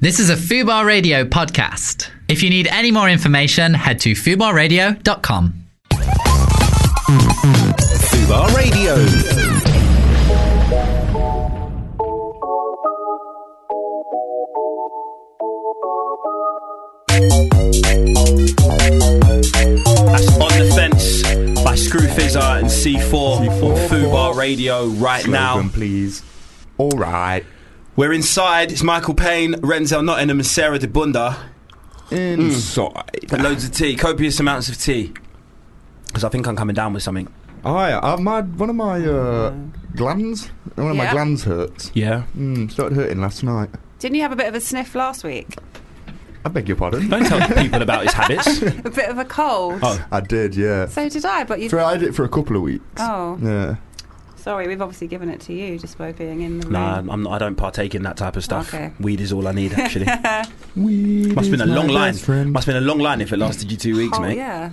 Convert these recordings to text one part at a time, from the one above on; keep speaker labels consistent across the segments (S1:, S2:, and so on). S1: This is a Fubar Radio podcast. If you need any more information, head to fubarradio.com.
S2: Fubar Radio.
S3: That's On the Fence by Screwfizzer and C4, on Fubar Radio right now.
S4: please. All right.
S3: We're inside. It's Michael Payne, Renzel Nottingham, and Sarah De Bunda.
S4: Inside.
S3: But loads of tea, copious amounts of tea. Because I think I'm coming down with something.
S4: Hi, uh, my one of my uh, glands, one of my
S5: Mm. Yeah.
S4: glands hurts.
S3: Yeah.
S4: Mm, started hurting last night.
S5: Didn't you have a bit of a sniff last week?
S4: I beg your pardon.
S3: Don't tell people about his habits.
S5: A bit of a cold.
S3: Oh.
S4: I did, yeah.
S5: So did I, but you.
S4: So I did it for a couple of weeks.
S5: Oh,
S4: Yeah.
S5: sorry. We've obviously given it to you just by being in the room.
S3: Nah, I'm not, I don't partake in that type of stuff.
S5: Okay.
S3: Weed is all I need, actually.
S4: Weed
S3: Must have been
S4: is
S3: a
S4: my
S3: long line.
S4: best friend.
S3: Must have been a long line if it lasted you two weeks,
S5: oh
S3: mate.
S5: yeah.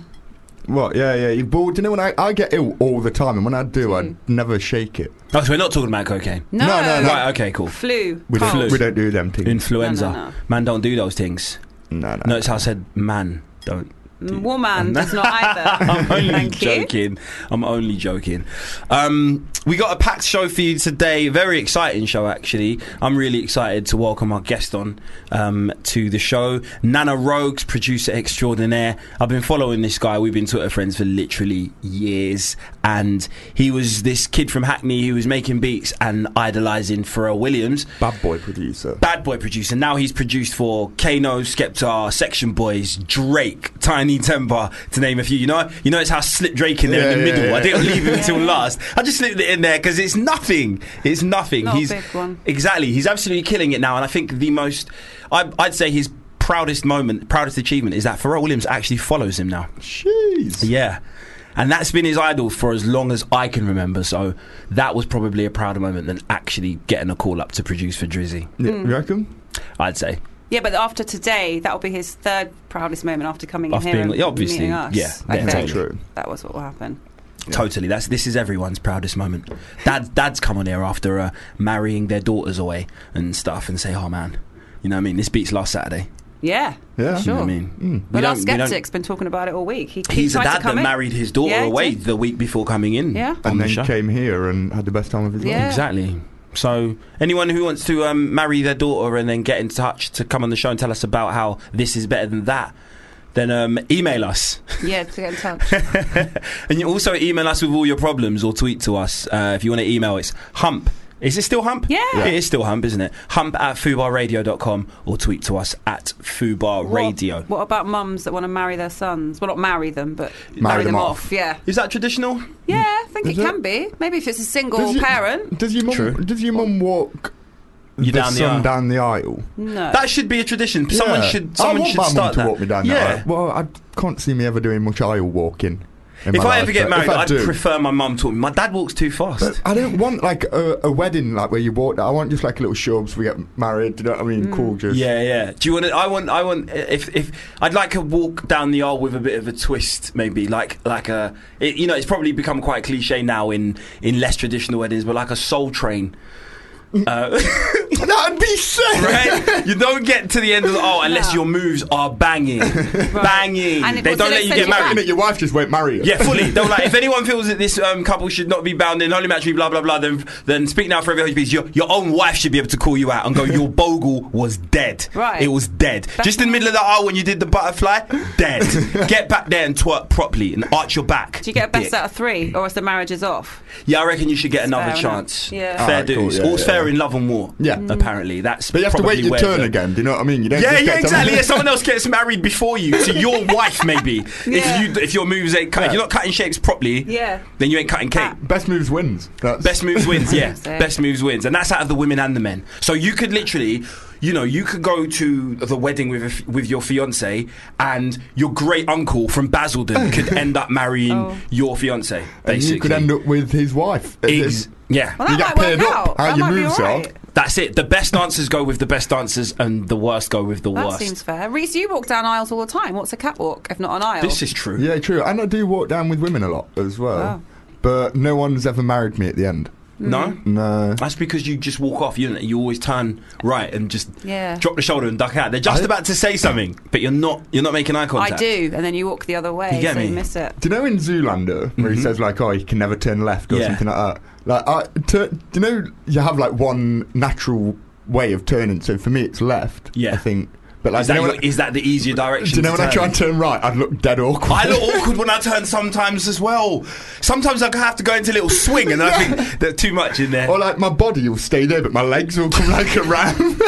S4: What? Yeah, yeah. You, but do you know when I, I get ill all the time, and when I do, I
S5: Mm.
S4: never shake it.
S3: Oh, so we're not talking about cocaine.
S5: No.
S4: No, no, no.
S3: Right, okay, cool.
S5: Flu.
S4: We don't.
S5: cold.
S4: We don't do them things.
S3: Influenza.
S5: No, Uh, no, no.
S3: Man, don't do those things.
S4: no, no.
S3: Notice how I said man, don't.
S5: Mm, Woman does not either.
S3: I'm only
S5: Thank you.
S3: joking. I'm only joking. Um, we got a packed show for you today. Very exciting show, actually. I'm really excited to welcome our guest on um, to the show, Nana Rogues, producer extraordinaire. I've been following this guy. We've been Twitter friends for literally years, and he was this kid from Hackney who was making beats and idolizing Pharrell Williams
S4: Bad boy producer.
S3: bad boy producer. Now he's produced for Kano, Skepta, Section Boys, Drake, Tiny Temper, to name a few. You know, you notice how I slipped Drake in there in
S4: Yeah,
S3: the
S4: yeah,
S3: middle. I
S4: yeah.
S3: didn't leave him until last. I just slipped it in there because it's nothing. It's nothing.
S5: Not a
S3: he's
S5: big one.
S3: exactly. He's absolutely killing it now, and I think the most, I, I'd say his proudest moment, proudest achievement is that Pharrell Williams actually follows him now.
S4: Jeez.
S3: Yeah. And that's been his idol for as long as I can remember. So that was probably a prouder moment than actually getting a call up to produce for Drizzy.
S5: Mm.
S4: Yeah, You reckon?
S3: I'd say.
S5: Yeah, but after today, that'll be his third proudest moment after coming
S3: After
S5: in here
S3: being-
S5: and
S3: yeah, obviously,
S5: meeting us.
S3: yeah,
S5: I
S3: yeah,
S5: think.
S3: totally.
S4: True.
S5: That was what will happen.
S3: Totally. That's this is everyone's proudest moment. Dad, dads come on here after uh, marrying their daughters away and stuff, and say, "Oh man, you know what I mean? This beats last Saturday."
S5: Yeah.
S3: You
S4: Yeah. Mm.
S5: Oh, Sure.
S3: know what I mean?
S5: Well, our
S3: don't- don't-
S5: skeptic's been talking about it all week. He, he
S3: He's a
S5: tried
S3: dad
S5: to come
S3: that
S5: in.
S3: married his daughter
S5: Yeah, he
S3: away
S5: did.
S3: the week before coming in.
S5: Yeah.
S3: on
S4: And
S3: the
S4: then
S3: show.
S4: came here and had the best time of his
S5: Yeah.
S4: life.
S3: Exactly. So, anyone who wants to um, marry their daughter and then get in touch to come on the show and tell us about how this is better than that, then um, email us.
S5: Yeah, to get in touch.
S3: and you also email us with all your problems or tweet to us. Uh, if you want to email, it's hump. Is it still hump?
S5: Yeah. Yeah.
S3: It is still hump, isn't it? Hump at fubarradio.com or tweet to us at fubarradio.
S5: What- What, about mums that want to marry their sons? Well, not marry them, but marry, them, off. Yeah,
S3: Is that traditional?
S5: yeah. I think
S4: Is
S5: it
S4: it?
S5: can be. Maybe if it's a single
S4: Does it-
S5: parent.
S4: Does your
S3: True.
S4: mum? Does your mum walk
S3: You
S4: the
S3: down the
S4: son
S3: aisle.
S4: down the aisle?
S5: No.
S3: Uh, That should be a tradition. Someone
S4: Yeah.
S3: should
S4: I
S3: someone
S4: want
S3: should
S4: my mum
S3: start
S4: to
S3: that.
S4: walk me down the
S3: yeah.
S4: aisle. Well, I can't see me ever doing much aisle walking. in
S3: If
S4: my
S3: I
S4: life,
S3: ever get
S4: but
S3: married,
S4: if I
S3: I'd
S4: do-
S3: prefer my mum talking. My dad walks too fast.
S4: But I don't want like a, a wedding like where you walk. I want just like a little shows we get married. Do you know what I mean? Cool, just
S3: Yeah, yeah. Do you want to? I want. I want. If if I'd like a walk down the aisle with a bit of a twist, maybe like like a. It, you know, it's probably become quite cliche now in in less traditional weddings, but like a soul train. Uh,
S4: That'd be sick.
S3: right? You don't get to the end of the aisle unless your moves are banging, banging.
S5: And it-
S3: They
S5: well, so
S3: don't
S5: they
S3: let you
S5: send
S3: get
S5: you
S3: married.
S5: back.
S4: Your wife just won't marry you.
S3: Yeah, fully. They're like, if anyone feels that this um, couple should not be bound in holy matrimony, blah blah blah, then then speak now for every holy peace. Your your own wife should be able to call you out and go, your bogle was dead.
S5: Right.
S3: it was dead. Just in the middle of the aisle when you did the butterfly, dead. get back there and twerk properly and arch your back.
S5: Do you get a best
S3: dick.
S5: out of three, or is the marriage is off?
S3: Yeah, I reckon you should get another
S5: fair
S3: chance.
S5: enough. Yeah. Mm.
S3: fair
S4: Alright, cool,
S3: dues.
S4: Ah, yeah,
S3: All's
S4: yeah.
S3: fair in love and war.
S4: Yeah.
S3: apparently that's.
S4: But you have to
S3: probably
S4: wait your
S3: where
S4: turn
S3: the-
S4: again. Do you know what I mean? You don't
S3: yeah,
S4: just
S3: yeah,
S4: get someone-
S3: exactly. Yeah, someone else gets married before you to your wife, maybe.
S5: Yeah.
S3: If you if your moves ain't cut, if you're not cutting shapes properly,
S5: Yeah.
S3: then you ain't cutting cake.
S4: Best moves wins. That's
S3: Best moves wins, yeah.
S5: Amazing.
S3: Best moves wins, and that's out of the women and the men. So you could literally, you know, you could go to the wedding with a f with your fiance, and your great uncle from Basildon could end up marrying
S5: Oh.
S3: your fiance.
S4: And
S3: Basically,
S4: you could end up with his wife.
S3: Ex- yeah.
S5: Well, that
S4: You get
S5: might work
S4: paired up,
S5: out.
S4: how
S5: that
S4: your
S5: might be
S4: moves
S5: all
S4: are.
S5: right.
S3: That's it. The best dancers go with the best dancers, and the worst go with the
S5: That
S3: worst.
S5: seems fair. Reese, you walk down aisles all the time. What's a catwalk if not an aisle?
S3: this is true.
S4: Yeah, true. And I do walk down with women a lot as well.
S5: Wow.
S4: But no one's ever married me at the end.
S5: Mm.
S3: No,
S4: No.
S3: that's because you just walk off. You know, you always turn right and just
S5: Yeah.
S3: drop the shoulder and duck out. They're just
S4: I-
S3: about to say something, but you're not. You're not making eye
S5: I
S3: contact.
S5: do, and then you walk the other way,
S3: You get
S5: so
S3: me?
S5: you miss it.
S4: Do you know in Zoolander where he says like, "Oh, you can never turn left" or
S3: Mm-hmm. Yeah.
S4: something like that? Like, I tu- do you know you have like one natural way of turning? So for me, it's left.
S3: Yeah.
S4: I think. But like,
S3: Is
S4: do
S3: that,
S4: you know,
S3: your-
S4: when, I-
S3: is that the easier
S4: do
S3: direction?
S4: you know when
S3: to
S4: I try
S3: turn?
S4: and turn right, I'd look dead awkward.
S3: I look awkward when I turn sometimes as well. Sometimes I have to go into a little swing, and I think there's too much in there.
S4: or like my body will stay there, but my legs will come like around.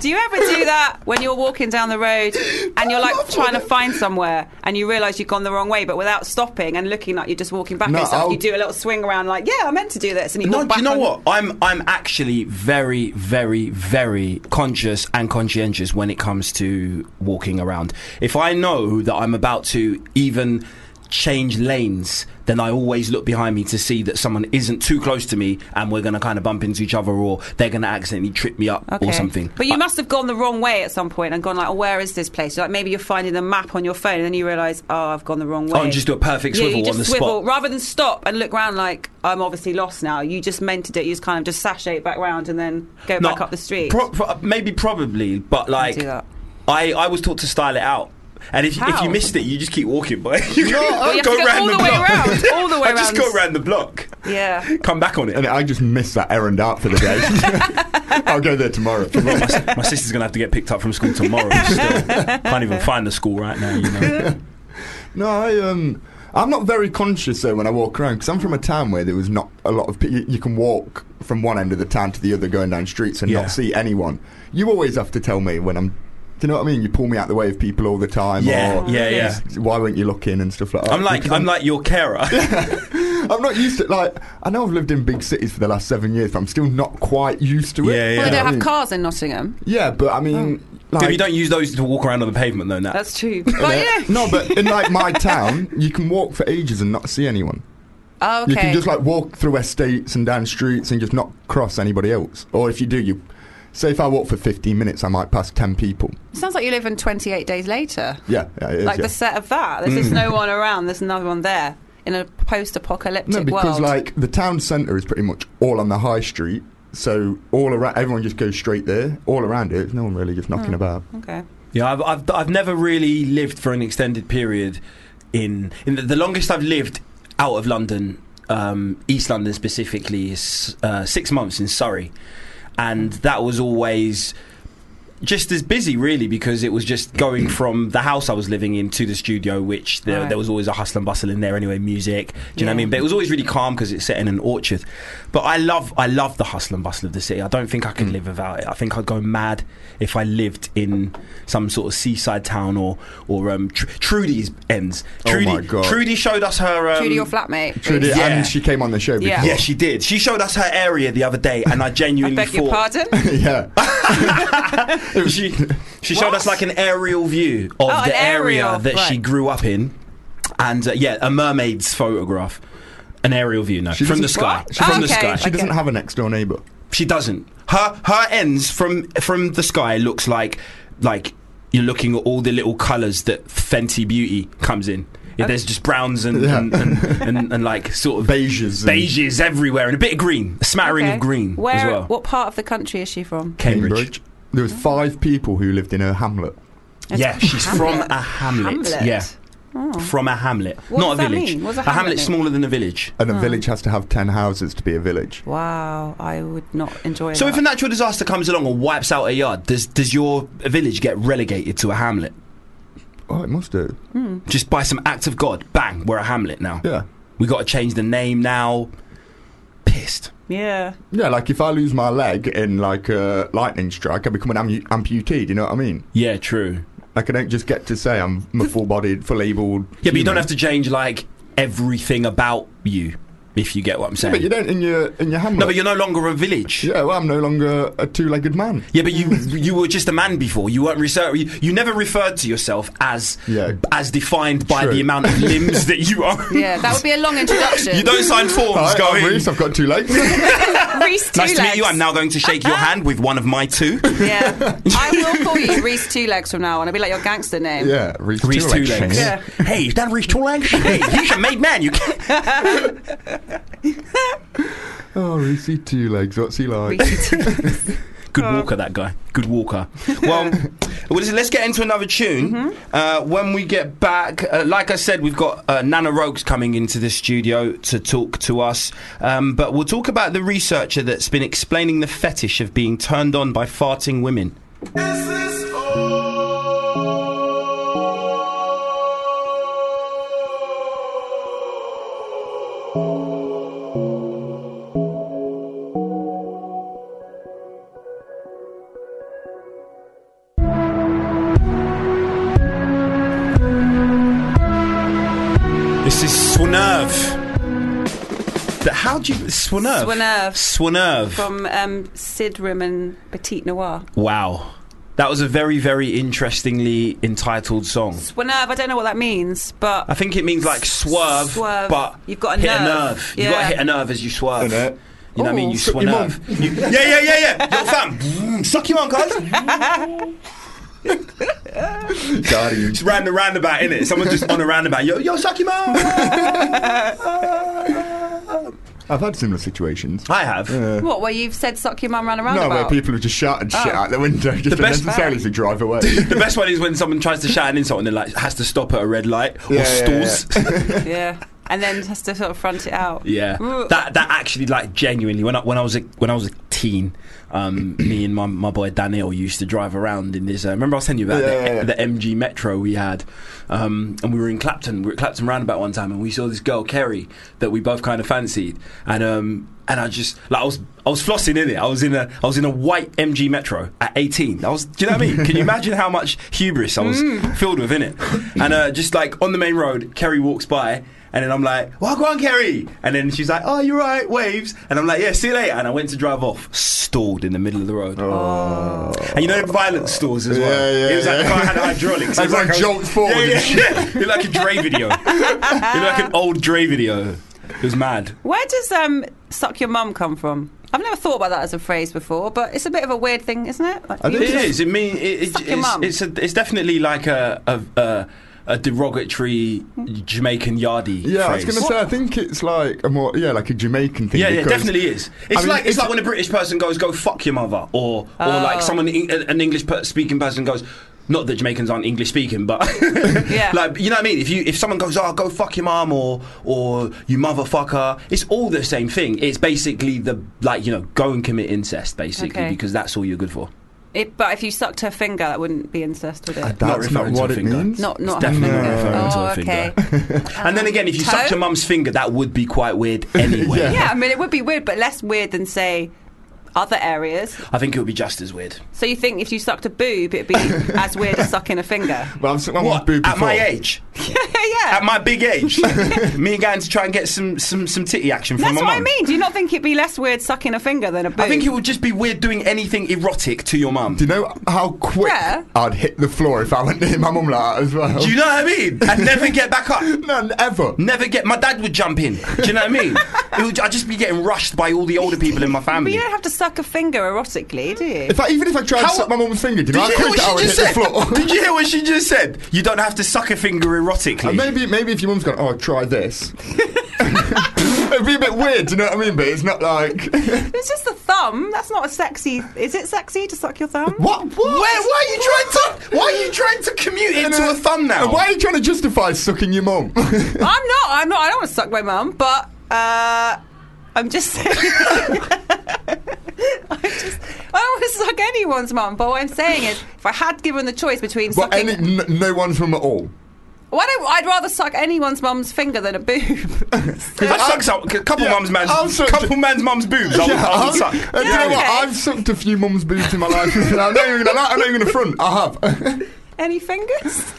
S5: Do you ever do that when you're walking down the road and you're like trying to find somewhere and you realise you've gone the wrong way, but without stopping and looking like you're just walking back?
S4: No,
S5: it's like
S4: I'll-
S5: you do a little swing around, like yeah, I meant to do this, and you
S3: No,
S5: walk
S3: do
S5: back.
S3: you know
S5: on-
S3: what? I'm I'm actually very, very, very conscious and conscientious when it comes to walking around. If I know that I'm about to even change lanes, then I always look behind me to see that someone isn't too close to me and we're gonna kinda bump into each other or they're gonna accidentally trip me up or something.
S5: But you
S3: I-
S5: must have gone the wrong way at some point and gone like, oh, where is this place? Like maybe you're finding the map on your phone and then you realise, oh, I've gone the wrong way.
S3: Oh, and just do a perfect
S5: yeah,
S3: swivel
S5: you
S3: on
S5: just
S3: the
S5: swivel
S3: spot.
S5: rather than stop and look round like I'm obviously lost now. You just meant it. You just kind of just sashay it back round and then go
S3: No,
S5: back up the street.
S3: pro- pro- maybe probably, but like
S5: do that.
S3: I, I was taught to style it out. And if, if
S5: How?
S3: you missed it, you just keep walking, boy. You
S5: Well, you have to go
S3: round
S5: all the, way
S3: block.
S5: around, all the way
S3: I
S5: around.
S3: just go round the block,
S5: Yeah.
S3: come back on it.
S4: and I just miss that errand out for the day. I'll go there tomorrow.
S3: my, s- my sister's gonna have to get picked up from school tomorrow. Still. Can't even find the school right now. You know.
S4: No, I um, I'm not very conscious though when I walk around because I'm from a town where there was not a lot of. pe- You, you can walk from one end of the town to the other going down streets and
S3: Yeah.
S4: not see anyone. You always have to tell me when I'm. Do you know what I mean? You pull me out the way of people all the time.
S3: Yeah,
S4: or,
S3: yeah, yeah.
S4: Why weren't you looking and stuff like that?
S3: I'm like
S4: Because
S3: I'm like your carer.
S4: I'm not used to like. I know I've lived in big cities for the last seven years, but I'm still not quite used to it.
S3: Yeah, yeah.
S5: Well, they don't
S4: I
S5: have Oh.
S4: mean-
S5: cars in Nottingham.
S4: Yeah, but I mean,
S3: If
S4: like,
S3: you don't use those to walk around on the pavement, though, now.
S5: That's true. But yeah.
S4: no, but in like my town, you can walk for ages and not see anyone.
S5: Oh, okay.
S4: You can just like walk through estates and down streets and just not cross anybody else. Or if you do, you say if I walk for 15 minutes, I might pass 10 people.
S5: Sounds like you live in 28 days later.
S4: Yeah, yeah, it is,
S5: like
S4: yeah.
S5: the set of that. There's
S3: Mm.
S5: just no one around. There's another one there in a post-apocalyptic
S4: no, because
S5: world.
S4: like the town centre is pretty much all on the high street. So all around, everyone just goes straight there. All around it, there's no one really just knocking about.
S5: Hmm. okay.
S3: Yeah, I've, I've I've never really lived for an extended period in in the, the longest I've lived out of London, um, East London specifically, is uh, six months in Surrey, and that was always just as busy really because it was just going from the house I was living in to the studio which there,
S5: Right.
S3: there was always a hustle and bustle in there anyway music do you know what I
S5: Yeah.
S3: mean but it was always really calm because it's set in an orchard but I love I love the hustle and bustle of the city I don't think I
S4: Mm.
S3: could live without it I think I'd go mad if I lived in some sort of seaside town or or um, Tr- Trudy's ends
S4: Oh
S3: Trudy,
S4: my God.
S3: Trudy showed us her um,
S5: Trudy, your flatmate.
S4: Trudy,
S3: Yeah.
S4: and she came on the show
S5: Yeah.
S4: before.
S3: yeah she did she showed us her area the other day and I
S5: I
S3: genuinely
S5: beg your
S3: thought
S5: pardon.
S4: yeah. It was-
S3: she she showed us like an aerial view of
S5: Oh, an
S3: the area
S5: aerial,
S3: that she
S5: right.
S3: grew up in, and uh, yeah, a mermaid's photograph, an aerial view, no, from the
S4: doesn't-
S3: sky,
S5: What?
S3: from the
S5: Oh, okay.
S3: sky.
S4: She
S3: She,
S4: doesn't have a next door neighbour.
S3: she doesn't. Her her ends from from the sky looks like like you're looking at all the little colours that Fenty Beauty comes in. Yeah, There's just browns and
S4: Yeah.
S3: and, and, and, and like sort of
S4: Beiges. and-
S3: beiges everywhere and a bit of green, a smattering
S5: Okay.
S3: of green
S5: Where?
S3: as well.
S5: What part of the country is she from?
S3: Cambridge.
S4: There was five people who lived in her hamlet.
S5: It's
S3: Yeah, she's
S5: Hamlet.
S3: from a hamlet. Yeah.
S5: Oh.
S3: from a hamlet,
S5: What
S3: not
S5: does
S3: a
S5: that
S3: village.
S5: mean? What does a
S3: a
S5: hamlet
S3: hamlet's
S5: mean?
S3: smaller than a village.
S4: And a
S5: Hmm.
S4: village has to have 10 houses to be a village.
S5: Wow, I would not enjoy
S3: So
S5: that.
S3: if a natural disaster comes along and wipes out a yard, does does your village get relegated to a hamlet?
S4: Oh, it must do.
S3: Just by some act of God, bang, we're a hamlet now.
S4: Yeah.
S3: We got to change the name now. Pissed.
S5: yeah.
S4: Yeah, like if I lose my leg in like a lightning strike, I become an ampu- amputee. Do you know what I mean?
S3: Yeah, true.
S4: Like I don't just get to say I'm a full-bodied, full-abled.
S3: Yeah, but you don't have to change like everything about you if you get what I'm saying.
S4: But you don't in your in your hamlet.
S3: no, but you're no longer a village.
S4: yeah, well, I'm no longer a two-legged man.
S3: Yeah, but you you were just a man before. You weren't reser- you, you never referred to yourself as
S4: Yeah.
S3: as defined by
S4: True.
S3: the amount of limbs that you own.
S5: Yeah, that would be a long introduction.
S3: You don't sign forms
S4: Hi,
S3: Oh, going.
S4: I'm Reese. I've got two legs.
S5: Reese two
S3: Nice to meet you.
S5: legs.
S3: I'm now going to shake your hand with one of my two.
S5: Yeah, I will call you Reese Two Legs from now on. I'll be like your gangster name.
S4: yeah, Reese,
S3: Reese two legs.
S5: Yeah.
S3: Hey, is that Reese two legs? hey, he's a made man. You can't.
S4: Oh, Reese, two legs. What's he like?
S3: Good
S5: Oh.
S3: walker, that guy. Good walker. Uh, Well, well listen, let's get into another tune. Uh, when we get back, uh, like I said, we've got uh, Nana Rokes coming into the studio to talk to us. Um, but we'll talk about the researcher that's been explaining the fetish of being turned on by farting women. This is Swerve. The- How do you. Swerve? Swerve.
S5: Swerve. from um, Sidrum and Petite Noir.
S3: wow. That was a very, very interestingly entitled song.
S5: Swerve, I don't know what that means, but
S3: I think it means like swerve,
S5: Swerve.
S3: but
S5: You've got a
S3: hit a
S5: nerve.
S3: nerve. You've got to
S5: Yeah.
S3: hit a nerve as you swerve.
S4: Innit?
S3: You know what I mean?
S4: Oh,
S3: You
S4: suck your
S3: swerve. You- yeah, yeah, yeah, yeah. Little fam, Mm, suck your mum, guys.
S4: Guardian.
S3: It's round the roundabout, innit? Someone's just on a roundabout. Yo, yo, suck your mum.
S4: I've had similar situations.
S3: I have.
S5: what? Where you've said "suck your mum, run around"?
S4: No, where
S5: about?
S4: people have just shouted shit out the window, just
S3: The best-
S4: unnecessarily to drive away.
S3: The best one is when someone tries to shout an insult and then like has to stop at a red light or
S4: Yeah, yeah,
S3: stalls.
S5: yeah, and then has to sort of front it out.
S3: Yeah,
S5: Ooh.
S3: that that actually like genuinely when I, when I was a, when I was a teen, um, me and my my boy Daniel used to drive around in this. Uh, remember I was telling you about
S4: Yeah,
S3: the,
S4: yeah, yeah.
S3: the MG Metro we had, um, and we were in Clapton. We were at Clapton Roundabout one time, and we saw this girl Kerry that we both kind of fancied, and um, and I just like I was. I was flossing in it. I was in a I was in a white MG Metro at 18. I was, do you know what I mean? Can you imagine how much hubris I was
S4: Mm.
S3: filled with in it? And uh, just like on the main road, Kerry walks by, and then I'm like, well, go on, Kerry. And then she's like, oh, you're right, waves. And I'm like, yeah, see you later. And I went to drive off, stalled in the middle of the road. And you know, violent stalls as well.
S4: Oh. Yeah, yeah,
S3: it was like
S4: yeah.
S3: if I had hydraulics.
S4: Like
S3: It was
S4: I
S3: I was-
S4: jolt forward
S3: Yeah,
S4: and
S3: yeah, yeah. You're like a Dre video. You're like an old Dre video. It was mad.
S5: Where does um, "suck your mum" come from? I've never thought about that as a phrase before, but it's a bit of a weird thing, isn't it? Like,
S4: I think
S3: It
S5: you just-
S3: is. It mean it, it-
S5: Suck your
S3: it's
S5: mum.
S3: it's, a, it's definitely like a a, a, a derogatory Jamaican yardie.
S4: Yeah, I was
S3: phrase.
S4: going to say, I think it's like a more, yeah, like a Jamaican thing.
S3: Yeah, yeah,
S4: because-
S3: definitely is. It's
S4: I mean,
S3: like it's,
S4: it's-
S3: like when a British person goes, "Go fuck your mother," or or like
S5: Oh.
S3: someone in- an English per- speaking person goes. Not that Jamaicans aren't English speaking, but
S5: Yeah.
S3: like you know what I mean. If you if someone goes, "Oh, go fuck your mum," or or you motherfucker, it's all the same thing. It's basically the like you know go and commit incest basically
S5: Okay.
S3: because that's all you're good for.
S5: It- but if you sucked her finger, that wouldn't be incest, would it?
S3: Not
S4: That's not
S3: referring to
S4: what
S3: a
S4: it
S3: finger.
S4: means.
S5: Not, not her
S3: Definitely
S5: finger.
S3: not referring to
S5: oh,
S3: a finger.
S5: okay.
S3: and then again, if you
S5: toe?
S3: sucked your mum's finger, that would be quite weird anyway.
S4: Yeah.
S5: yeah, I mean, it would be weird, but less weird than say other areas.
S3: I think it would be just as weird.
S5: So you think if you sucked a boob, it'd be as weird as sucking a finger?
S4: Well, I've seen one with
S3: What
S4: boob
S3: at my
S4: before.
S3: age?
S5: yeah.
S3: at my big age, me going to try and get some some some titty action from
S5: That's
S3: my
S5: what
S3: mum.
S5: I mean. Do you not think it'd be less weird sucking a finger than a boob?
S3: I think it would just be weird doing anything erotic to your mum.
S4: Do you know how quick
S5: Yeah.
S4: I'd hit the floor if I went near my mum like that as well?
S3: Do you know what I mean? And never get back up.
S4: None ever.
S3: Never get. My dad would jump in. Do you know what I mean? It would, I'd just be getting rushed by all the older people in my
S5: But
S3: family.
S5: you don't have to suck a finger erotically, do you?
S4: If I, even if I tried
S3: How-
S4: to suck my mum's finger, do you know
S3: Did you hear
S4: how quick I
S3: what
S4: would
S3: she
S4: hit
S3: just said?
S4: the floor?
S3: Did you hear what she just said? You don't have to suck a finger erotically.
S4: And maybe maybe if your mum's gone, oh, try this. It'd be a bit weird, do you know what I mean? But it's not like
S5: It's just the thumb. That's not a sexy. Is it sexy to suck your thumb?
S4: what. what?
S3: Where, why are you trying to? Why are you trying to commute into a thumbnail?
S4: Why are you trying to justify sucking your mum?
S5: I'm not. I'm not. I don't want to suck my mum, but uh, I'm just saying. I just. I don't want to suck anyone's mum. But what I'm saying is, if I had given the choice between
S4: but
S5: sucking,
S4: any, n- no one's mum at all.
S5: why don't I'd rather suck anyone's mum's finger than a boob?
S3: I suck some, a couple
S4: Yeah,
S3: mums man's
S4: I'll suck-
S3: couple man's mum's boobs. I would, I would
S4: I've-
S3: suck.
S4: uh, do you know what?
S5: okay.
S4: I've sucked a few mum's boobs in my life. I'm not even gonna lie, I'm not even gonna front. I have.
S5: Any fingers?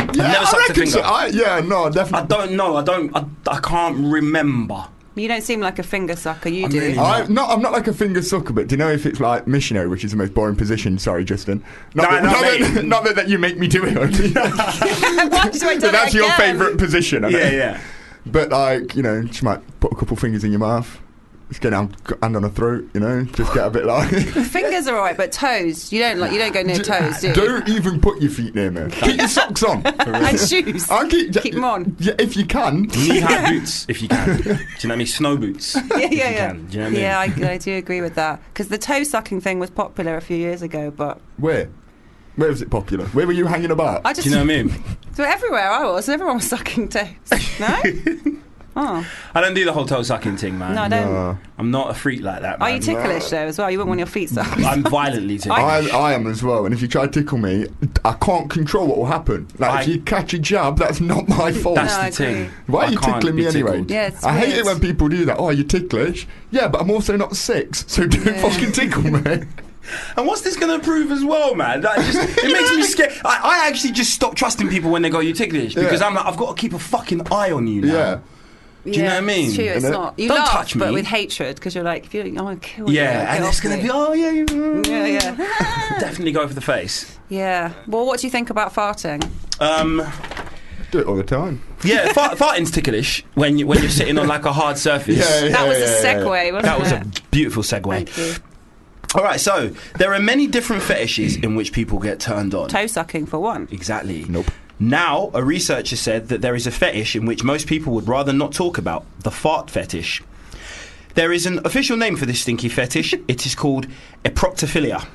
S4: yeah,
S3: never
S4: I
S3: sucked a
S4: reckon
S3: finger.
S4: So, I, yeah, no,
S3: I
S4: definitely.
S3: don't know. I don't. I, I can't remember.
S5: You don't seem like a finger sucker. You
S3: I'm
S5: do.
S3: really-
S4: I, no, I'm not like a finger sucker, but do you know if it's like missionary, which is the most boring position? Sorry, Justin. Not,
S3: No,
S4: that,
S3: no,
S4: not,
S3: mate.
S4: that, not that, that you make me do it. only.
S5: Why did I do
S4: but
S5: that
S4: that's your
S5: again?
S4: favourite position. I know.
S3: Yeah, yeah.
S4: But like, you know, she might put a couple fingers in your mouth. Just get down, hand on a throat, you know, just get a bit like.
S5: Fingers are alright, but toes. You don't like. You don't go near toes, do you?
S4: Don't even put your feet near me. Keep your socks on.
S5: And shoes.
S3: Oh,
S4: I'll keep,
S5: Keep 'em on.
S4: Yeah, if you can.
S3: Knee high boots, if you can. Do you know what I mean? Snow boots.
S5: yeah,
S3: if you
S5: yeah, yeah.
S3: can. Do you know what I mean?
S5: yeah, I, I do agree with that because the toe sucking thing was popular a few years ago, but
S4: Where? Where was it popular? Where were you hanging about?
S5: I
S3: Do
S5: just
S3: you know what I mean?
S5: so everywhere I was, everyone was sucking toes. No, oh
S3: I don't do the whole toe sucking thing, man.
S5: no, I don't.
S4: Uh,
S3: I'm not a freak like that, man.
S5: Are you ticklish though as well? You wouldn't want your feet sucked.
S3: I'm violently ticklish.
S4: I, I am as well, and if you try to tickle me, I can't control what will happen. Like, if
S3: I-
S4: you catch a jab, that's not my fault.
S3: That's
S5: No, I
S3: the thing.
S5: agree.
S4: Why
S3: I
S4: are you
S3: can't
S4: tickling
S3: be
S4: me anyway?
S3: tickled.
S5: Yeah, it's
S4: I hate it
S5: weird.
S4: when people do that. Oh, you're ticklish. Yeah, but I'm also not six, so don't
S5: Yeah.
S4: fucking tickle me.
S3: And what's this going to prove as well, man? That just, it makes me scared. I, I actually just stop trusting people when they go, you ticklish, because
S4: Yeah.
S3: I'm like, I've got to keep a fucking eye on you now.
S4: yeah.
S5: Do
S3: you know what I mean? uh,
S5: It's true, it's
S4: And it-
S5: not. You
S3: Don't
S5: laugh,
S3: touch
S5: but
S3: me.
S5: with hatred because you're like, if you, I'm gonna kill you.
S3: Yeah,
S5: get
S3: and
S5: off
S3: it's going to
S5: me.
S3: be, oh, yeah, you
S5: Yeah, yeah,
S3: Definitely go for the face.
S5: yeah. Well, what do you think about farting?
S3: Um,
S4: Do it all the time.
S3: yeah, fart, farting's ticklish when, you, when you're sitting on like a hard surface.
S5: That was a
S4: yeah, yeah.
S5: segue, wasn't
S3: That was
S5: it?
S3: a beautiful segue.
S5: Thank you.
S3: All right, so there are many different fetishes in which people get turned on.
S5: Toe sucking for one.
S3: Exactly.
S4: Nope.
S3: Now, a researcher said that there is a fetish in which most people would rather not talk about the fart fetish. There is an official name for this stinky fetish. it is called eproctophilia.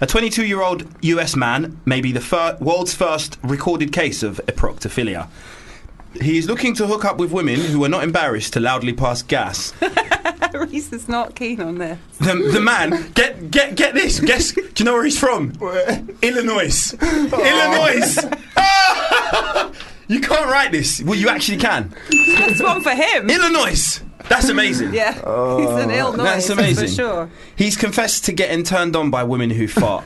S3: A 22 year old US man may be the fir- world's first recorded case of eproctophilia. He is looking to hook up with women who are not embarrassed to loudly pass gas.
S5: Reese is not keen on this.
S3: The, the man, get, get, get this. Guess, do you know where he's from? Illinois. Illinois. you can't write this. Well, you actually can.
S5: That's one for him.
S3: Illinois. That's amazing.
S5: Yeah, he's an
S4: Oh.
S5: ill noise.
S3: That's amazing.
S5: for sure.
S3: He's confessed to getting turned on by women who fart.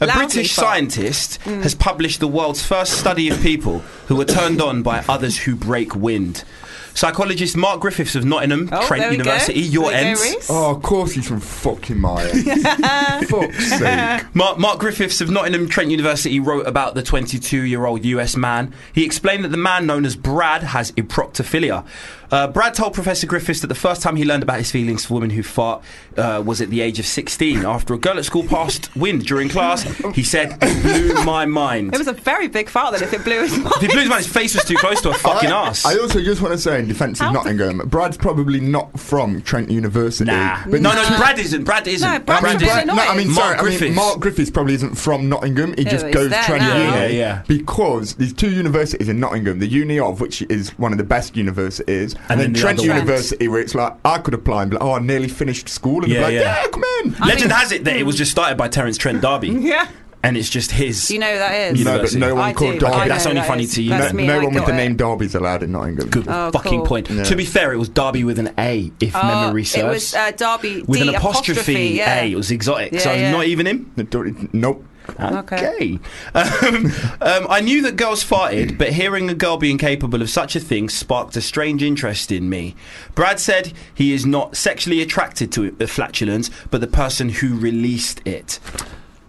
S3: A
S5: Loudly
S3: British
S5: fart. Mm.
S3: scientist has published the world's first study of people who are turned on by others who break wind. Psychologist Mark Griffiths of Nottingham,
S5: Oh, there
S3: Trent
S5: we
S3: University,
S5: go.
S3: your
S5: There we
S3: ends.
S5: go, Reece.
S4: Oh, of course he's from fucking Maya. Fuck's sake.
S3: Mark, Mark Griffiths of Nottingham Trent University wrote about the 22 year old US man. He explained that the man known as Brad has eproctophilia. Uh, Brad told Professor Griffiths that the first time he learned about his feelings for women who fart uh, was at the age of 16. After a girl at school passed wind during class, he said, It blew my mind.
S5: It was a very big fart then if it blew his mind.
S3: If he blew his mind, his face was too close to a fucking
S4: I,
S3: ass.
S4: I also just want to say in defence of
S5: How-
S4: Nottingham, Brad's probably not from Trent University.
S3: nah.
S4: But
S3: no,
S4: he's
S3: no,
S4: too-
S3: Brad isn't. Brad isn't.
S5: No, Brad's
S4: I mean,
S5: from
S4: Brad,
S5: Illinois.
S4: no, I mean,
S3: Mark
S4: sorry, I mean,
S3: Griffiths.
S4: Mark Griffiths probably isn't from Nottingham. He
S5: No,
S4: just
S5: he's
S4: goes
S5: there
S4: Trent
S5: now.
S4: Uni.
S3: Yeah, yeah.
S4: Because there's two universities in Nottingham, the Uni of, which is one of the best universities, and,
S3: And
S4: then,
S3: then the
S4: Trent
S3: other one.
S4: University, where it's like, I could apply and be like, oh, I nearly finished school, and they'd be
S3: Yeah,
S4: like,
S3: yeah.
S4: yeah. come in.
S5: I
S3: Legend
S5: mean-
S3: has it that it was just started by Terence Trent Darby.
S5: yeah.
S3: And it's just his.
S5: Do you know who that is?
S3: You
S4: No, but
S3: University.
S4: no one
S5: I do.
S4: called
S5: but
S4: Derby.
S5: I know
S3: That's
S5: who
S3: only
S5: that
S3: funny
S5: is.
S3: to you.
S5: That's
S4: no
S5: me, I
S4: no one with
S5: got
S4: the
S5: it.
S4: name Derby's allowed in Nottingham.
S3: Good
S5: Oh,
S3: fucking
S5: cool.
S3: point.
S4: Yeah.
S3: To be fair, it was Derby with an A, if
S5: Oh,
S3: memory
S5: It
S3: serves.
S5: was uh, Derby
S3: with
S5: D
S3: an apostrophe,
S5: yeah.
S3: A. It was exotic. so
S5: Yeah, yeah.
S3: not even him.
S4: No, don't- Nope.
S5: Okay.
S3: Um, um, I knew that girls farted, but hearing a girl being capable of such a thing sparked a strange interest in me. Brad said he is not sexually attracted to uh, flatulence, but the person who released it.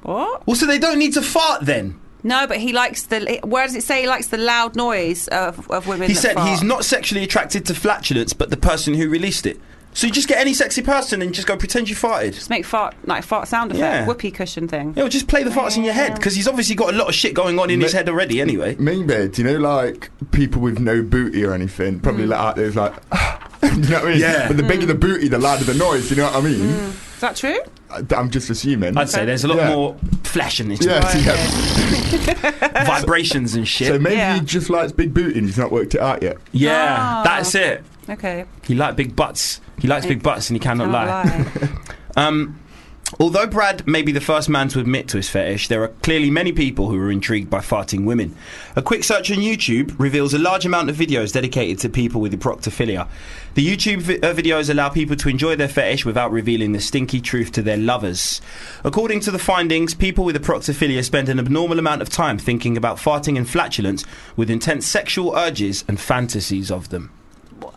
S5: What?
S3: Well, so they don't need to fart then.
S5: No, but he likes the. Where does it say he likes the loud noise of, of women?
S3: He
S5: that
S3: said
S5: fart?
S3: he's not sexually attracted to flatulence, but the person who released it. So you just get any sexy person and just go pretend you farted.
S5: Just make fart like fart sound effect,
S3: Yeah.
S5: whoopee cushion thing.
S3: Yeah, well, just play the farts in your head because he's obviously got a lot of shit going on in his
S4: Ma-
S3: head already. Anyway,
S4: Mm. Maybe, do you know, like people with no booty or anything, probably
S5: Mm.
S4: like out there's like, do you know what I mean?
S3: Yeah.
S4: But the bigger the booty, the louder the noise. You know what I mean?
S5: Is that true?
S4: I- I'm just assuming.
S3: I'd say there's a lot
S4: Yeah.
S3: more flesh in this,
S4: yeah,
S5: Right,
S4: yeah.
S5: okay.
S3: vibrations and shit.
S4: So maybe
S5: Yeah.
S4: he just likes big booty and he's not worked it out yet.
S3: yeah,
S5: Ah.
S3: that's it.
S5: Okay.
S3: He liked big butts. He likes big butts, and he cannot
S5: Can't
S3: lie. Um, although Brad may be the first man to admit to his fetish, there are clearly many people who are intrigued by farting women. A quick search on YouTube reveals a large amount of videos dedicated to people with eproctophilia. The YouTube vi- uh, videos allow people to enjoy their fetish without revealing the stinky truth to their lovers. According to the findings, people with eproctophilia spend an abnormal amount of time thinking about farting and flatulence with intense sexual urges and fantasies of them.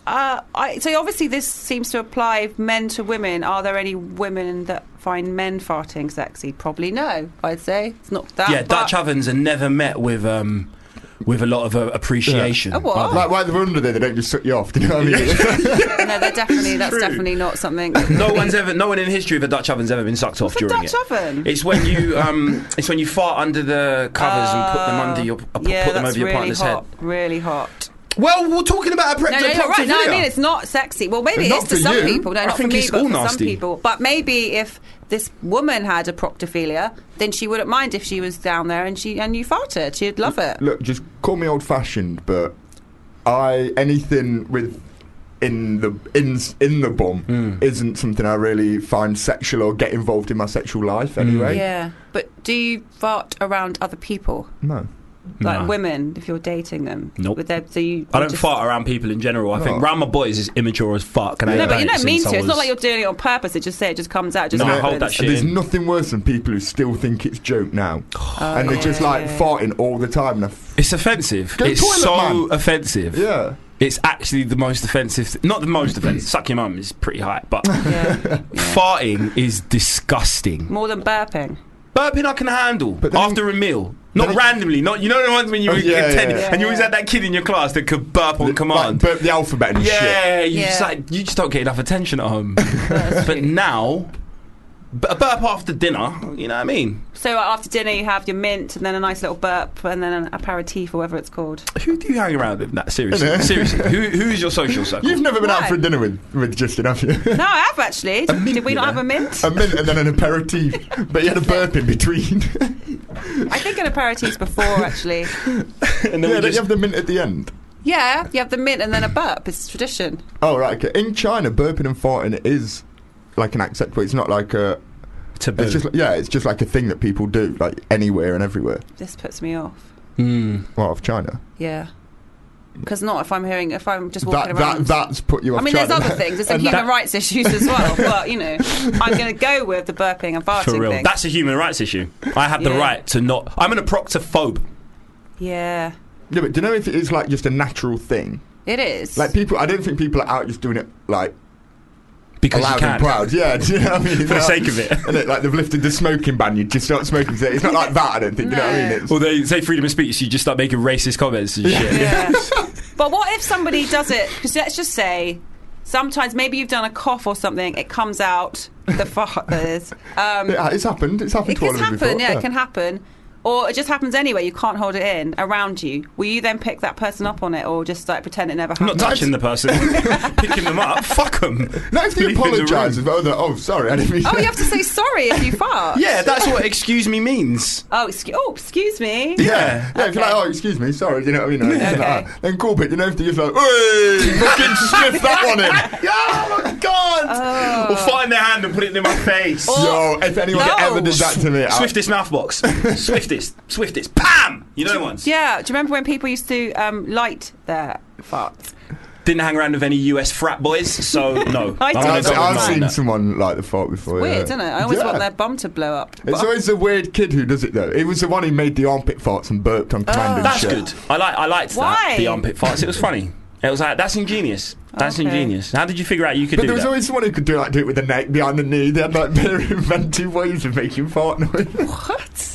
S5: Uh, I, so obviously this seems to apply men to women. Are there any women that find men farting sexy? Probably no. I'd say it's not that.
S3: yeah,
S5: Ah, but-
S3: Dutch ovens are never met with um, with with a lot of uh, appreciation.
S5: A Oh, what?
S4: Like why they're under there, they don't just shut you off. Do you know what I mean?
S5: No, they're definitely that's definitely not something.
S3: No one's ever, no one in history of a Dutch oven's ever been sucked off
S5: a
S3: during it.
S5: Dutch oven?
S3: It's when you, um, it's when you fart under the covers and put them under your, uh,
S5: Ah, yeah,
S3: put them
S5: that's
S3: over your
S5: really
S3: partner's
S5: hot.
S3: head.
S5: Really hot.
S3: Well, we're talking about a
S5: No,
S3: pregnant
S5: no, you're right. No, I mean it's not sexy. Well, maybe
S4: Not
S5: it is to
S4: for
S5: some
S4: you.
S5: people. No,
S3: I
S5: not
S3: think
S5: for me,
S3: it's
S5: but
S3: all
S5: for
S3: nasty.
S5: some people. But maybe if this woman had a proctophilia, then she wouldn't mind if she was down there and she and you farted. She'd love it.
S4: Look, just call me old fashioned, but I anything with in the in in the bum
S3: Hmm.
S4: isn't something I really find sexual or get involved in my sexual life
S3: Mm.
S4: anyway.
S5: Yeah, but do you fart around other people,
S4: No.
S5: like
S3: No.
S5: women, if you're dating them?
S3: Nope.
S5: With their, so you,
S3: I don't
S5: just-
S3: fart around people in general. I think
S4: No.
S3: round my boys is immature as fuck. Can I
S5: No, but you
S3: advance
S5: don't mean
S3: since I
S5: to. It's
S3: was-
S5: not like you're doing it on purpose. It just say it just comes out. It just
S3: No,
S5: happens.
S3: hold that shit.
S4: And there's
S3: in.
S4: nothing worse than people who still think it's joke now, and they're just
S5: yeah,
S4: like
S5: Oh, yeah.
S4: farting all the time. And I f-
S3: It's offensive.
S4: Go
S3: it's
S4: toilet,
S3: so
S4: man.
S3: offensive.
S4: yeah,
S3: It's actually the most offensive. Th- not the most offensive. Suck your mum is pretty high, but
S5: Yeah.
S3: farting is disgusting.
S5: More than burping.
S3: Burping I can handle
S4: But then-
S3: after a meal. Not
S4: then-
S3: randomly, not you know the ones when you
S4: Oh,
S3: were
S4: yeah,
S3: in 10
S4: yeah.
S3: and you always had that kid in your class that could burp on
S4: Like,
S3: command.
S4: burp the alphabet and shit.
S3: yeah, you just
S5: Yeah.
S3: like you just don't get enough attention at home.
S5: That's
S3: but
S5: true.
S3: now, b- a burp after dinner, you know what I mean?
S5: So uh, after dinner, you have your mint, and then a nice little burp, and then an aperitif, or whatever it's called.
S3: Who do you hang around with? That seriously, seriously. Who who's your social circle?
S4: You've never been out
S5: Why?
S4: for a dinner with with Justin, have you?
S5: No, I have actually. Did,
S3: mint,
S5: did we not
S3: yeah.
S5: have a mint?
S4: a mint and then an aperitif, but you had a burp in between.
S5: I think an aperitif's before actually.
S3: and then
S4: yeah,
S3: we
S4: don't you
S3: just
S4: have the mint at the end?
S5: Yeah, you have the mint and then a burp. It's tradition.
S4: Oh right, okay. In China, burping and farting is like an acceptable. It's not like a.
S3: taboo.
S4: It's just like, yeah, it's just like a thing that people do like anywhere and everywhere.
S5: This puts me off.
S3: Mm.
S4: Well, of China,
S5: Yeah, because not if I'm hearing if I'm just walking
S4: that,
S5: around.
S4: that that's put you off.
S5: I mean,
S4: China.
S5: there's other things. There's some
S4: And
S5: human
S3: that-
S5: rights issues as well. But you know, I'm going to go with the burping and farting
S3: For real,
S5: thing.
S3: that's a human rights issue. I have the
S5: Yeah.
S3: right to not. I'm an proctophobe.
S5: yeah,
S4: Yeah, but do you know if it is like just a natural thing?
S5: it is.
S4: Like people, I don't think people are out just doing it like
S3: because you
S4: loud
S3: can.
S4: and proud. Yeah, do you know what I mean?
S3: For the sake of it.
S4: And it, like they've lifted the smoking ban, you just start smoking. So It's not like that. I don't think. Do you know what I
S5: No.
S4: mean? It's,
S3: Well, they say freedom of speech, so you just start making racist comments and shit.
S5: Yeah. but what if somebody does it? Because let's just say, sometimes maybe you've done a cough or something, it comes out the fart that is. Um,
S4: it, it's happened. It's happened
S5: it
S4: to all of
S5: can
S4: us
S5: happen.
S4: before.
S5: yeah, it can happen. Or it just happens anyway. You can't hold it in around you. Will you then pick that person up on it, or just like pretend it never
S3: I'm not
S5: happened?
S3: touching the person, picking them up. Fuck them.
S4: No, if they apologise, as well, they're, oh, sorry, I didn't mean.
S5: oh, you have to say sorry if you fart.
S3: Yeah, that's what excuse me means.
S5: Oh, excuse, oh, excuse me.
S4: Yeah, yeah. If you're like, oh, excuse me, sorry, do you know what I mean? Or anything like
S5: Okay.
S4: that. Then cool, but you know if you're just like, hey, fucking sniff that one in.
S3: Oh my god!
S5: Oh.
S3: Or find their hand and put it in my face.
S4: Yo, if anyone
S5: No.
S4: ever did Oh. that to me, I,
S3: Swiftest mouthbox. Swiftest. Swiftest. Pam! You know the ones.
S5: Yeah. Do you remember when people used to um, light their farts?
S3: Didn't hang around with any US frat boys, so no.
S5: I
S3: I'm
S5: did.
S3: gonna
S4: I've,
S3: go with
S4: I've
S3: mine.
S4: seen someone like the fart before.
S5: Weird,
S4: yeah.
S5: isn't it? I always
S4: Yeah.
S5: want their bum to blow up.
S4: It's
S5: But-
S4: always the weird kid who does it though. It was the one who made the armpit farts and burped on command and
S3: Ah, That's
S4: shit.
S3: good. I like. I liked that.
S5: Why?
S3: The armpit farts. It was funny. It was like that's ingenious. That's
S5: Okay.
S3: ingenious. How did you figure out you could
S4: But
S3: do
S4: there was
S3: that?
S4: always someone who could do like do it with the neck behind the knee. They had like very inventive ways of making fart noise.
S5: What?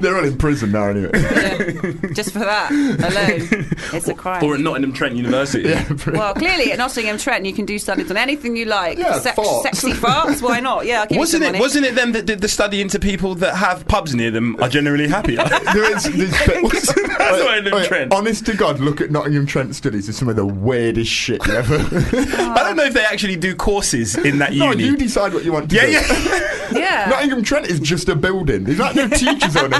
S4: They're all in prison now anyway.
S5: Just for that alone, it's a crime.
S3: or at Nottingham Trent University.
S4: yeah, pretty-
S5: well, clearly at Nottingham Trent, you can do studies on anything you like.
S4: Yeah,
S5: Sex-
S4: farts.
S5: Sexy farts, why not? Yeah, I'll give
S3: Wasn't
S5: you
S3: it?
S5: some money.
S3: Wasn't it them that did the study into people that have pubs near them are generally happier?
S4: There is, there's,
S3: That's
S4: Oh,
S3: Nottingham Trent.
S4: Honest to God, look at Nottingham Trent studies. It's some of the weirdest shit you ever.
S3: I don't know if they actually do courses in that
S4: no,
S3: uni.
S4: you decide what you want to
S3: yeah,
S4: do.
S3: yeah.
S5: Yeah.
S4: Nottingham Trent is just a building. There's like no teachers or anything.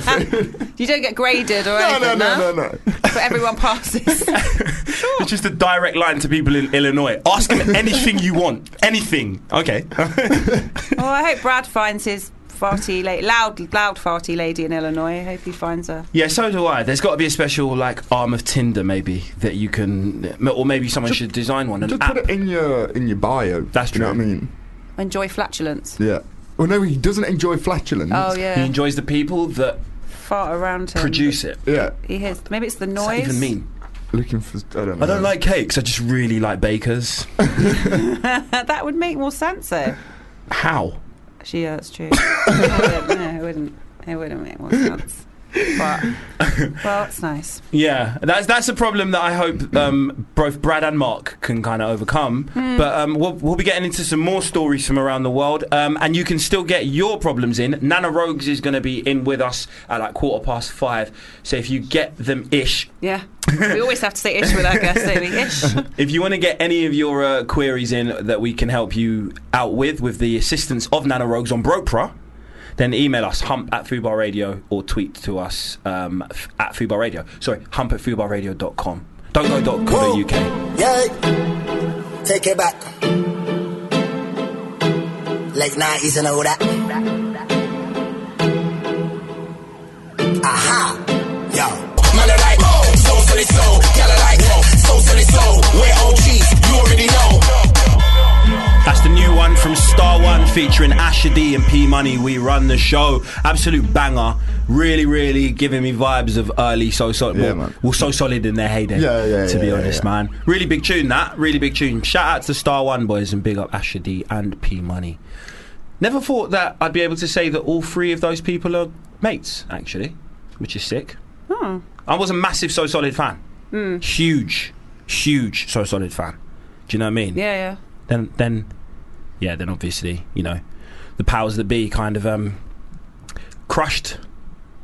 S5: You don't get graded
S4: no,
S5: or anything,
S4: no, no, no, no.
S5: But everyone passes.
S3: It's just a direct line to people in Illinois. Ask them anything you want. Anything. Okay.
S5: oh, I hope Brad finds his farty, la- loud, loud farty lady in Illinois. I hope he finds her.
S3: Yeah, so do I. There's got to be a special like arm of Tinder, maybe that you can, or maybe someone should design one. An
S4: Just
S3: app.
S4: put it in your in your bio.
S3: That's
S4: You know what
S3: true.
S4: I mean?
S5: Enjoy flatulence.
S4: Yeah. Well, no, he doesn't enjoy flatulence.
S5: Oh
S3: He
S5: yeah,
S3: enjoys the people that
S5: fart around him.
S3: produce it.
S4: Yeah.
S5: He hears. Maybe it's the noise.
S3: What does that even mean?
S4: Looking for. I don't know.
S3: I don't like cakes. I just really like bakers.
S5: that would make more sense though.
S3: How?
S5: Actually, yeah, that's true. I wouldn't, no, it wouldn't. It wouldn't make more sense. But well, it's nice.
S3: Yeah, that's that's a problem that I hope um, both Brad and Mark can kind of overcome. But um, we'll, we'll be getting into some more stories from around the world, um, and you can still get your problems in. Nana Rogues is going to be in with us at like quarter past five. So if you get them ish,
S5: Yeah, we always have to say ish with our guests, don't we? Ish.
S3: if you want to get any of your uh, queries in that we can help you out with, with the assistance of Nana Rogues on Bropra, then email us hump at Fubar Radio or tweet to us um, f- at Fubar Radio. Sorry, hump at fubarradio.com. Don't go dot co dot uk.
S2: Yeah. Take it back. Like now, you know that. Aha. Yo. Man, I like, oh, so fully so. Girl, I like, oh, so fully so. We're OGs, you already know.
S3: That's the new one from Star One featuring Asher D and P Money. We run the show. Absolute banger. Really, really giving me vibes of early So Solid.
S4: Yeah,
S3: well,
S4: man.
S3: well, So Solid in their heyday,
S4: Yeah, yeah,
S3: to be
S4: yeah, yeah,
S3: honest,
S4: yeah.
S3: man. Really big tune, that. Really big tune. Shout out to Star One boys and big up Asher D and P Money. Never thought that I'd be able to say that all three of those people are mates, actually, which is sick. I was a massive So Solid fan. Huge, huge So Solid fan. Do you know what I mean?
S5: Yeah, yeah.
S3: then then yeah, then obviously you know the powers that be kind of um, crushed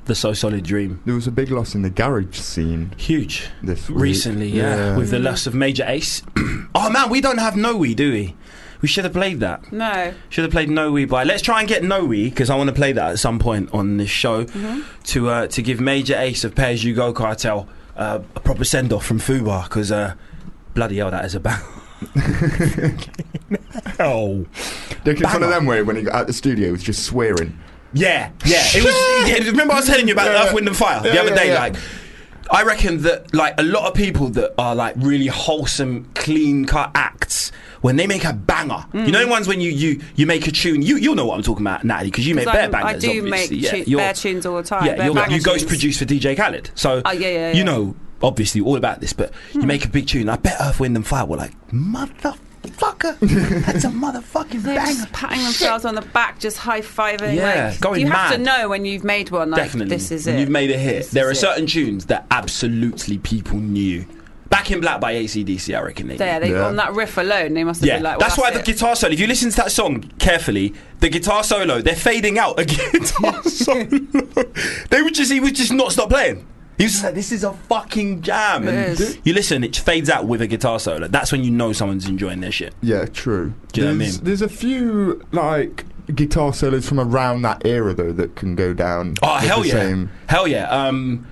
S3: the so solid dream.
S4: There was a big loss in the garage scene
S3: Huge
S4: this week.
S3: recently, yeah, with the loss of Major Ace. oh man, we don't have No We, do we? We should have played that.
S5: No.
S3: Should have played No We by. Let's try and get No We because I want to play that at some point on this show to uh, to give Major Ace of Pairs You Go Cartel uh, a proper send off from Fubar because uh, bloody hell, that is a bang. oh.
S4: It's one
S3: Banger.
S4: of them where when he got out the studio, he was just swearing.
S3: Yeah, yeah. It was. yeah, remember, I was telling you about
S4: Yeah,
S3: Earth, Wind, and Fire the
S4: yeah,
S3: other
S4: yeah,
S3: day.
S4: yeah.
S3: Like, I reckon that like a lot of people that are like really wholesome, clean cut acts when they make a banger.
S5: Hmm.
S3: You know, the ones when you you you make a tune. You you'll know what I'm talking about, Natalie, because you make
S5: Because
S3: bare
S5: I'm- I
S3: bangers.
S5: do
S3: obviously.
S5: make
S3: yeah,
S5: tu-
S3: you're-
S5: bare tunes all the time,
S3: Yeah,
S5: bare
S3: you're-
S5: banger
S3: you ghost
S5: tunes.
S3: produce for DJ Khaled, so
S5: Oh, yeah, yeah, Hmm.
S3: you
S5: yeah.
S3: know obviously all about this. But you make a big tune. I bet Earth, Wind, and Fire were like motherfucker. That's a motherfucking
S5: They're
S3: banger.
S5: just patting themselves on the back, just high fiving.
S3: Yeah,
S5: like,
S3: going
S5: you have to
S3: mad.
S5: know when you've made one. Like,
S3: Definitely.
S5: This is
S3: When
S5: it.
S3: You've made a hit.
S5: This
S3: there are
S5: is it.
S3: certain tunes that absolutely people knew. Back in Black by ACDC, I reckon. They
S5: There,
S3: knew.
S5: they,
S4: Yeah.
S5: on that riff alone, they must have
S3: yeah,
S5: been like, well,
S3: that's,
S5: that's,
S3: why
S5: it.
S3: the guitar solo. If you listen to that song carefully, the guitar solo, they're fading out a guitar solo. they would just, he would just not stop playing. He was just like, "This is a fucking jam." And
S5: It is.
S3: you listen, it fades out with a guitar solo. That's when you know someone's enjoying their shit.
S4: Yeah, true.
S3: Do you know what I
S4: there's,
S3: mean?
S4: There's a few like guitar solos from around that era though that can go down.
S3: Oh
S4: with
S3: hell
S4: the
S3: yeah,
S4: Same.
S3: hell yeah. Um,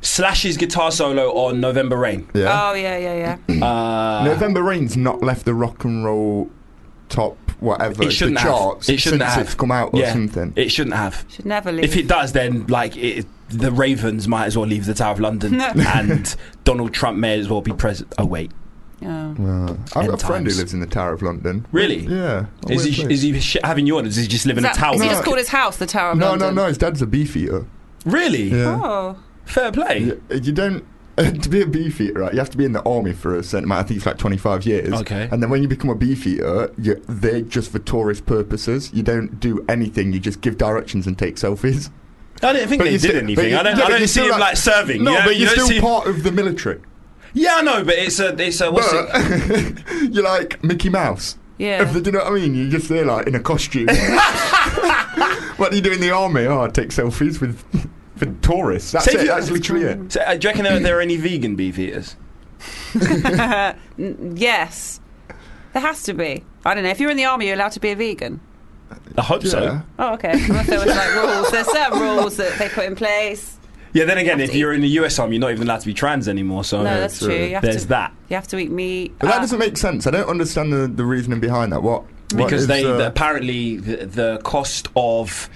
S3: Slash's guitar solo on November Rain.
S4: Yeah.
S5: Oh yeah, yeah, yeah. Ah.
S3: Uh,
S4: November Rain's not left the rock and roll top whatever
S3: It shouldn't
S4: the
S3: have.
S4: charts
S3: It shouldn't
S4: since
S3: have.
S4: it's come out or
S3: Yeah.
S4: something.
S3: It shouldn't have.
S5: Should never leave.
S3: If it does, then like it, the Ravens might as well leave the Tower of London, and Donald Trump may as well be president. Oh wait,
S5: Yeah.
S4: Uh, I've got a friend
S3: times.
S4: who lives in the Tower of London.
S3: really?
S4: Yeah. a
S3: Is
S4: weird
S3: he
S4: place.
S3: is he sh- having you on? or Does he just live in a
S5: Is that-
S3: tower?
S5: has he just
S4: No.
S5: called his house the Tower of
S4: no, no,
S5: London?
S4: no. His dad's a beef eater.
S3: Really?
S4: Yeah.
S5: Oh,
S3: Fair play.
S4: You, you don't. to be a beef eater, right, you have to be in the army for a certain amount. I think it's like twenty-five years.
S3: Okay.
S4: And then when you become a beef eater, you, they're just for tourist purposes. You don't do anything. You just give directions and take selfies.
S3: I didn't think
S4: But
S3: they
S4: you
S3: did
S4: still- but
S3: anything.
S4: you-
S3: I don't.
S4: yeah,
S3: I
S4: but
S3: don't
S4: you
S3: see
S4: still
S3: him
S4: like-
S3: like, serving.
S4: No,
S3: you know?
S4: but
S3: You
S4: you're
S3: don't
S4: still
S3: see him-
S4: part of the military.
S3: Yeah, I know, but it's a it's a what's it?
S4: But you're like Mickey Mouse.
S5: yeah.
S4: If they, do you know what I mean? You're just there, like in a costume. what do you do in the army? Oh, I take selfies with for tourists. That's
S3: Save
S4: it.
S3: you-
S4: That's literally it.
S3: So, uh, do you reckon there, there are any vegan beef eaters?
S5: N- yes, there has to be. I don't know. If you're in the army, you're allowed to be a vegan.
S3: I hope so.
S4: Yeah.
S5: Oh, okay. Unless there was like rules. There's certain rules that they put in place.
S3: Yeah. Then again, if you're in the US army, you're not even allowed to be trans anymore. So
S5: No, that's
S4: true.
S5: true. You have
S3: there's
S5: to,
S3: that.
S5: You have to eat meat.
S4: But that
S5: Uh,
S4: doesn't make sense. I don't understand the, the reasoning behind that. What? what
S3: because
S4: is,
S3: they
S4: uh,
S3: the, apparently the, the cost of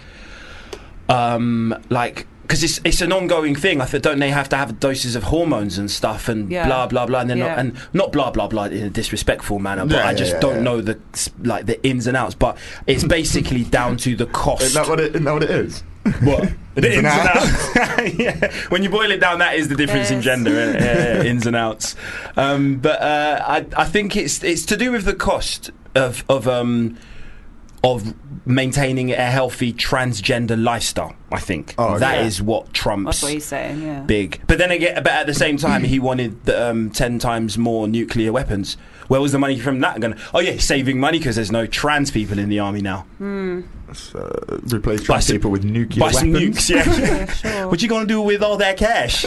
S3: um like because it's it's an ongoing thing. I think don't they have to have doses of hormones and stuff and
S5: Yeah.
S3: blah blah blah and then not
S5: Yeah.
S3: and not blah blah blah in a disrespectful manner. But
S4: Yeah,
S3: I
S4: yeah,
S3: just
S4: yeah,
S3: don't
S4: yeah.
S3: know the s- like the ins and outs. But it's basically down to the cost.
S4: Is that what it, isn't that what it is?
S3: What? The ins
S4: Ins
S3: and
S4: and
S3: outs. yeah. When you boil it down, that is the difference in
S5: Yes.
S3: gender, innit? yeah, yeah, ins and outs. Um, but uh, I, I think it's it's to do with the cost of of um, of maintaining a healthy transgender lifestyle. I think that
S4: Oh,
S3: is
S4: yeah.
S3: what trumps
S5: That's what he's saying. Yeah.
S3: big. But then again, but at the same time, he wanted the, um, ten times more nuclear weapons. Where was the money from that going? Oh yeah, saving money because there's no trans people in the army now.
S4: So, uh, replace
S3: Buy
S4: trans
S3: some-
S4: people with nuclear
S3: Buy some
S4: weapons.
S3: nukes, yeah.
S5: Yeah, sure.
S3: what you gonna do with all that cash?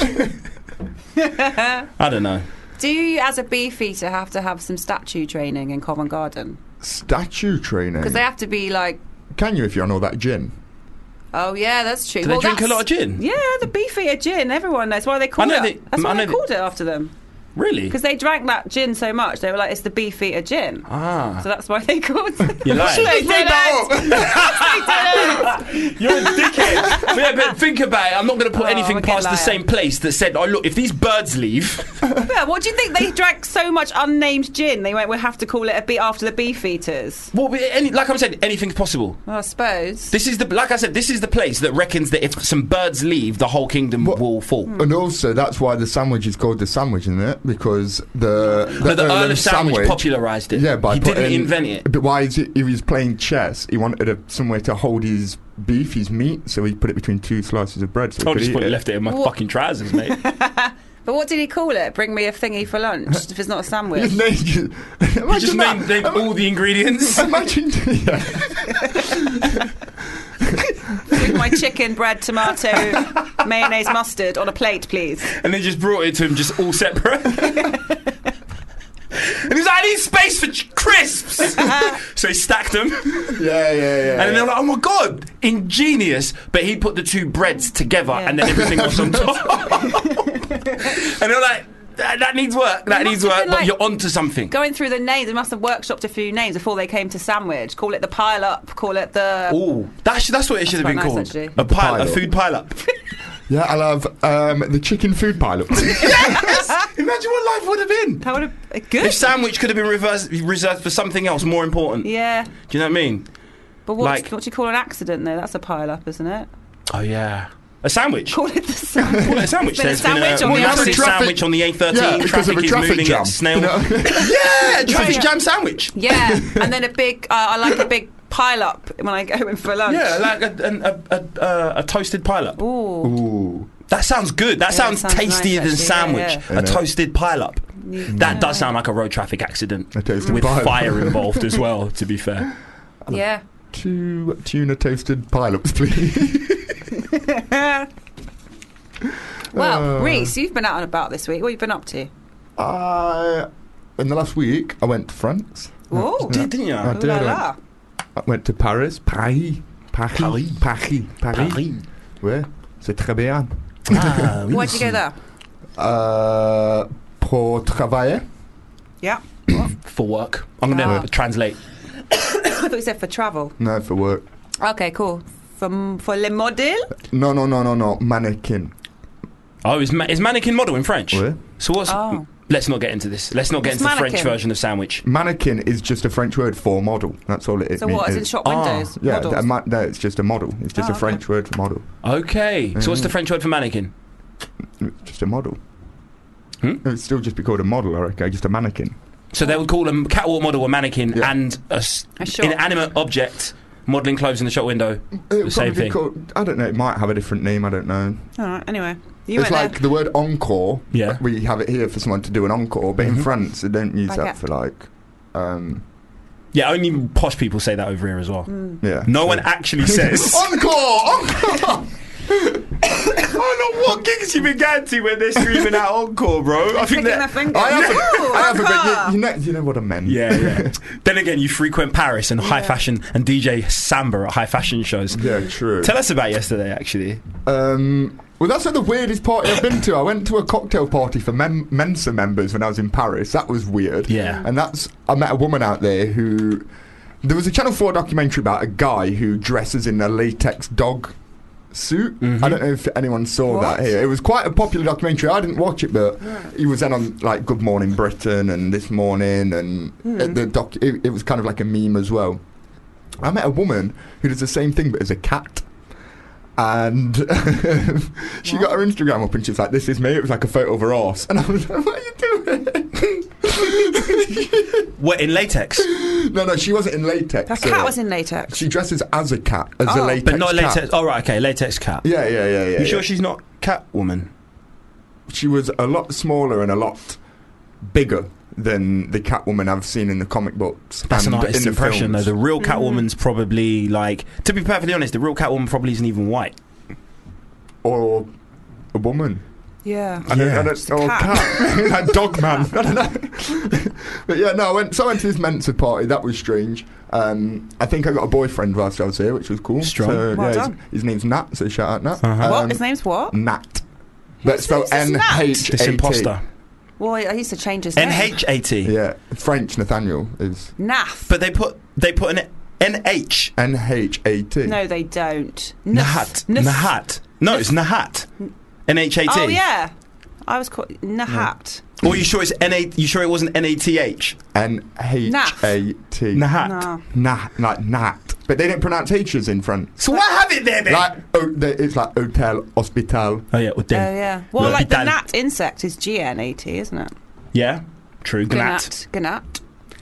S3: I don't know.
S5: Do you, as a beefeater, have to have some statue training in Covent Garden?
S4: Statue training.
S5: Because they have to be like,
S4: Can you if you're on all that gin?
S5: oh yeah, that's true.
S3: Do
S5: Well,
S3: they drink a
S5: that's-
S3: lot of gin?
S5: Yeah, the beefeater gin. Everyone knows why they called
S3: know
S5: it.
S3: they-
S5: that's
S3: I
S5: why
S3: know
S5: they
S3: they-
S5: called it after them.
S3: Really?
S5: Because they drank that gin so much, they were like, it's the beefeater gin.
S3: Ah,
S5: So that's why they called it.
S3: You're lying.
S5: They
S3: She
S5: did it.
S3: you're a dickhead. but, yeah, but think about it. I'm not going to put
S5: Oh,
S3: anything
S5: I'm a good
S3: past the
S5: liar.
S3: same place that said, "Oh look, if these birds leave,
S5: Yeah, what do you think? They drank so much unnamed gin, they went, we'll have to call it a beat after the beefeaters.
S3: well, we- any, like I'm saying, anything's possible."
S5: Well, I suppose.
S3: This is the like I said. This is the place that reckons that if some birds leave, the whole kingdom will fall.
S5: Hmm. Mm.
S4: And also, that's why the sandwich is called the sandwich, isn't it? Because the the,
S3: But the Earl of Sandwich popularised it.
S4: Uh, Yeah, by
S3: He didn't
S4: putting-
S3: invent it.
S4: But why is it? He was playing chess. He wanted a, somewhere to hold his beef, his meat, so he put it between two slices of bread. So he
S3: I
S4: could
S3: just
S4: eat
S3: put
S4: it.
S3: left it in my
S5: What?
S3: fucking trousers, mate.
S5: But what did he call it? Bring me a thingy for lunch if it's not a sandwich.
S4: Just named, imagine
S3: just
S4: that.
S3: named, named all the ingredients.
S4: Imagine, yeah.
S5: With my chicken, bread, tomato, mayonnaise, mustard on a plate, please.
S3: and they just brought it to him just all separate. and he was like, I need space for ch- crisps. so he stacked them.
S4: yeah, yeah, yeah.
S3: And then they're like, oh my God, ingenious. But he put the two breads together
S5: Yeah.
S3: and then everything was on top. and they're like, that, that needs work. That
S5: It
S3: needs
S5: must
S3: work.
S5: have been
S3: but
S5: like-
S3: you're onto something.
S5: Going through the names, they must have workshopped a few names before they came to sandwich. Call it the pile up, call it the.
S3: Ooh, that's, that's what it should have
S5: quite
S3: been
S5: nice,
S3: called.
S5: actually.
S3: A pile, a
S4: Pile-up.
S3: food pile up.
S4: yeah, I'll have um, the chicken food pile up.
S3: Imagine what life would have been.
S5: That would have. Good.
S3: If sandwich could have been reversed, reserved for something else more important.
S5: yeah.
S3: Do you know what I mean?
S5: But what,
S3: Like-
S5: what do you call an accident, though? That's a pile up, isn't it?
S3: Oh yeah, a sandwich.
S5: Call it the sandwich.
S3: Call it a sandwich.
S5: Been a
S3: There's been a
S5: sandwich on the
S3: massive
S5: opposite-
S3: sandwich on the A13.
S4: yeah, because
S3: traffic
S4: of a
S3: is
S4: traffic
S3: moving
S4: jam.
S3: at snail.
S4: you know?
S3: yeah, traffic jam sandwich.
S5: yeah. And then a big. Uh, I like a big pile up when I go in for lunch.
S3: Yeah, like a, an- a, a, a, a toasted pileup.
S5: Ooh.
S4: Ooh.
S3: That sounds good. That
S5: Yeah,
S3: sounds,
S5: sounds nice,
S3: tastier than
S5: actually. Yeah,
S3: sandwich. A
S5: yeah.
S4: Innit?
S3: toasted pileup.
S5: Yeah.
S3: That does sound like a road traffic accident
S4: A toasted
S3: with
S4: pileup.
S3: fire involved as well. To be fair,
S5: Yeah.
S4: Two tuna toasted pile ups, please.
S5: Well,
S4: Uh.
S5: Reese, you've been out and about this week. What have you been up to?
S4: I, in the last week, I went to France.
S5: Ooh.
S3: did, didn't you?
S4: I
S5: Ooh
S4: did.
S5: la
S4: I
S5: la.
S4: went to Paris. Paris. Paris.
S3: Paris.
S4: Paris. Paris.
S3: Paris.
S4: Ouais, c'est très bien.
S3: Ah, oui.
S5: Why'd you go there?
S4: Euh, pour travailler.
S5: Yeah.
S3: for work. I'm going to
S5: Ah.
S3: translate.
S5: I thought you said for travel.
S4: No, for work.
S5: Okay, cool. From for le model?
S4: No, no, no, no, no. Mannequin.
S3: Oh, is, ma- is mannequin model in French?
S4: Ouais.
S3: So what's?
S5: Oh.
S3: Let's not get into this. Let's not get
S5: What's
S3: into the French
S5: mannequin?
S3: version of sandwich.
S4: Mannequin is just a French word for model. That's all it, it
S5: So
S4: means.
S5: what? It's in shop
S3: Ah,
S5: windows.
S4: Yeah,
S5: models.
S4: a ma- no, it's just a model. It's just
S5: Ah,
S4: a French word for model.
S3: Okay. So what's the
S4: Mhm.
S3: French word for mannequin?
S4: Just a model.
S3: Hmm?
S4: It would still just be called a model, I reckon. Just a mannequin.
S3: So they would call a catwalk model a mannequin
S4: Yeah.
S3: and a, s-
S5: A shop.
S3: inanimate object modelling clothes in the shop window.
S4: It
S3: The
S4: would
S3: same
S4: probably be
S3: thing.
S4: Called, I don't know. It might have a different name. I don't know.
S5: All right. Anyway, you
S4: it's
S5: went
S4: like
S5: there.
S4: the word encore.
S3: Yeah.
S4: We have it here for someone to do an encore, but
S3: Mhm.
S4: in France, they don't use
S5: Baguette.
S4: that for like. Um,
S3: Yeah, only posh people say that over here as well.
S5: Mm.
S4: yeah.
S3: No one actually says.
S4: encore! Encore!
S3: I don't know what gigs you began to when they're screaming out encore, bro. I Oh.
S5: Picking their finger.
S4: I have,
S5: Ooh,
S4: a, I have a
S5: encore.
S4: bit. You, you, know, you know what I meant.
S3: Yeah, yeah. then again, you frequent Paris and high
S5: Yeah.
S3: fashion and DJ Samba at high fashion shows.
S4: Yeah, true.
S3: Tell us about yesterday, actually.
S4: Um, well, that's like the weirdest party I've been to. I went to a cocktail party for mem- Mensa members when I was in Paris. That was weird.
S3: Yeah.
S4: And that's I met a woman out there who there was a Channel Four documentary about a guy who dresses in a latex dog suit.
S3: Mm-hmm.
S4: I don't know if anyone saw
S5: What?
S4: that here. It was quite a popular documentary. I didn't watch it, but he was then on like Good Morning Britain and This Morning, and
S5: Hmm.
S4: it, the doc. It, it was kind of like a meme as well. I met a woman who does the same thing but as a cat. And she got her Instagram up and she was like, This is me. It was like a photo of her arse. And I was like, What are you doing?
S3: What in latex?
S4: No, no, she wasn't in latex.
S5: Her
S4: so-
S5: cat was in latex.
S4: She dresses as a cat, as a
S5: Oh.
S4: latex.
S3: But not
S4: cat.
S3: latex. Oh right, okay, latex cat.
S4: Yeah, yeah, yeah, yeah.
S3: you sure
S4: yeah.
S3: she's not Catwoman?
S4: she was a lot smaller and a lot bigger than the Catwoman I've seen in the comic books.
S3: That's
S4: and
S3: an artist's
S4: in the
S3: impression,
S4: films.
S3: though. The real Catwoman's
S5: Mm-hmm.
S3: probably like. To be perfectly honest, the real Catwoman probably isn't even white.
S4: or a woman.
S5: Yeah.
S4: I don't, I
S3: Yeah.
S4: don't, or a
S5: Cat.
S4: cat. Like dog man. I don't know. but yeah, no, I went, so I went to this Mensa party. That was strange. Um, I think I got a boyfriend whilst I was here, which was cool.
S3: Strong.
S4: So,
S5: Well
S4: yeah,
S5: done.
S4: His, his name's Nat, so shout out Nat. Um,
S3: Uh-huh.
S5: what? His name's what?
S4: Nat. But spelled N
S5: name's just Nat?
S4: H.
S3: This imposter.
S5: Well, I used to change his
S3: N
S5: name.
S3: H A T.
S4: Yeah, French Nathaniel is
S5: Nath.
S3: But they put they put an N H.
S4: N H A T.
S5: no, they don't.
S3: Nahat.
S5: Nuff. Nuff.
S3: Nahat. No, it's Nahat. N H A T.
S5: Oh yeah. I was called Nahat.
S3: Or you sure it's N A? You sure it wasn't N A T H?
S4: N H A T.
S3: Nahat.
S5: No.
S4: Nah, like Nat. But they didn't pronounce H's in France.
S3: So why have it there then?
S4: Like, oh, they, it's like hotel, hospital.
S3: oh yeah, well,
S5: Oh
S3: then.
S5: yeah. Well,
S3: Yeah.
S5: like the
S3: Done.
S5: gnat insect is G N A T, isn't it?
S3: yeah. True. Gnat.
S5: Gnat. Gnat.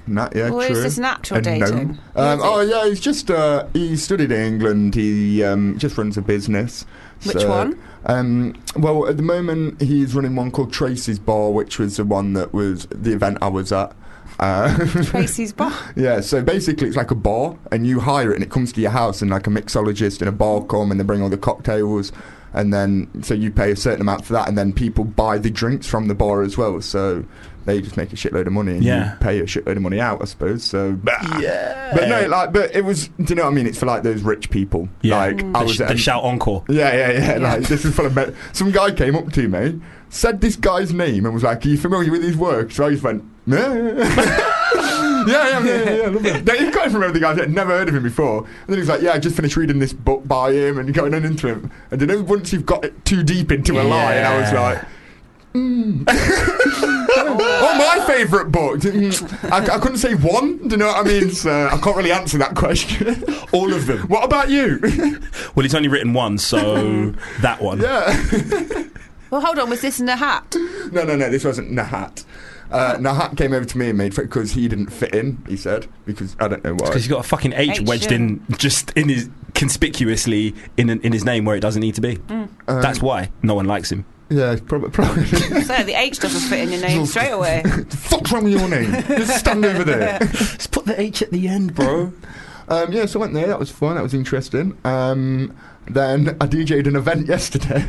S4: Nat, yeah,
S5: Or
S4: true.
S5: Oh, is this natural
S4: A gnome.
S5: dating?
S4: Um,
S5: Is it?
S4: oh yeah, he's just uh, he studied in England. He um, just runs a business.
S5: Which one?
S4: Um, well, at the moment he's running one called Tracy's Bar, which was the one that was the event I was at. Uh,
S5: Tracy's bar.
S4: Yeah, so basically it's like a bar, and you hire it, and it comes to your house, and like a mixologist and a bar come, and they bring all the cocktails, and then so you pay a certain amount for that, and then people buy the drinks from the bar as well. So they just make a shitload of money, and
S3: Yeah.
S4: you pay a shitload of money out, I suppose. So, bah.
S3: Yeah.
S4: but no, like, but it was, do you know what I mean? It's for like those rich people.
S3: Yeah.
S4: Like, I
S3: They
S4: was
S3: sh-
S4: at
S3: they
S4: a-
S3: shout encore.
S4: yeah, yeah, yeah,
S5: Yeah.
S4: Like this is full of me- some guy came up to me, said this guy's name, and was like, "Are you familiar with his work?" So I just went, "Yeah, yeah, yeah, yeah, yeah, yeah, yeah, love it." No, you can't remember the guy. I'd never heard of him before. And then he's like, "Yeah, I just finished reading this book by him and going on into him." And then once you've got it too deep into a lie, and I was
S3: Yeah.
S4: like. Mm. oh, my favourite book. Mm. I, I couldn't say one. Do you know what I mean? So I can't really answer that question.
S3: All of them.
S4: what about you?
S3: Well, he's only written one, so that one.
S4: yeah.
S5: Well, hold on. Was this Nahat?
S4: No, no, no. This wasn't Nahat. Uh, Nahat came over to me and made for because he didn't fit in. He said because I don't know why.
S3: Because he's got a fucking H,
S5: H,
S3: wedged
S5: yeah.
S3: in, just in his conspicuously in in his name where it doesn't need to be.
S4: Um,
S3: That's why no one likes him.
S4: yeah, probably. probably.
S5: So the H doesn't fit in your name straight away.
S4: the fuck's wrong with your name? Just stand over there.
S3: Just put the H at the end, bro.
S4: Um, yeah, so I went there. That was fun. That was interesting. Um, then I DJ'd an event yesterday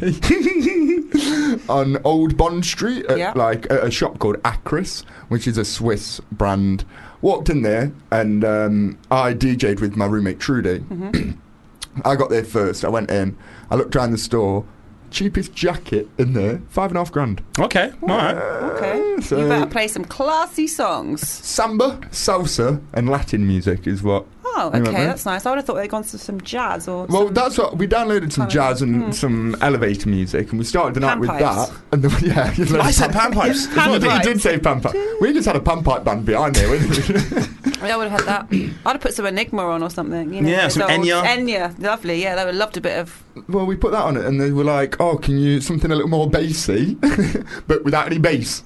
S4: on Old Bond Street, at,
S5: Yeah.
S4: like at a shop called Acris, which is a Swiss brand. Walked in there and um, I DJ'd with my roommate Trudy.
S3: Mm-hmm.
S4: I got there first. I went in. I looked around the store. Cheapest jacket in there, five and a half grand.
S3: Okay, all right.
S5: Okay.
S4: So-
S5: You better play some classy songs.
S4: Samba, salsa, and Latin music is what
S5: Oh,
S4: You know what I
S5: okay,
S4: mean?
S5: that's nice. I would have thought they'd gone to some jazz or.
S4: Well,
S5: some- Hmm.
S4: that's what we downloaded some
S5: Kind of-
S4: jazz and some elevator music, and we started the night with
S5: Panpipes.
S4: that. And then, yeah, you know,
S3: I said panpipes.
S5: Yeah.
S4: You did, you
S5: Panpipes.
S4: did say panpipe. We just had a panpipe band behind there. Wasn't we?
S5: Yeah, I would have had that. I'd have put some Enigma on or something. You know,
S3: Yeah,
S5: those
S3: some
S5: old-
S3: Enya.
S5: Enya, lovely. Yeah, they would have loved a bit of.
S4: well, we put that on it, and they were like, "Oh, can you something a little more bassy, but without any bass?"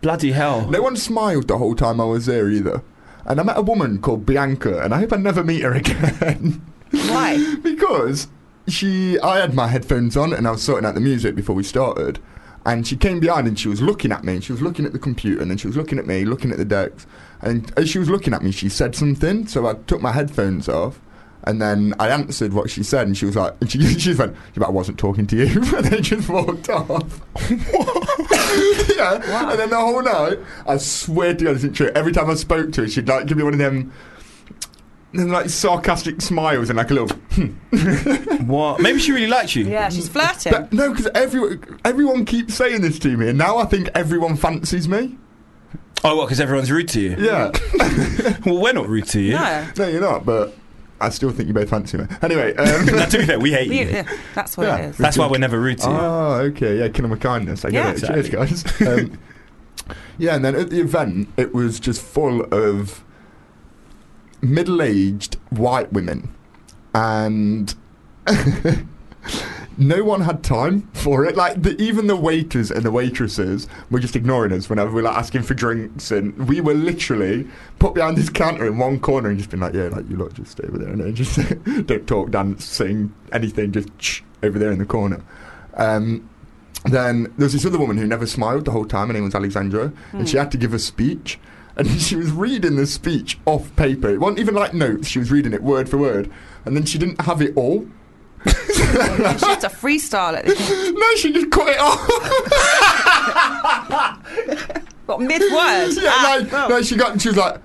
S3: Bloody hell.
S4: No one smiled the whole time I was there either. And I met a woman called Bianca, and I hope I never meet her again.
S5: Why?
S4: because she I had my headphones on and I was sorting out the music before we started. And she came behind and she was looking at me and she was looking at the computer and then she was looking at me, looking at the decks. And as she was looking at me, she said something. So I took my headphones off and then I answered what she said and she was like, and she, she went, "Yeah, but I wasn't talking to you. and then just walked off. yeah. And then the whole night, I swear to God, it's true. Every time I spoke to her, she'd like give me one of them, them like sarcastic smiles and like a little,
S3: What? Maybe she really likes you.
S5: Yeah, she's flirting.
S4: Mm. But no, because everyone, everyone keeps saying this to me, and now I think everyone fancies me.
S3: Oh, what? Because everyone's rude to you.
S4: Yeah.
S3: Well, we're not rude to you.
S5: no.
S4: no, you're not, but I still think you both fancy me. Anyway. Um,
S3: Now, to be fair, we hate
S5: You-
S3: you.
S5: yeah, that's what
S4: Yeah.
S5: it is.
S3: That's why we're never rude to you.
S4: oh, okay. Yeah, kill 'em with kindness. I get
S5: Yeah.
S4: it. Cheers, guys. Um, yeah, and then at the event, it was just full of middle aged white women. And. no one had time for it. Like the, even the waiters and the waitresses were just ignoring us whenever we were like asking for drinks, and we were literally put behind this counter in one corner and just been like, "Yeah, like you lot just stay over there and then just don't talk, dance, sing, anything, just shh, over there in the corner." Um, then there was this other woman who never smiled the whole time. Her name was Alexandra, and she had to give a speech. And she was reading the speech off paper. It wasn't even like notes. She was reading it word for word, and then she didn't have it all.
S5: You should have to freestyle at this.
S4: No, she just cut it off.
S5: What, mid word?
S4: yeah, like, no, she got. She was like,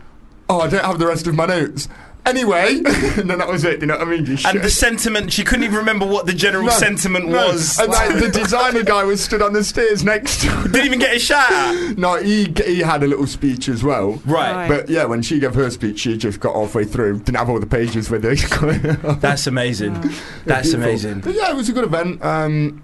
S4: "Oh, I don't have the rest of my notes." Anyway, and then that was it. You know what I mean? Just
S3: And
S4: shit.
S3: the sentiment, she couldn't even remember what the general
S4: No,
S3: sentiment
S4: no.
S3: was.
S4: And like, the designer guy was stood on the stairs next to. her.
S3: Didn't even get a shout out.
S4: No, he he had a little speech as well.
S3: Right.
S5: Right.
S4: But yeah, when she gave her speech, she just got halfway through. Didn't have all the pages with her. That's
S3: That's amazing. That's amazing.
S4: But yeah, it was a good event. Um,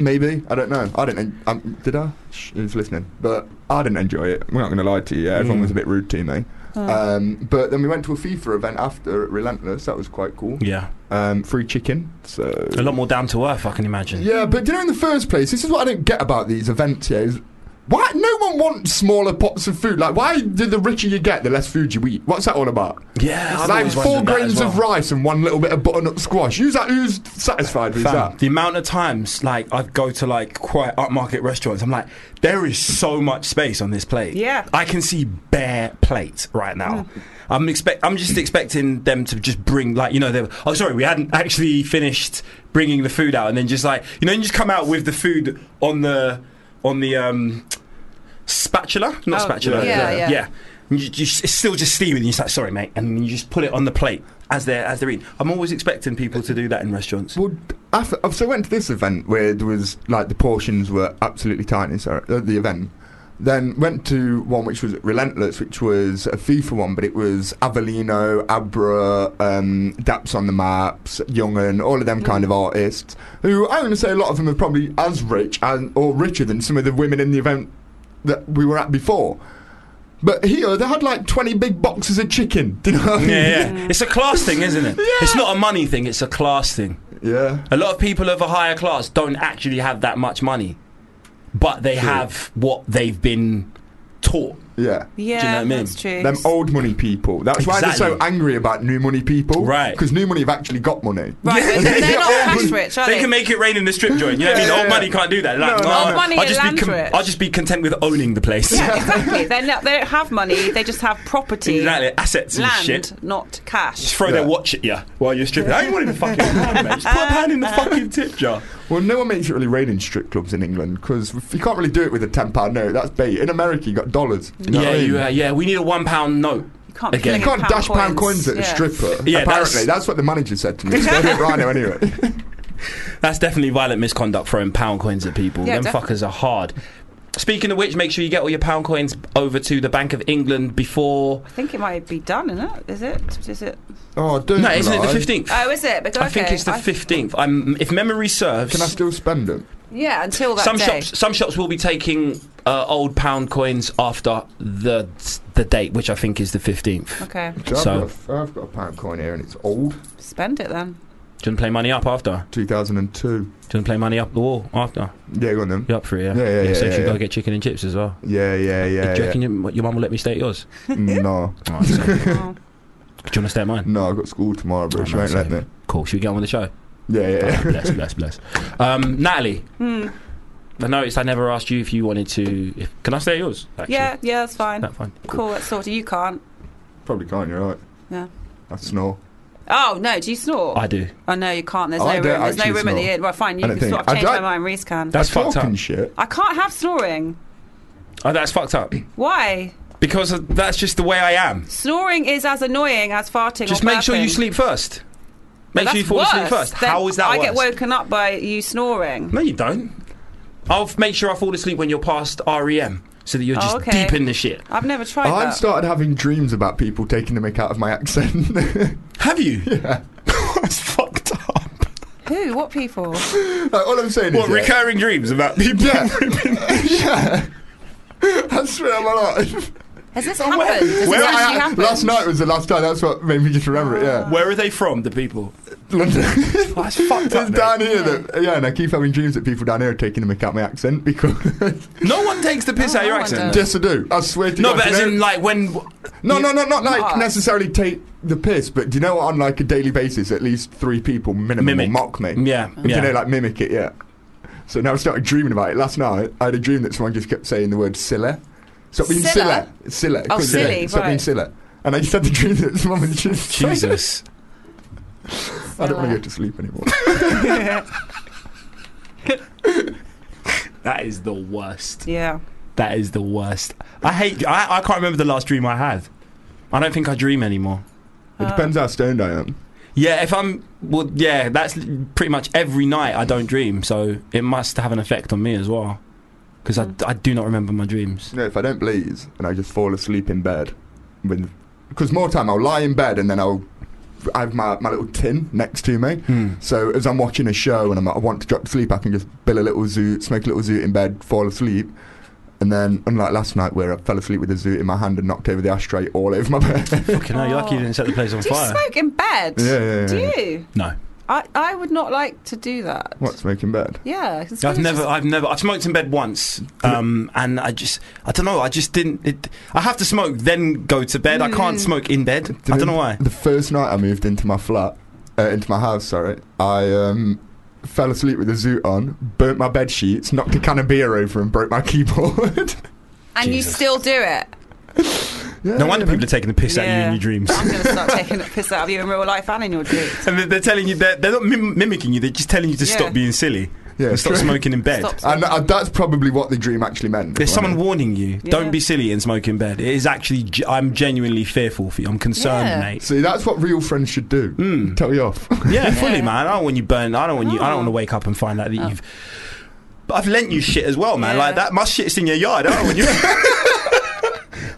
S4: maybe I don't know. I didn't. en- Um, did I? Shh, who's listening? But I didn't enjoy it. We're not going to lie to you. Yeah,
S3: Mm.
S4: everyone was a bit rude to me. Um, but then we went to a FIFA event after at Relentless. That was quite cool.
S3: Yeah.
S4: Um, free chicken. So
S3: A lot more down to earth, I can imagine.
S4: yeah, but you know, in the first place, this is what I don't get about these events here. Is why no one wants smaller pots of food? Like, why do the richer you get, the less food you eat? What's that all about?
S3: Yeah, I've
S4: like
S3: always
S4: four
S3: wondered that
S4: grains
S3: as
S4: of
S3: well.
S4: rice and one little bit of butternut squash. Who's that? Who's satisfied with
S3: Fam,
S4: that?
S3: The amount of times like I go to like quite upmarket restaurants, I'm like, there is so much space on this plate.
S5: Yeah. Hmm.
S3: I can see bare plates right now. I'm expect I'm just expecting them to just bring like you know they were, oh sorry we hadn't actually finished bringing the food out and then just like you know you just come out with the food on the on the um spatula not
S5: Oh,
S3: spatula
S5: yeah, yeah.
S3: yeah. And you, you, it's still just steaming. And you're just like, sorry, mate, and you just put it on the plate as they're as they're eating. I'm always expecting people to do that in restaurants.
S4: Well, after, so I went to this event where there was like the portions were absolutely tiny. Sorry, uh, the event. Then went to one which was Relentless, which was a FIFA one, but it was Avellino, Abra, um, Daps on the Maps, Youngen, all of them kind of artists. Who I'm going to say a lot of them are probably as rich and or richer than some of the women in the event that we were at before. But here they had like 20 big boxes of chicken. Do you know what I mean?
S3: Yeah, yeah. It's a class thing, isn't it? It's not a money thing, it's a class thing.
S4: yeah.
S3: A lot of people of a higher class don't actually have that much money, but they have what they've been taught.
S4: yeah.
S5: Yeah,
S3: Do you know what I mean?
S5: that's true.
S4: Them old money people. That's why they're so
S3: Exactly.
S4: angry about new money people.
S3: Right.
S4: Because new money have actually got money.
S5: right, but they're, they're not
S4: Yeah.
S5: cash rich, are
S3: They
S5: they?
S3: can make it rain in the strip joint. You know what I mean?
S4: Yeah, yeah,
S3: Old
S4: yeah.
S3: money can't do that. Like,
S4: No, no,
S3: "Oh,
S4: no.
S5: Money
S3: I'll, just be
S5: is land rich."
S3: I'll just be content with owning the place.
S5: yeah, exactly. They're not, they don't have money. They just have property,
S3: exactly. Assets and
S5: land,
S3: shit.
S5: not
S3: Just
S5: cash.
S3: throw their
S4: Yeah.
S3: watch at you while you're stripping. I ain't wanting the fucking pound, mate. Just put a pound in the fucking tip jar.
S4: Well, no one makes it really rain in strip clubs in England because you can't really do it with a ten pound note. That's bait. In America, you got dollars. You know what I mean?
S3: yeah. uh, We need a one pound note.
S5: You can't, be
S3: Again.
S4: You
S5: flinging
S4: can't dash pound coins at a
S5: Yeah.
S4: stripper.
S3: Yeah, that's-
S4: apparently, that's... what the manager said to me. So I did rhino anyway.
S3: That's definitely violent misconduct throwing pound coins at people.
S5: Yeah,
S3: Them
S5: def-
S3: fuckers are hard. Speaking of which, make sure you get all your pound coins over to the Bank of England before.
S5: I think it might be done, isn't it? Is it? Is it?
S4: Oh, don't.
S3: No, isn't it the
S4: lie.
S3: fifteenth?
S5: Oh, is it? Because
S3: I think
S5: okay,
S3: it's the
S5: I-
S3: fifteenth. I'm, if memory serves,
S4: Can I still spend them?
S5: Yeah, until that
S3: some
S5: day.
S3: shops some shops will be taking uh, old pound coins after the the date, which I think is the fifteenth.
S5: Okay,
S4: So I've,
S3: So-
S4: got a f- I've got a pound coin here, and it's old,
S5: spend it then.
S3: Do you want to play money up after?
S4: 2002.
S3: Do you want to play money up the wall after?
S4: Yeah, go on then.
S3: You up for it? Yeah,
S4: Yeah, yeah, yeah,
S3: so you
S4: yeah,
S3: should go
S4: yeah.
S3: get chicken and chips as well.
S4: Yeah, yeah, yeah.
S3: Do you
S4: yeah.
S3: reckon your, your mum will let me stay at yours?
S4: no,
S3: All right, so- do you
S5: Oh.
S3: want to stay at mine?
S4: no, I've got school tomorrow, bro.
S3: Oh,
S4: she
S3: no,
S4: won't let
S3: same.
S4: me.
S3: Cool. Should we get on with the show?
S4: Yeah, yeah, yeah.
S3: bless, bless, bless. Um, Natalie,
S5: Hmm.
S3: I noticed I never asked you if you wanted to. If, can I say yours? Actually?
S5: Yeah, yeah, that's fine.
S3: That fine.
S5: Cool, that's sorted. You can't.
S4: Probably can't. You're right.
S5: Yeah.
S4: I snore.
S5: Oh no, do you snore?
S3: I do.
S5: oh no, you can't. There's
S4: I
S5: no
S4: don't
S5: room. There's no
S4: actually
S5: room at the
S4: snore.
S5: inn. Well, fine. You
S4: I don't
S5: can
S4: think-
S5: sort of
S4: I
S5: change my
S4: don't-
S5: mind. Reese can.
S3: That's fucked up.
S4: Talking shit.
S5: I can't have snoring.
S3: Oh, that's fucked up.
S5: Why?
S3: Because of- that's just the way I am.
S5: Snoring is as annoying as farting.
S3: Just
S5: or
S3: make sure you
S5: burping.
S3: sleep first.
S5: But
S3: Make sure
S5: that's
S3: you fall asleep
S5: worse.
S3: first.
S5: Then
S3: How is that
S5: I
S3: worse?
S5: get woken up by you snoring.
S3: No, you don't. I'll f- make sure I fall asleep when you're past REM, so that you're
S5: Oh,
S3: just
S5: okay.
S3: deep in the shit.
S5: I've never tried
S4: I've
S5: that.
S4: started having dreams about people taking the mick out of my accent.
S3: Have you? Yeah. that's fucked up.
S5: Who? What people?
S4: Like, all I'm saying
S3: What
S4: is, yeah,
S3: recurring dreams about people?
S4: yeah, yeah. I swear on my life.
S5: Has this happened? Has
S4: Where
S5: this
S4: I-
S5: actually happened?
S4: last night was the last time. That's what made me just remember it. Yeah,
S3: Where are they from, the people?
S4: London. it's
S3: That's fucked up. mate.
S4: down here that yeah, and I keep having dreams that people down here are taking the mick out my accent because
S3: No one takes the piss
S5: No,
S3: out of your
S5: no one
S3: accent.
S5: does.
S4: yes, I do. I swear to
S3: Oh. No,
S4: God.
S3: but
S4: do
S3: as
S4: you know-
S3: in, like, when.
S4: No, no, no, not like
S5: Not.
S4: necessarily take the piss, but do you know on like a daily basis, at least three people minimum
S3: Mimic.
S4: will mock me.
S3: Yeah,
S4: Do
S3: yeah.
S4: you know, like mimic it, yeah. So now I started dreaming about it. Last night, I had a dream that someone just kept saying the word silly. Stop being
S5: Silla?
S4: silly. Silly.
S5: Oh,
S4: Couldn't say
S5: silly,
S4: it. Stop being
S5: right.
S4: silly. And I just had the dream that someone was just saying-
S3: Jesus.
S4: I don't want to go to sleep anymore.
S3: That is the worst.
S5: Yeah.
S3: That is the worst. I hate. I, I can't remember the last dream I had. I don't think I dream anymore.
S5: Uh.
S4: it depends how stoned I am.
S3: Yeah, if I'm. Well, yeah, that's l- pretty much every night I don't dream, so it must have an effect on me as well. Because I, I do not remember my dreams.
S4: You know, if I don't please, and I just fall asleep in bed, with because more time I'll lie in bed and then I'll I have my, my little tin next to me.
S3: Hmm.
S4: So as I'm watching a show and I'm, I want to drop to sleep, I can just bill a little zoot, smoke a little zoot in bed, fall asleep. And then, unlike last night where I fell asleep with a zoot in my hand and knocked over the ashtray all over my bed.
S3: Fucking hell, you're lucky you didn't set the place on
S5: Do you
S3: fire.
S5: smoke in bed?
S4: Yeah, yeah, yeah,
S5: Do
S4: yeah.
S5: you?
S3: No.
S5: I, I would not like to do that.
S4: what, smoke in bed?
S5: Yeah. it's
S3: I've
S5: kinda
S3: never, I've never, I've smoked in bed once, um, and I just, I don't know, I just didn't. It, I have to smoke, then go to bed. I can't smoke in bed. I don't know why.
S4: The first night I moved into my flat, uh, into my house, sorry, I um, fell asleep with a zoot on, burnt my bed sheets, knocked a can of beer over, and broke my keyboard.
S5: And
S3: Jesus.
S5: you still do it?
S4: Yeah,
S3: No wonder
S4: yeah,
S3: people are taking the piss out of you in your dreams.
S5: I'm going to start taking the piss out of you in real life and in your dreams.
S3: And they're- they're telling you they're, they're not mim- mimicking you. They're just telling you to
S5: Yeah.
S3: stop being silly
S4: Yeah,
S3: and stop
S4: true.
S3: smoking in bed.
S5: Stop.
S4: And uh, that's probably what the dream actually meant.
S3: There's someone
S4: wasn't
S3: warning you.
S5: Yeah.
S3: Don't be silly and smoke in bed. It is actually. ge- I'm genuinely fearful for you. I'm concerned,
S5: Yeah.
S4: it?
S3: mate.
S4: See, that's what real friends should do.
S3: Hmm.
S4: Tell you off.
S3: Yeah, fully, man. I don't want you burn. I don't want you. I don't
S5: Oh.
S3: want to wake up and find out that you've. But I've lent you shit as well, man.
S5: Yeah.
S3: Like that, my shit's in your yard. I don't want you.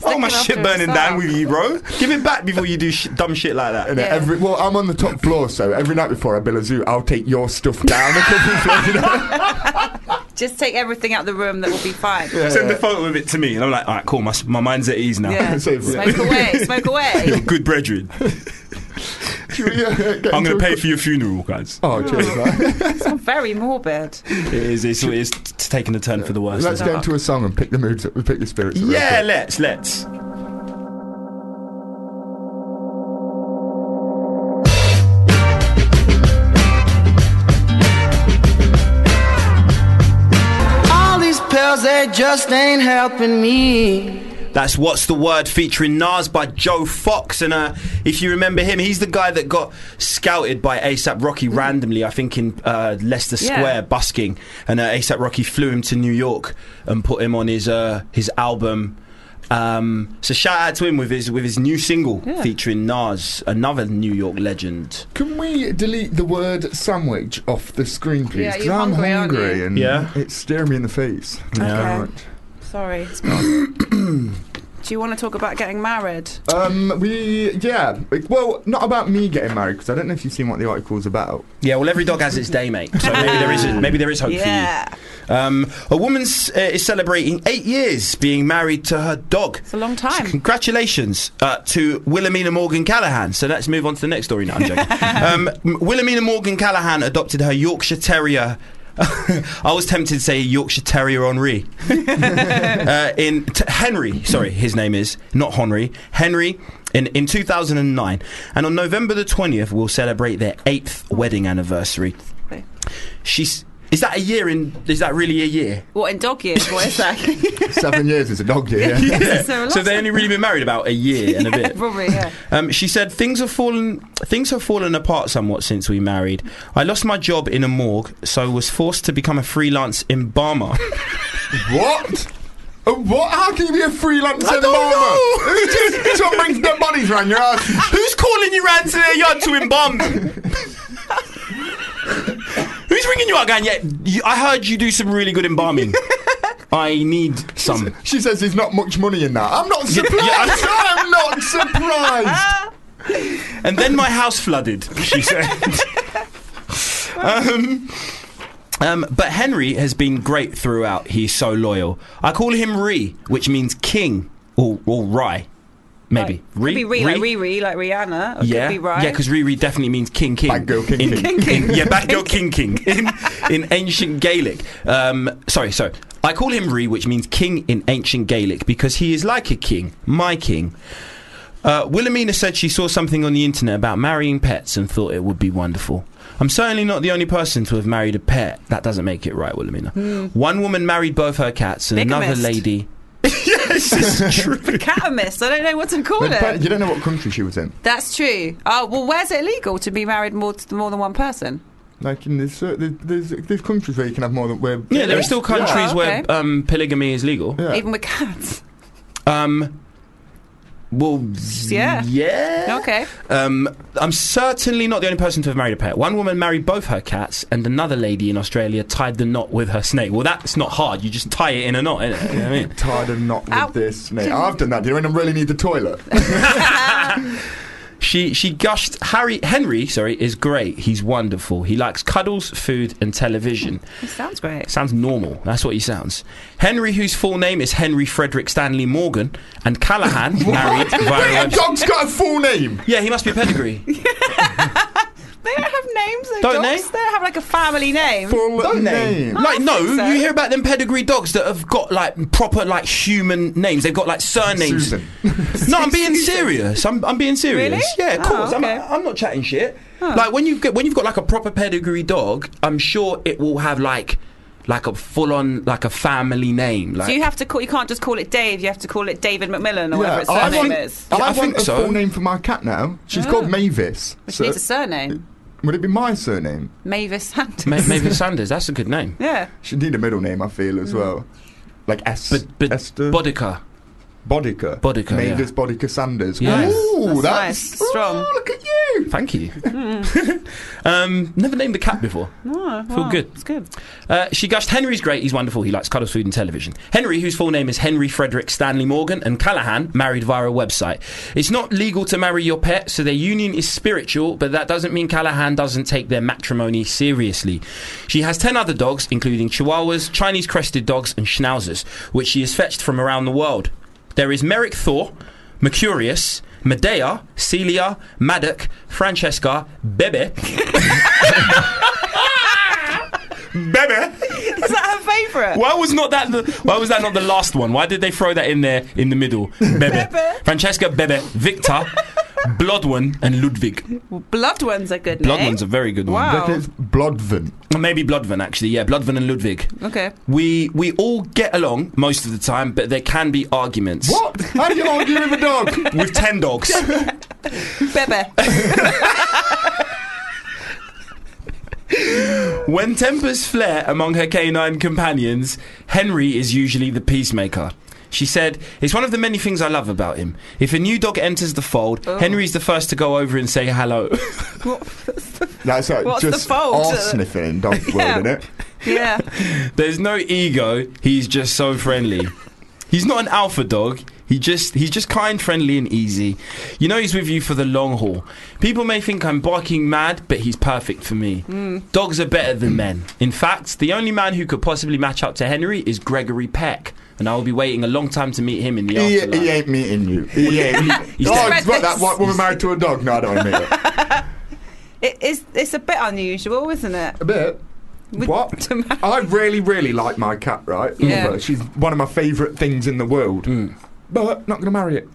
S3: oh, my
S5: Sticking up
S3: shit
S5: for
S3: burning
S5: yourself.
S3: down with you, bro. Give it back before you do sh- dumb shit like that.
S4: And every, well, I'm on the top floor, so every night before I bill a zoo, I'll take your stuff down a couple of floors. you know?
S5: Just take everything out of the room. That will be fine. Yeah.
S3: Send the photo of it to me, and I'm like, all right, cool. My, s- my mind's at ease now.
S4: Save it.
S5: Smoke away. Smoke away.
S3: Good brethren.
S4: Should we, uh, get
S3: I'm
S4: into
S3: going
S4: a
S3: to pay
S4: quick-
S3: for your funeral, guys.
S4: Oh, cheers, man.
S5: It's all very morbid.
S3: It is. It's, it's t- taking a turn for the worst.
S4: Let's
S3: isn't
S4: get into a song and pick the moods up, pick the spirits
S3: it?
S4: up. real
S3: Yeah,
S4: quick.
S3: let's let's.
S6: All these pills, they just ain't helping me.
S3: That's What's the Word featuring Nas by Joe Fox. And uh, if you remember him, he's the guy that got scouted by ASAP Rocky randomly, I think, in uh, Leicester
S5: Mm-hmm. Yeah.
S3: Square busking. And uh, ASAP Rocky flew him to New York and put him on his, uh, his album. Um, so shout out to him with his with his new single
S5: Yeah.
S3: featuring Nas, another New York legend.
S4: Can we delete the word sandwich off the screen, please?
S5: Yeah,
S4: 'Cause
S5: you're
S4: I'm
S5: hungry, aren't
S4: hungry,
S5: you?
S4: and
S3: Yeah.
S4: it's staring me in the face.
S5: Okay.
S4: Right.
S5: Sorry. it's gone. Do you want to talk about getting married?
S4: Um, we, yeah. Well, not about me getting married, because I don't know if you've seen what the article's about.
S3: Yeah, well, every dog has its day, mate. So maybe there is maybe there is
S5: Oh,
S3: hope for you.
S5: yeah.
S3: Um, a woman s- uh, is celebrating eight years being married to her dog.
S5: It's a long time.
S3: Congratulations uh, to Wilhelmina Morgan Callahan. So let's move on to the next story now. I'm joking. um, M- Wilhelmina Morgan Callahan adopted her Yorkshire Terrier. I was tempted to say Yorkshire Terrier Henri. uh, in t- Henry, sorry, his name is not Henry. Henry in in 2009, and on November the 20th, will celebrate their eighth wedding anniversary.
S5: Okay.
S3: She's is that a year in? Is that really a year?
S5: What in dog years? What is that?
S4: Seven years is a dog year. yeah.
S5: So a
S3: So
S5: lot
S3: they
S5: of-
S3: only really been married about a year and a bit.
S5: Probably, yeah.
S3: Um, she said things have fallen things have fallen apart somewhat since we married. I lost my job in a morgue, so was forced to become a freelance embalmer.
S4: What? A What? How can you be a freelance
S3: I don't know.
S4: embalmer? It's just someone brings dead bodies round your house.
S3: Who's calling you round to their yard to embalm them? Who's ringing you up, going? Yeah, you, I heard you do some really good embalming. I need some.
S4: She says there's not much money in that. I'm not surprised.
S3: yeah.
S4: I'm not surprised.
S3: And then my house flooded, she said. um, um, but Henry has been great throughout. He's so loyal. I call him Re, which means king. or, or Rye, maybe.
S5: Like, could be Riri, like Riri, like Rihanna. Or
S3: yeah,
S5: could be right.
S3: yeah, because Riri definitely means king king.
S4: Bad girl, king,
S3: in,
S4: king.
S5: King,
S3: in-
S5: king.
S3: yeah, bad girl king king in, in ancient Gaelic. Um, sorry, sorry. I call him Ri, which means king in ancient Gaelic, because he is like a king, my king. Uh, Wilhelmina said she saw something on the internet about marrying pets and thought it would be wonderful. I'm certainly not the only person to have married a pet. That doesn't make it right, Wilhelmina. One woman married both her cats, and another
S5: Hmm. Bigamist.
S3: lady. yes, it's true.
S5: Catamist. I don't know what to call
S4: But depend-
S5: it.
S4: you don't know what country she was in.
S5: That's true. Oh well, where's it illegal to be married more to more than one person?
S4: Like in this, uh, there's, there's countries where you can have more than where.
S3: Yeah, there are still countries
S5: okay.
S3: where um, polygamy is legal.
S4: Yeah.
S5: Even with cats.
S3: Um, well,
S5: Yeah.
S3: yeah.
S5: Okay.
S3: Um, I'm certainly not the only person to have married a pet. One woman married both her cats, and another lady in Australia tied the knot with her snake. Well, that's not hard. You just tie it in a knot, innit? You know what I mean?
S4: Tired of not with
S5: Ow.
S4: this. Mate. I've done that. Do you know when I really need the toilet?
S3: She she gushed. Harry Henry, sorry, is great. He's wonderful. He likes cuddles, food, and television.
S5: It sounds great.
S3: Sounds normal. That's what he sounds. Henry, whose full name is Henry Frederick Stanley Morgan, and Callahan married
S4: Wait,
S3: via.
S4: a dog's got a full name.
S3: yeah, he must be a pedigree.
S5: They don't have names. Though,
S3: Don't
S5: dogs.
S3: they?
S5: They don't have like a family name.
S4: Full name.
S3: Like
S5: I
S3: no,
S5: think so.
S3: you hear about them pedigree dogs that have got like proper like human names. They've got like surnames.
S4: Susan.
S3: No, I'm being serious. I'm, I'm being serious.
S5: Really?
S3: Yeah, of
S5: Oh,
S3: course.
S5: okay.
S3: I'm, I'm not chatting shit. Like when you get when you've got like a proper pedigree dog, I'm sure it will have like like a full on like a family name. Like
S5: So you have to call. You can't just call it Dave. You have to call it David McMillan or whatever its
S4: I
S5: surname
S4: want,
S5: is.
S4: I
S3: Yeah, I
S4: want
S3: think
S4: a
S3: so.
S4: full name for my cat now. She's called Mavis.
S5: Which
S4: So-
S5: needs a surname.
S4: would it be my surname?
S5: Mavis Sanders.
S3: Ma- Mavis Sanders. That's a good name.
S5: yeah.
S4: She'd need a middle name, I feel,
S5: Hmm.
S4: as well. Like S.
S3: But but
S4: Esther.
S3: Bodica.
S4: Bodica.
S3: Bodica, yeah.
S4: Mavis Bodica Sanders.
S3: Yes.
S4: Ooh,
S5: That's nice.
S4: ooh,
S5: Strong.
S4: look at you.
S3: Thank you. um, never named a cat before.
S5: Hmm. Oh,
S3: Feel good.
S5: It's good.
S3: Uh, she gushed, Henry's great, he's wonderful, he likes cuddles, food, and television. Henry, whose full name is Henry Frederick Stanley Morgan, and Callahan, married via a website. It's not legal to marry your pet, so their union is spiritual, but that doesn't mean Callahan doesn't take their matrimony seriously. She has 10 other dogs, including Chihuahuas, Chinese crested dogs, and Schnauzers, which she has fetched from around the world. There is Merrick Thor, Mercurius, Medea, Celia, Maddock, Francesca, Bebe. Bebe?
S5: Is that her favourite?
S3: Why was not that the Why was that not the last one? Why did they throw that in there in the middle? Bebe, Francesca, Bebe, Victor, Blodwin, and Ludwig.
S5: Blood one's a good eh? name.
S3: Blodwin's a very good one.
S5: Wow.
S4: Like it's Blodvin.
S3: Or Maybe Blodwin actually. Yeah, Blodwin and Ludwig.
S5: Okay.
S3: We we all get along most of the time, but there can be arguments.
S4: What? How do you argue with a dog?
S3: With ten dogs.
S5: Bebe.
S3: when tempers flare among her canine companions, Henry is usually the peacemaker. She said, It's one of the many things I love about him. If a new dog enters the fold, Henry's the first to go over and say hello.
S4: That's like
S5: What's the
S4: just
S5: fold?
S4: arse sniffing in dog
S5: Yeah.
S4: world, innit?
S5: yeah.
S3: There's no ego. He's just so friendly. he's not an alpha dog. He just he's just kind, friendly, and easy. You know he's with you for the long haul. People may think I'm barking mad, but he's perfect for me.
S5: Hmm.
S3: Dogs are better than men. In fact, the only man who could possibly match up to Henry is Gregory Peck, and I will be waiting a long time to meet him in the
S4: He,
S3: afterlife.
S4: he ain't meeting you. He ain't.
S3: He's
S4: oh,
S3: dead.
S4: he's got that white woman married to a dog. No, I don't want to meet her.
S5: It is. It's a bit unusual, isn't it?
S4: A bit. What?
S5: to marry-
S4: I really, really like my cat, right? Love
S5: Yeah.
S4: her. She's one of my favourite things in the world. But not going to marry it.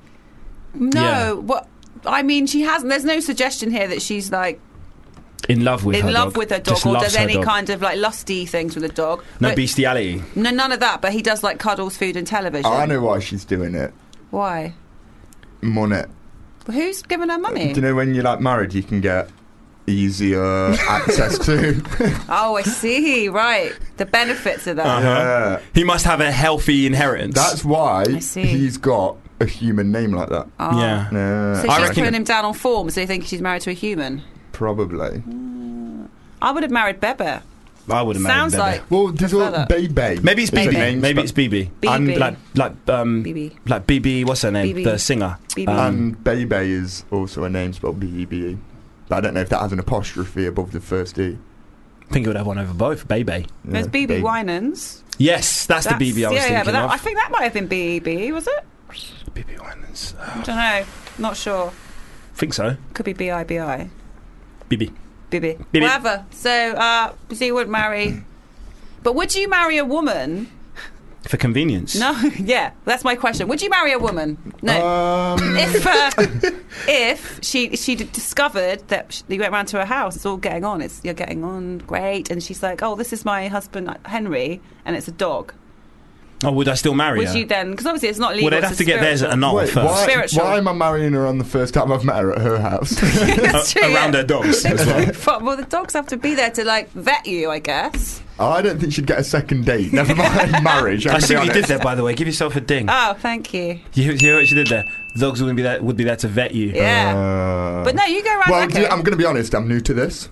S5: No.
S3: Yeah.
S5: What? I mean, she hasn't. There's no suggestion here that she's like
S3: In love with her
S5: in love
S3: dog.
S5: with her dog
S3: Just
S5: or
S3: loves
S5: does
S3: her
S5: any
S3: dog.
S5: kind of like lusty things with a dog.
S3: no
S5: But-
S3: bestiality.
S5: no, none of that. But he does like cuddles, food, and television.
S4: Oh, I know why she's doing it.
S5: Why?
S4: Money.
S5: Who's giving her money?
S4: Do you know when you're like married, you can get easier access to?
S5: Oh, I see. Right, the benefits of that.
S4: Uh, Yeah.
S3: He must have a healthy inheritance.
S4: That's why
S5: see.
S4: he's got a human name like that.
S5: Oh.
S3: yeah.
S4: Yeah,
S5: So
S3: I
S5: she's
S3: reckon-
S5: putting him down on form, so you think she's married to a human.
S4: probably.
S5: I would have married Bebe.
S3: I would imagine.
S5: Sounds like
S4: Well, there's all
S5: What's that?
S4: Bebe.
S3: Maybe it's
S4: is a
S3: BB.
S4: name
S3: Maybe
S4: spe-
S3: it's BB.
S5: BB.
S3: Like like um
S5: BB.
S3: like BB. What's her name?
S5: BB.
S3: The singer.
S5: BB.
S3: Um,
S4: And Bebe is also a name spelled B E B E. But I don't know if that has an apostrophe above the first E.
S3: I think it would have one over both. BB.
S5: There's E
S4: Yeah,
S5: BB Winans.
S3: Yes, that's, the BB I was
S5: yeah,
S3: thinking
S5: yeah, but that,
S3: of.
S5: I think that might have been BEB, was it?
S3: Bibi Winans? Uh,
S5: don't know. Not sure.
S3: think so.
S5: Could be B I B I.
S3: Bibi.
S5: Bibi.
S3: Bibi.
S5: Whatever. So, uh, so you would marry. But would you marry a woman?
S3: For convenience.
S5: No, yeah, that's my question. Would you marry a woman? No.
S4: Um,
S5: if uh, if she she d- discovered that sh you went round to her house, it's all getting on. It's you're getting on great, and she's like, "Oh, this is my husband Henry, and it's a dog."
S3: Oh, would I still marry
S5: Would
S3: her?
S5: you then? Because obviously it's not legal.
S3: well, they'd
S5: it's
S3: have
S5: a
S3: to get theirs at a
S5: spiritual-
S3: knoll
S4: wait,
S3: first.
S4: why,
S5: Spiritual.
S4: why am I marrying her on the first time I've met her at her house?
S5: That's true,
S3: uh, Around
S5: yeah.
S3: their dogs as well.
S5: But- well, the dogs have to be there to like vet you, I guess.
S4: Oh, I don't think she'd get a second date. Never mind marriage. I'm
S3: I see
S4: gonna
S3: what
S4: be
S3: you did
S4: honest.
S3: there, by the way. Give yourself a ding.
S5: Oh, thank you.
S3: you, you hear what you did there? Dogs wouldn't be there, would be there to vet you.
S5: Yeah,
S4: Uh,
S5: but no, you go round.
S4: well,
S5: like
S4: do you-
S5: a-
S4: I'm going to be honest. I'm new to this.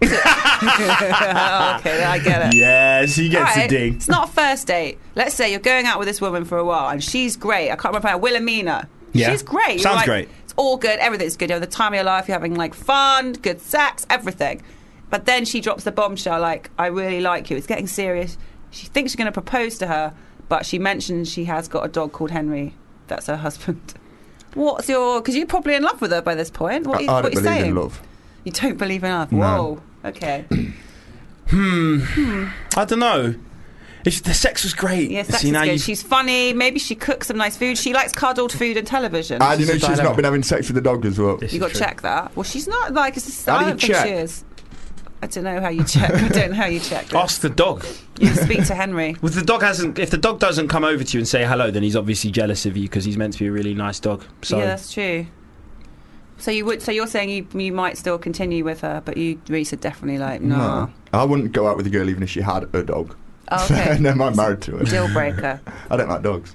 S5: Oh, okay, I get it.
S3: Yes, he gets
S5: Alright,
S3: a ding.
S5: It's not a first date. Let's say you're going out with this woman for a while and she's great. I can't remember her. Wilhelmina.
S3: Yeah.
S5: She's great. You're
S3: Sounds
S5: like,
S3: great.
S5: It's all good. Everything's good. You have the time of your life. You're having like fun, good sex, everything. But then she drops the bombshell like, I really like you. It's getting serious. She thinks you're going to propose to her, but she mentions she has got a dog called Henry. That's her husband. What's your? Because you're probably in love with her by this point. What,
S4: I,
S5: you,
S4: I
S5: what
S4: don't
S5: you
S4: believe
S5: saying?
S4: in love.
S5: You don't believe in love.
S4: No.
S5: Whoa. Okay.
S3: I don't know. If the sex was great.
S5: Yes, that's
S3: See, now
S5: good.
S3: you-
S5: She's funny. Maybe she cooks some nice food. She likes cuddled food and television.
S4: And Ah, you know
S3: She's a
S4: she's
S3: dilemma.
S4: not been having sex with the dog as well.
S3: This
S5: you
S3: is
S5: got to
S3: true.
S5: check that. Well, she's not like. It's a,
S4: How
S5: I
S4: do you
S5: don't think
S4: check?
S5: she is. I don't know how you check. I don't know how you check. That.
S3: Ask the dog.
S5: You speak to Henry.
S3: Well, the dog hasn't. If the dog doesn't come over to you and say hello, then he's obviously jealous of you because he's meant to be a really nice dog. So
S5: Yeah, that's true. So you would. So you're saying you you might still continue with her, but you Reese are definitely like no.
S4: I wouldn't go out with a girl even if she had a dog.
S5: Oh, okay.
S4: Never mind married to her.
S5: Deal breaker.
S4: I don't like dogs.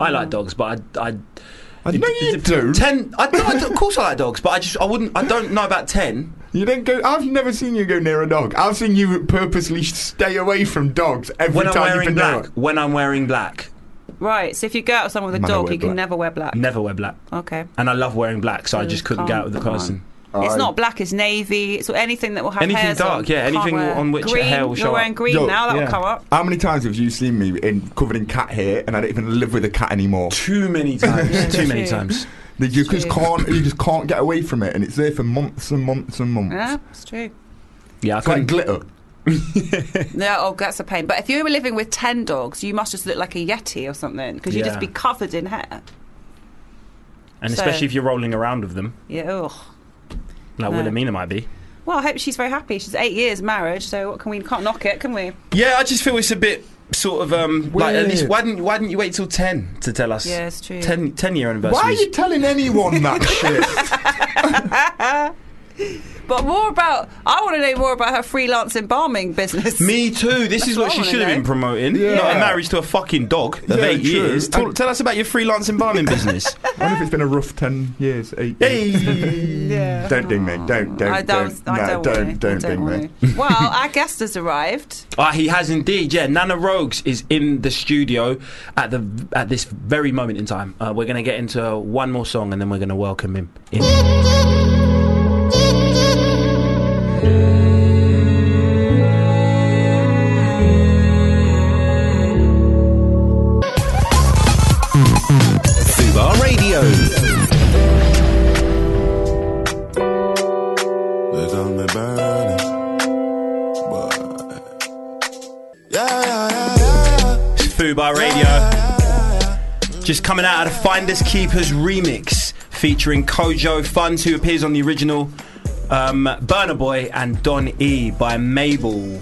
S3: I like dogs, but I, I
S4: I know you do.
S3: ten. I, no, I do- of course I like dogs, but I just I wouldn't. I don't know about ten.
S4: You don't go. I've never seen you go near a dog. I've seen you purposely stay away from dogs every
S3: When I'm
S4: time you've
S3: wearing
S4: been
S3: black.
S4: near.
S3: When I'm wearing black,
S5: Right. So if you go out with someone with a
S4: Man, I
S5: dog,
S4: wear
S5: you can
S4: black.
S5: never wear black.
S3: never wear black,
S5: Okay.
S3: and I love wearing black, so I just couldn't get out with the
S5: Can't.
S3: person.
S5: It's
S4: I-
S5: not black, it's navy. It's anything that will have
S3: Anything
S5: hairs
S3: dark,
S5: on.
S3: yeah,
S5: Can't
S3: anything
S5: wear-
S3: on which
S5: green.
S3: hair will
S5: You're
S3: show
S5: wearing
S3: up.
S5: green
S4: Yo,
S5: now. That
S3: yeah.
S5: will come up.
S4: How many times have you seen me in covered in cat hair, and I don't even live with a cat anymore?
S3: Too many times.
S5: Yeah,
S3: too many
S5: true.
S3: times.
S4: You just
S5: Shit.
S4: can't. You just can't get away from it, and it's there for months and months and months.
S5: Yeah, it's true.
S3: Yeah, I
S4: It's
S3: couldn't.
S4: like glitter.
S5: No, oh, that's a pain. But if you were living with ten dogs, you must just look like a yeti or something because you'd
S3: Yeah.
S5: just be covered in hair.
S3: and
S5: so-
S3: especially if you're rolling around with them,
S5: Yeah. Ugh.
S3: like
S5: No.
S3: Wilhelmina might be.
S5: Well, I hope she's very happy. She's eight years marriage, so what can we can't knock it, can we?
S3: Yeah, I just feel it's a bit sort of um like at least
S4: Weird.
S3: why didn't why didn't you wait till ten to tell us?
S5: Yeah, it's true.
S3: 10, 10 year anniversary.
S4: Why are you telling anyone that shit?
S5: But more about, I want to know more about her freelance embalming business.
S3: Me too. This is
S5: what
S3: what
S5: I
S3: she
S5: wanna
S3: should have
S5: know.
S3: been promoting.
S4: Yeah.
S3: Not a marriage to a fucking dog of
S4: Yeah,
S3: eight
S4: true.
S3: years. Tell,
S4: And-
S3: tell us about your freelance embalming business.
S4: I wonder if it's been a rough ten years. Eight.
S3: Hey.
S5: Yeah.
S4: Don't ding me. Don't. Don't.
S5: I don't,
S4: don't,
S5: I
S4: no, don't,
S5: don't, want to. I
S4: don't,
S5: don't
S4: ding
S5: want
S4: me.
S5: to. Well, our guest has arrived.
S3: Ah, he has indeed. Yeah, Nana Rogues is in the studio at the at this very moment in time. Uh, we're gonna get into one more song and then we're gonna welcome him. In.
S2: Fubar Radio.
S7: They call me Bernie. But yeah, yeah, yeah, yeah, yeah.
S3: Fubar Radio. Just coming out of the Finders Keepers remix featuring Kojo Funds, who appears on the original um, Burner Boy and Don E by Mabel.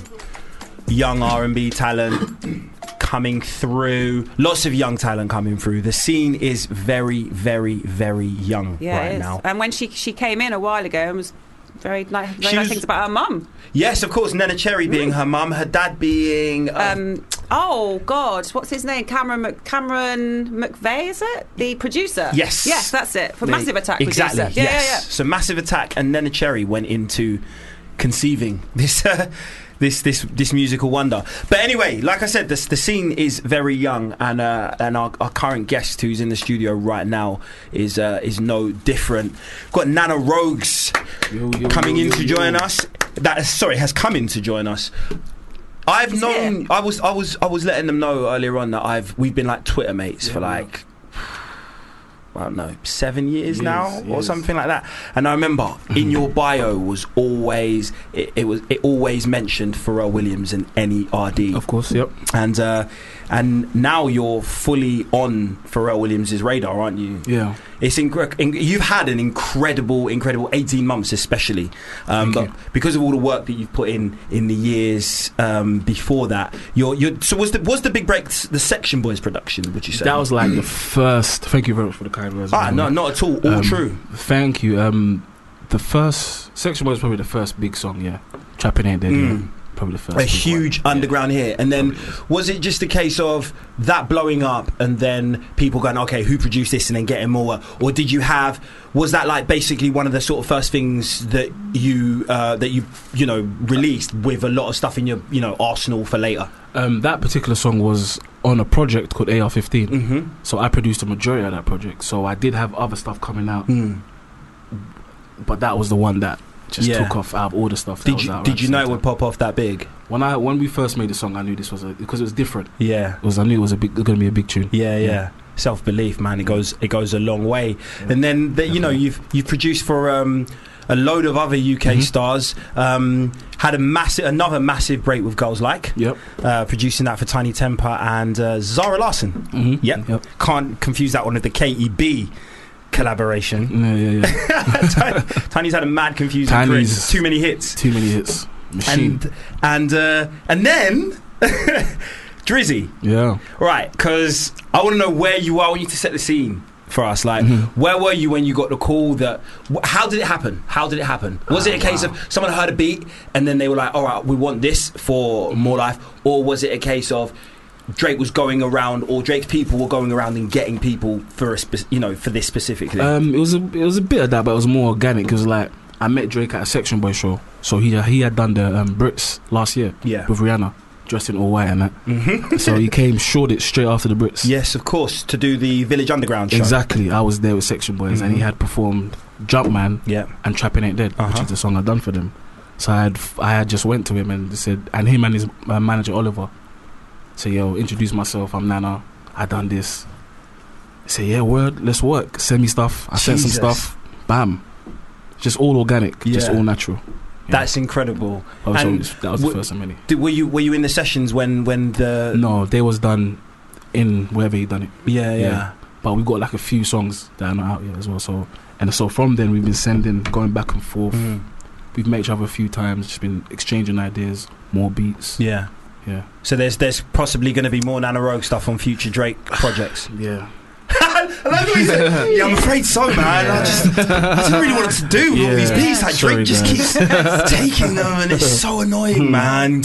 S3: Young R&B talent coming through. Lots of young talent coming through. The scene is very, very, very young
S5: Yeah, it
S3: right
S5: is. Uh,
S3: now.
S5: And when she she came in a while ago and was very nice, very
S3: She
S5: nice
S3: was-
S5: things about her mum.
S3: Yes, of course. Nana Cherry being her mum, her dad being uh,
S5: Um, oh God, what's his name? Cameron Mc, Cameron McVeigh, is it? The producer.
S3: Yes.
S5: Yes, that's it. For Massive Attack.
S3: Exactly.
S5: Producer. Yeah,
S3: yes.
S5: yeah, yeah.
S3: So Massive Attack and Nena Cherry went into conceiving this. Uh, this, this this musical wonder, but anyway, like I said, this, the scene is very young, and uh, and our, our current guest who's in the studio right now is uh, is no different. We've got Nana Rogues coming in to join us. That sorry has come in to join us. I've known I was I was I was letting them know earlier on that I've we've been like Twitter mates for like I don't know, seven years
S4: Years,
S3: now or
S4: years.
S3: something like that. And I remember in your bio was always it, it was it always mentioned Pharrell Williams and NERD
S8: Of course, yep.
S3: and uh, and now you're fully on Pharrell Williams's radar, aren't you?
S8: Yeah.
S3: It's inc- in- you've had an incredible, incredible 18 months, especially, um, but
S8: you.
S3: because of all the work that you've put in in the years um, before that. You're, you're so was the was the big break s- the Section Boys production? Would you say
S8: That was like the first. Thank you very much for the kind words.
S3: ah
S8: man.
S3: no, not at all. All
S8: Um,
S3: true.
S8: Thank you. Um, the first section was probably the first big song. Yeah, trapping ain't dead.
S3: Mm.
S8: Yeah. Probably the first.
S3: A
S8: big
S3: huge
S8: one.
S3: underground hit, and then was it just a case of that blowing up, and then people going, "Okay, who produced this?" and then getting more, or did you have? Was that like basically one of the sort of first things that you uh, that you you know released with a lot of stuff in your you know arsenal for later?
S8: Um, that particular song was on a project called AR15.
S3: Mm-hmm.
S8: So I produced the majority of that project. So I did have other stuff coming
S3: Mm.
S8: out,
S3: Hmm.
S8: but that was the one that just
S3: Yeah.
S8: took off out of all the stuff. that
S3: Did
S8: was
S3: you
S8: out around
S3: did you
S8: the
S3: know
S8: same
S3: it would
S8: time.
S3: pop off that big?
S8: when I when we first made the song, I knew this was a because it was different.
S3: Yeah,
S8: It was I knew it was a big going to be a big tune.
S3: yeah, yeah.
S8: Yeah.
S3: Self belief, man. It goes it goes a long way. And then the, you know
S8: Definitely.
S3: you've you've produced for um, a load of other UK
S8: Mhm.
S3: stars. Um, had a massive another massive break with girls like
S8: Yep.
S3: uh, producing that for Tiny Temper and uh, Zara Larson.
S8: Mm-hmm.
S3: Yep.
S8: Yep.
S3: Can't confuse that one with the KEB collaboration.
S8: Yeah, yeah, yeah.
S3: Tiny- Tiny's had a mad confusing career.
S8: Tiny's-
S3: Too many hits.
S8: Too many hits. Machine.
S3: And and uh, and then Drizzy.
S8: yeah.
S3: Right, because I want to know where you are. I want you to set the scene for us. Like,
S8: Mhm.
S3: where were you when you got the call that? Wh- how did it happen? How did it happen? Was
S8: Ah,
S3: it a case
S8: wow.
S3: of someone heard a beat and then they were like, all right, we want this for more life? Or was it a case of Drake was going around or Drake's people were going around and getting people for a spe- you know, for this specifically?
S8: Um, it was a it was a bit of that, but it was more organic. It was like I met Drake at a Section Boy show, so he uh, he had done the um, Brits last year
S3: yeah.
S8: with Rihanna, dressed in all white and that.
S3: hmm
S8: So he came short it straight after the Brits.
S3: Yes, of course, to do the Village Underground show.
S8: Exactly. I was there with Section Boys, and he
S3: Mhm.
S8: had performed Jumpman
S3: Yeah.
S8: and Trapping Ain't Dead, which
S3: Uh-huh.
S8: is the song I done for them. So I had f- I had just went to him and said, and him and his uh, manager Oliver, say, yo, introduce myself. I'm Nana. I done this. He said, yeah, word, let's work. Send me stuff. I sent some
S3: Jesus.
S8: stuff. Bam. Just all organic. Just
S3: Yeah.
S8: all natural.
S3: That's incredible.
S8: That was,
S3: And
S8: always- that was the
S3: w-
S8: first of many.
S3: Did, were you were you in the sessions when when the
S8: No, they was done in wherever he done it.
S3: yeah. yeah.
S8: Yeah. but we've got like a few songs that are not out yet as well. So and so from then we've been sending, going back and forth.
S3: Mm.
S8: We've met each other a few times, just been exchanging ideas, more beats.
S3: Yeah.
S8: Yeah.
S3: So there's there's possibly going to be more Nana Rogue stuff on future Drake projects.
S8: Yeah.
S3: I love what he said. Yeah, I'm afraid so, man. I just I just don't really want to do with all these
S8: Yeah.
S3: beats. Like
S8: Sorry, Hmm.
S3: Drake just keeps taking them, and it's so annoying, man.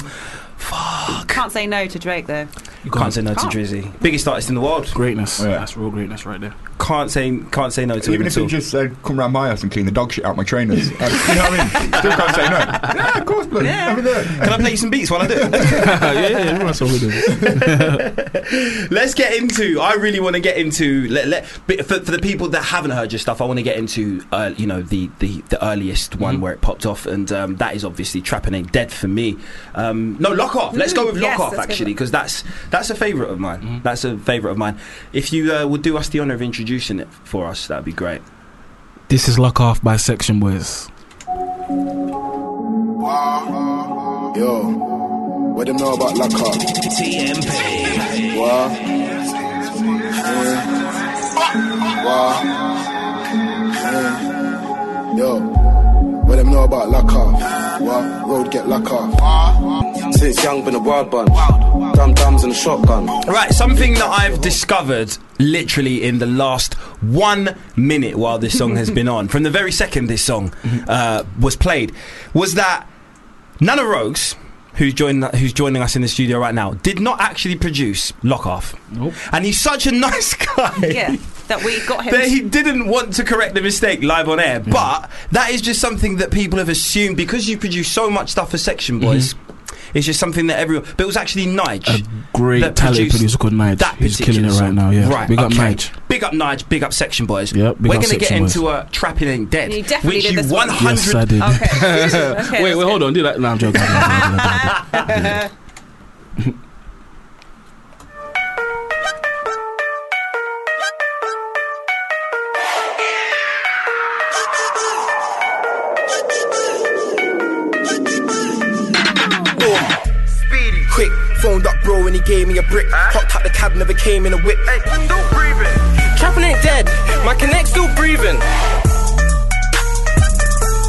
S5: Can't say no to Drake though.
S8: You
S3: Can't say no to
S5: Can't.
S3: Drizzy, biggest artist in the world.
S8: Greatness.
S4: Yeah.
S8: That's real greatness right there.
S3: Can't say can't say no to him
S4: Even if
S3: at all.
S4: he just said, "Come round my house and clean the dog shit out my trainers," Uh, you know what I mean? Still can't say no. Yeah, of course, bloody.
S5: Yeah.
S4: Over there.
S3: Can I play you some beats while I do? it?
S8: yeah, yeah, that's what we do.
S3: Let's get into. I really want to get into. Let, let, but for, for the people that haven't heard your stuff, I want to get into. Uh, you know the the, the earliest one
S8: Mhm.
S3: where it popped off, and um, that is obviously Trapping Ain't Dead for me. Um, no, Lock Off. Let's go with
S5: Mm,
S3: Lock Mm-hmm.
S5: yes,
S3: Off
S5: that's a good
S3: actually,
S5: one.
S3: because that's that's a favourite of mine.
S8: Mhm.
S3: That's a favourite of mine. If you uh, would do us the honour of introducing it for us, that'd be great.
S8: This is Luck Off by Section Boys.
S7: Yo, what them know about Lock Up? TMP. Wow. Yeah. Wow. Yeah. Yo, what them know about Lock Up? What? Road get Lock Up. Since young, been a wild bunch. Dum dums and a shotgun.
S3: Right, something that I've discovered literally in the last one minute while this song has been on, from the very second this song uh, was played, was that Nana Rogues, who's, joined, who's joining us in the studio right now, did not actually produce Lock Off.
S8: Nope.
S3: And he's such a nice guy.
S5: Yeah, that we got him.
S3: That he didn't want to correct the mistake live on
S8: Hmm.
S3: air, but that is just something that people have assumed because you produce so much stuff for Section
S8: Mm-hmm.
S3: Boys. It's just something that everyone. But it was actually Nige.
S8: A great
S3: That
S8: talented
S3: produced
S8: producer called Nige.
S3: that
S8: He's killing it
S3: particular
S8: right now. Yeah.
S3: Right,
S8: We got
S3: okay.
S8: Nige.
S3: Big up Nige, big up Section Boys.
S8: Yep, big
S3: We're
S8: up
S3: gonna get
S8: Section Boys.
S3: into a Trapping Ain't Dead,
S5: You definitely
S3: which
S5: did
S3: you
S5: this one.
S3: 100.
S8: Yes, I did.
S5: Okay. okay.
S8: wait, wait, hold on. Do that. No, I'm joking. I'm joking.
S2: Phoned up bro and he gave me a brick. Hopped out the cab, never came in a whip. Hey, still breathing. Trapping ain't dead. My connect still breathing.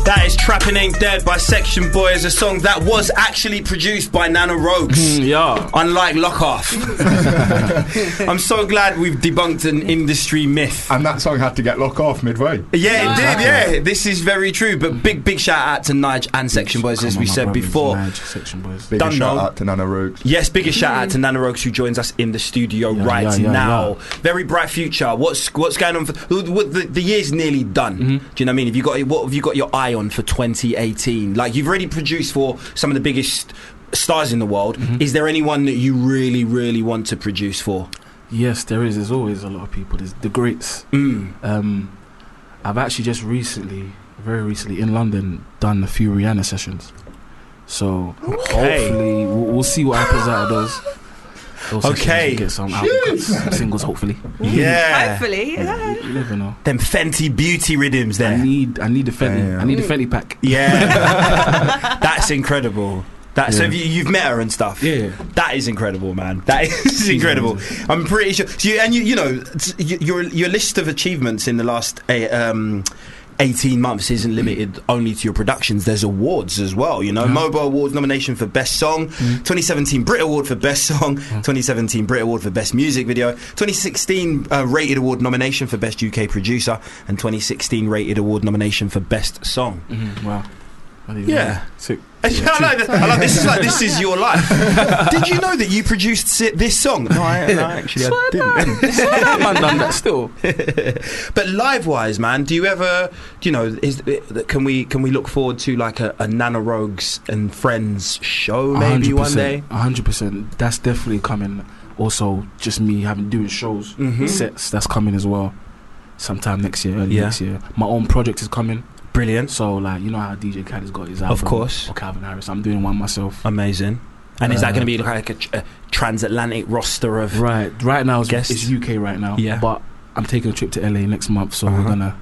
S3: That is Trapping Ain't Dead by Section Boys, a song that was actually produced by Nana Rogues.
S8: Hmm, Yeah.
S3: Unlike Lock Off. I'm so glad we've debunked an industry myth.
S4: And that song had to get lock off midway.
S3: Yeah, it did. Yeah, this is very true. But big, big shout out to Nige and Section Boys, as
S8: Come
S3: we
S8: on, my
S3: said
S8: brothers,
S3: before.
S8: Nige, section boys.
S4: Big
S3: Done
S4: shout
S3: now.
S4: out to Nana Rogues.
S3: Yes, biggest shout out to Nana Rogues who joins us in the studio
S8: Mm. Yeah,
S3: right
S8: yeah, yeah,
S3: now.
S8: yeah.
S3: Very bright future. What's what's going on? For, what- the, the year's nearly done.
S8: Mm-hmm.
S3: Do you know what I mean? Have you got what have you got your eye on for 2018? Like you've already produced for some of the biggest stars in the world.
S8: Mm-hmm.
S3: Is there anyone that you really, really want to produce for?
S8: Yes, there is. There's always a lot of people. There's the greats.
S3: Mm.
S8: Um, I've actually just recently, very recently in London, done a few Rihanna sessions. So hopefully we'll, we'll see what happens out of those. those sessions.
S3: Okay.
S8: We Get some, out, some singles, hopefully.
S3: Yeah.
S5: Hopefully. yeah.
S3: Mm-hmm.
S8: You, you never know.
S3: Them Fenty beauty rhythms
S8: I
S3: there.
S8: need, I need the Fenty. I need the Fenty pack.
S3: Yeah. That's incredible. That, So
S8: Yeah.
S3: have you, you've met her and stuff.
S8: Yeah.
S3: That is incredible, man. That is incredible. I'm pretty sure. So you, and you, you know, t- y- your your list of achievements in the last eh, um, 18 months isn't limited only to your productions. There's awards as well. You know, Mobile Awards nomination for best song,
S8: Mm.
S3: 2017 Brit Award for best song, 2017 Brit Award for best music video, 2016 uh, Rated Award nomination for best UK producer, and 2016 Rated Award nomination for best song.
S8: Mhm, Wow. Not even-
S3: Yeah.
S8: Sick.
S3: I like that. I like this is like this is your life. Did you know that you produced si- this song? No, I, no, actually I didn't.
S8: that man done that still.
S3: But live-wise, man, do you ever, you know, is can we can we look forward to like a, a Nana Rogues and Friends show maybe one day?
S8: hundred percent. That's definitely coming. Also, just me having doing shows,
S3: Mhm.
S8: sets. That's coming as well. Sometime next year, early
S3: Yeah.
S8: next year. My own project is coming.
S3: Brilliant,
S8: So like, you know how DJ Khaled's got his album,
S3: Of course. Uh,
S8: or Calvin Harris. I'm doing one myself.
S3: amazing. And is that
S8: Uh,
S3: going to be like a, tr- a transatlantic roster of?
S8: Right, right now it's,
S3: Guest.
S8: it's UK right now.
S3: Yeah.
S8: but I'm taking a trip to LA next month, so
S3: Uh-huh.
S8: we're gonna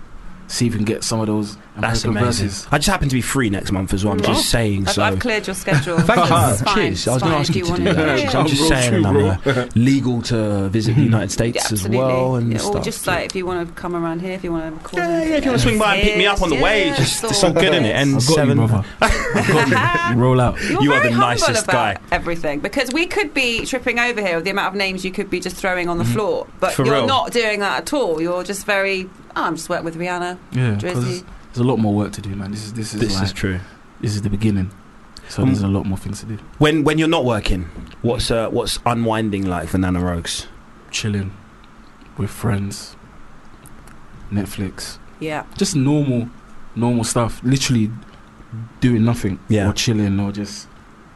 S8: see if we can get some of those
S3: That's
S8: American
S3: amazing.
S8: verses.
S3: I just happen to be free next month as well. I'm just saying.
S5: I've,
S3: so
S5: I've cleared your schedule.
S3: Thank you.
S5: It's fine.
S3: Cheers. uh, I was
S5: It's
S3: going to
S5: fine.
S3: ask you to
S5: want
S3: do that.
S5: it?
S3: actually. I'm just saying I'm uh, legal to visit the United States
S5: Yeah,
S3: as
S5: absolutely.
S3: well and
S5: yeah,
S3: stuff.
S5: Or just like if you want to come around here, if you want to record.
S3: yeah, yeah, if you want to swing by and pick me up on the way,
S5: Yeah,
S3: just it's all good in it.
S8: I
S3: And
S8: got you,
S3: seven,
S8: brother. I got you. Roll out.
S5: Uh-huh. You're
S3: You are
S5: very
S3: the
S5: humble
S3: nicest
S5: about
S3: guy.
S5: Everything because we could be tripping over here with the amount of names you could be just throwing on the floor, but
S3: Mm-hmm. For
S5: you're
S3: real.
S5: not doing that at all. You're just very. Oh, I'm just working with Rihanna.
S8: Yeah,
S5: Drizzy.
S8: because there's a lot more work to do, man. This is this is
S3: this
S8: like, Mm.
S3: is true.
S8: this is the beginning. So
S3: Um,
S8: there's a lot more things to do.
S3: When when you're not working, what's uh, what's unwinding like for Nana Rogues?
S8: Chilling with friends, Netflix,
S5: Yeah.
S8: just normal, normal stuff. Literally doing nothing
S3: Yeah.
S8: or chilling or just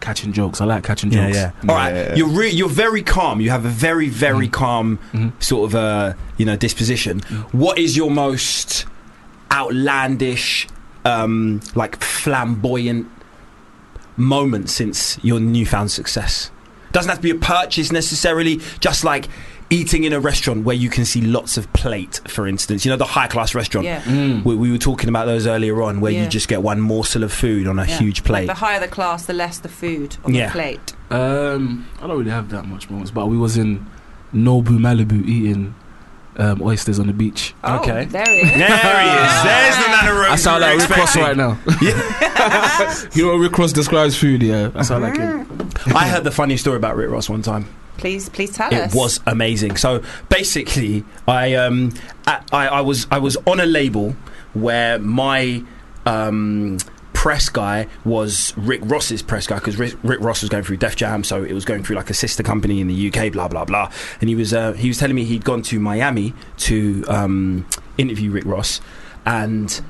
S8: catching jokes. I like catching jokes.
S3: All right,
S4: Yeah. Mm-hmm.
S3: you're re- you're very calm. You have a very very
S8: Mhm.
S3: calm
S8: Mhm.
S3: sort of uh, you know disposition.
S4: Mm-hmm.
S3: What is your most outlandish, um, like flamboyant moment since your newfound success? Doesn't have to be a purchase necessarily. Just like eating in a restaurant where you can see lots of plate, for instance. You know the high class restaurant.
S5: Yeah.
S8: Mm.
S3: We, we were talking about those earlier on, where you
S5: Yeah.
S3: just get one morsel of food on a
S5: Yeah.
S3: huge plate.
S5: The higher the class, the less the food on
S3: Yeah.
S5: the plate.
S8: Um, I don't really have that much moments, but we was in Nobu Malibu eating um, oysters on the beach.
S5: Oh,
S3: Okay.
S5: There he is.
S3: There he is. There's the Nana Rose.
S8: I sound
S3: we were
S8: like Rick Ross
S3: expecting.
S8: right now. you know, Rick Ross describes food. Yeah, I sound like him.
S3: I heard the funniest story about Rick Ross one time.
S5: Please, please tell us.
S3: It was amazing. So basically, I um, I, I I was I was on a label where my um. Press guy was Rick Ross's press guy because Rick, Rick Ross was going through Def Jam, so it was going through like a sister company in the UK, blah blah blah. And he was uh, he was telling me he'd gone to Miami to um, interview Rick Ross, and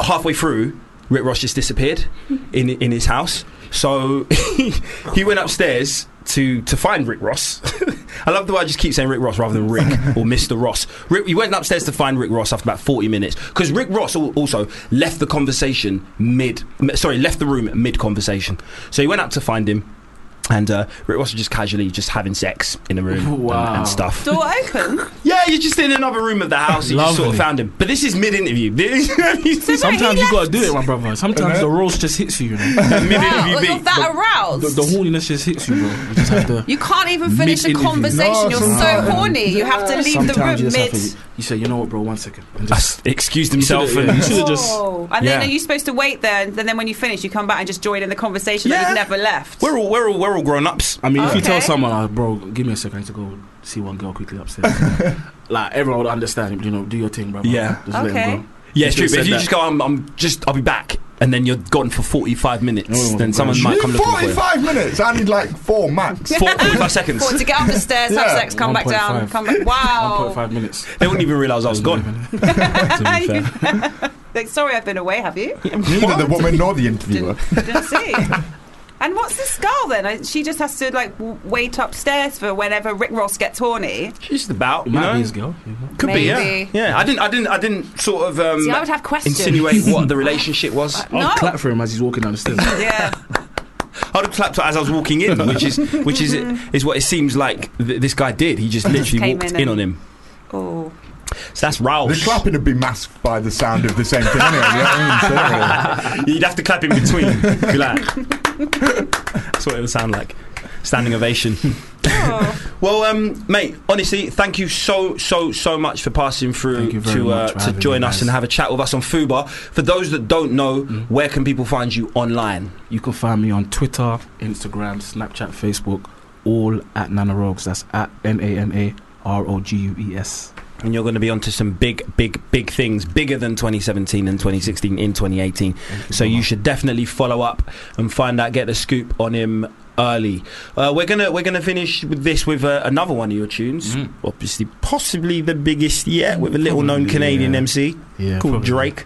S3: halfway through, Rick Ross just disappeared in in his house. So he went upstairs to to find Rick Ross. I love the way I just keep saying Rick Ross rather than Rick or Mr. Ross. Rick, he went upstairs to find Rick Ross after about forty minutes because Rick Ross al- also left the conversation mid. m- Sorry, left the room mid conversation. So he went up to find him. And uh, Rick Ross was just casually just having sex in a room
S8: Wow.
S3: and, and stuff.
S5: Door open.
S3: Yeah, you're just in another room of the house. You just sort of
S8: Lovely.
S3: found him. But this is mid interview. mid interview
S8: Sometimes you gotta do it, my brother. Sometimes the roast just hits you. you know?
S5: wow, or you're
S3: beat.
S5: that aroused.
S8: the, the horniness just hits you, bro. You just have to.
S5: you can't even finish a
S8: Mid-interview.
S5: conversation.
S4: No,
S5: you're so
S4: sometimes-
S5: horny. You have to leave the
S8: Sometimes you
S5: room
S8: just
S5: mid.
S8: have to. You say, you know what, bro? One second. And just,
S3: Just excused himself
S8: should've-
S3: and
S8: you should've just-
S5: Oh. And then
S3: Yeah.
S5: are you supposed to wait there? And then when you finish, you come back and just join in the conversation that
S3: Yeah.
S5: you've never left.
S3: we're all we're all we're all grown ups.
S8: I mean, if you tell
S5: Okay.
S8: someone, like, bro, give me a second, I need to go see one girl quickly upstairs. like everyone would understand. You know, do your thing, bro.
S3: Yeah.
S8: Just let him
S5: Okay.
S8: go.
S3: Yeah, it's true.
S8: should've
S3: But if
S8: said
S3: you
S8: that.
S3: just go, I'm, I'm just I'll be back, and then you're gone for 45 minutes,
S8: Oh,
S3: then
S8: gosh.
S3: someone might come looking for you.
S4: 45 minutes. I need like four max.
S3: Four- 45 seconds.
S5: Or to get up the stairs,
S4: Yeah.
S5: have sex, come back down,
S8: 1.5.
S5: come back. Wow.
S8: 1.5 minutes.
S5: Oh.
S3: They wouldn't even realize I was
S8: Doesn't
S3: gone.
S8: even-
S3: to be fair.
S5: Like, sorry, I've been away. Have you?
S4: Neither the woman nor the interviewer.
S5: Didn't see. And what's the skull then? I- She just has to like w- wait upstairs for whenever Rick Ross gets horny.
S3: She's just about,
S8: It
S3: you
S8: might be
S3: know.
S8: his girl. you know?
S3: Could
S5: Maybe.
S3: be, yeah. Yeah, I didn't, I didn't, I didn't sort of um,
S5: See, I would have questions.
S3: insinuate what the relationship was.
S8: I'll
S5: No.
S8: clap for him as he's walking down the stairs.
S5: Yeah.
S3: I'd have clapped as I was walking in, which is which is is what it seems like th- this guy did. He just literally
S5: came
S3: walked in,
S5: in and-
S3: on him.
S5: Oh.
S3: So that's
S4: The
S3: Roush.
S4: clapping would be masked by the sound of the same thing. Anyway, you know what I mean? So,
S3: You'd have to clap in between. Be like- that's what it would sound like. Standing ovation.
S5: oh.
S3: Well, um, mate, honestly, thank you so so so much for passing
S8: Thank
S3: through
S8: you very
S3: to uh,
S8: much for
S3: to
S8: having
S3: join
S8: me,
S3: us
S8: guys. Mm-hmm.
S3: and have a chat with us on Fubar. For those that don't know, where can people find you online?
S8: You can find me on Twitter, Instagram, Snapchat, Facebook, all at Nana Rogues. That's at N A N A R O G U E S.
S3: And you're going to be onto some big, big, big things, bigger than 2017 and 2016 in 2018. So you should definitely follow up and find out, get the scoop on him early. Uh, we're gonna we're gonna finish with this with uh, another one of your tunes,
S8: Mm.
S3: obviously, possibly the biggest yet, with a little known
S8: Probably,
S3: Canadian
S8: yeah.
S3: MC
S8: Yeah,
S3: called
S8: probably.
S3: Drake.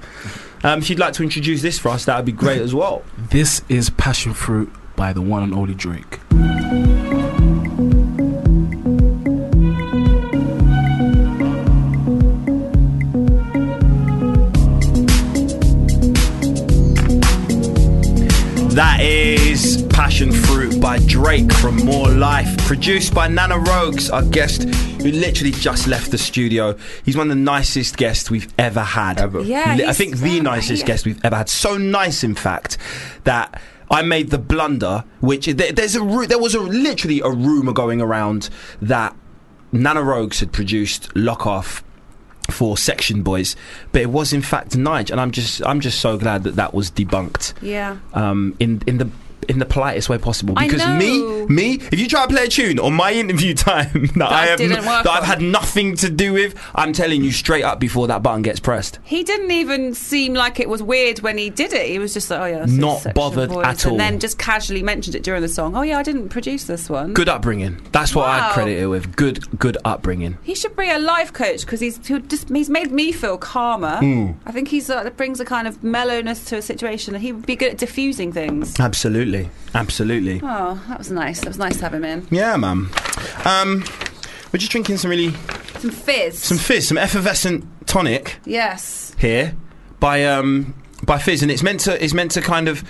S3: Um, if you'd like to introduce this for us, that would be great as well.
S8: This is Passion Fruit by the one and only Drake.
S3: That is Passion Fruit by Drake from More Life, produced by Nana Rogues, our guest who literally just left the studio. He's one of the nicest guests we've ever had.
S4: Ever.
S5: Yeah.
S3: I
S5: he's-
S3: think the
S5: yeah,
S3: nicest
S5: yeah.
S3: guest we've ever had. So nice, in fact, that I made the blunder. Which there- there's a ru- there was a literally a rumor going around that Nana Rogues had produced Lock Off for Section Boys, but it was in fact Nige, and I'm just I'm just so glad that that was debunked
S5: Yeah.
S3: um, in in the in the politest way possible.
S5: I
S3: Because
S5: know.
S3: me, me, if you try to play a tune on my interview time that, I have
S5: didn't work
S3: that I've
S5: on.
S3: had nothing to do with, I'm telling you straight up before that button gets pressed.
S5: He didn't even seem like it was weird when he did it. He was just like, oh yeah, this is
S3: Not
S5: Section
S3: bothered
S5: Boys.
S3: at all.
S5: And then just casually mentioned it during the song. Oh yeah, I didn't produce this one.
S3: Good upbringing. That's what I'd
S5: Wow.
S3: credit it with. Good, good upbringing.
S5: He should bring a life coach because he's he'll just he's made me feel calmer. I think he's uh, brings a kind of mellowness to a situation, and he would be good at diffusing things.
S3: Absolutely, absolutely.
S5: Oh, that was nice. That was nice to have him in.
S3: Yeah, man. Um, we're just drinking some really
S5: Some fizz.
S3: some fizz, some effervescent tonic
S5: yes.
S3: here by um by fizz, and it's meant to it's meant to kind of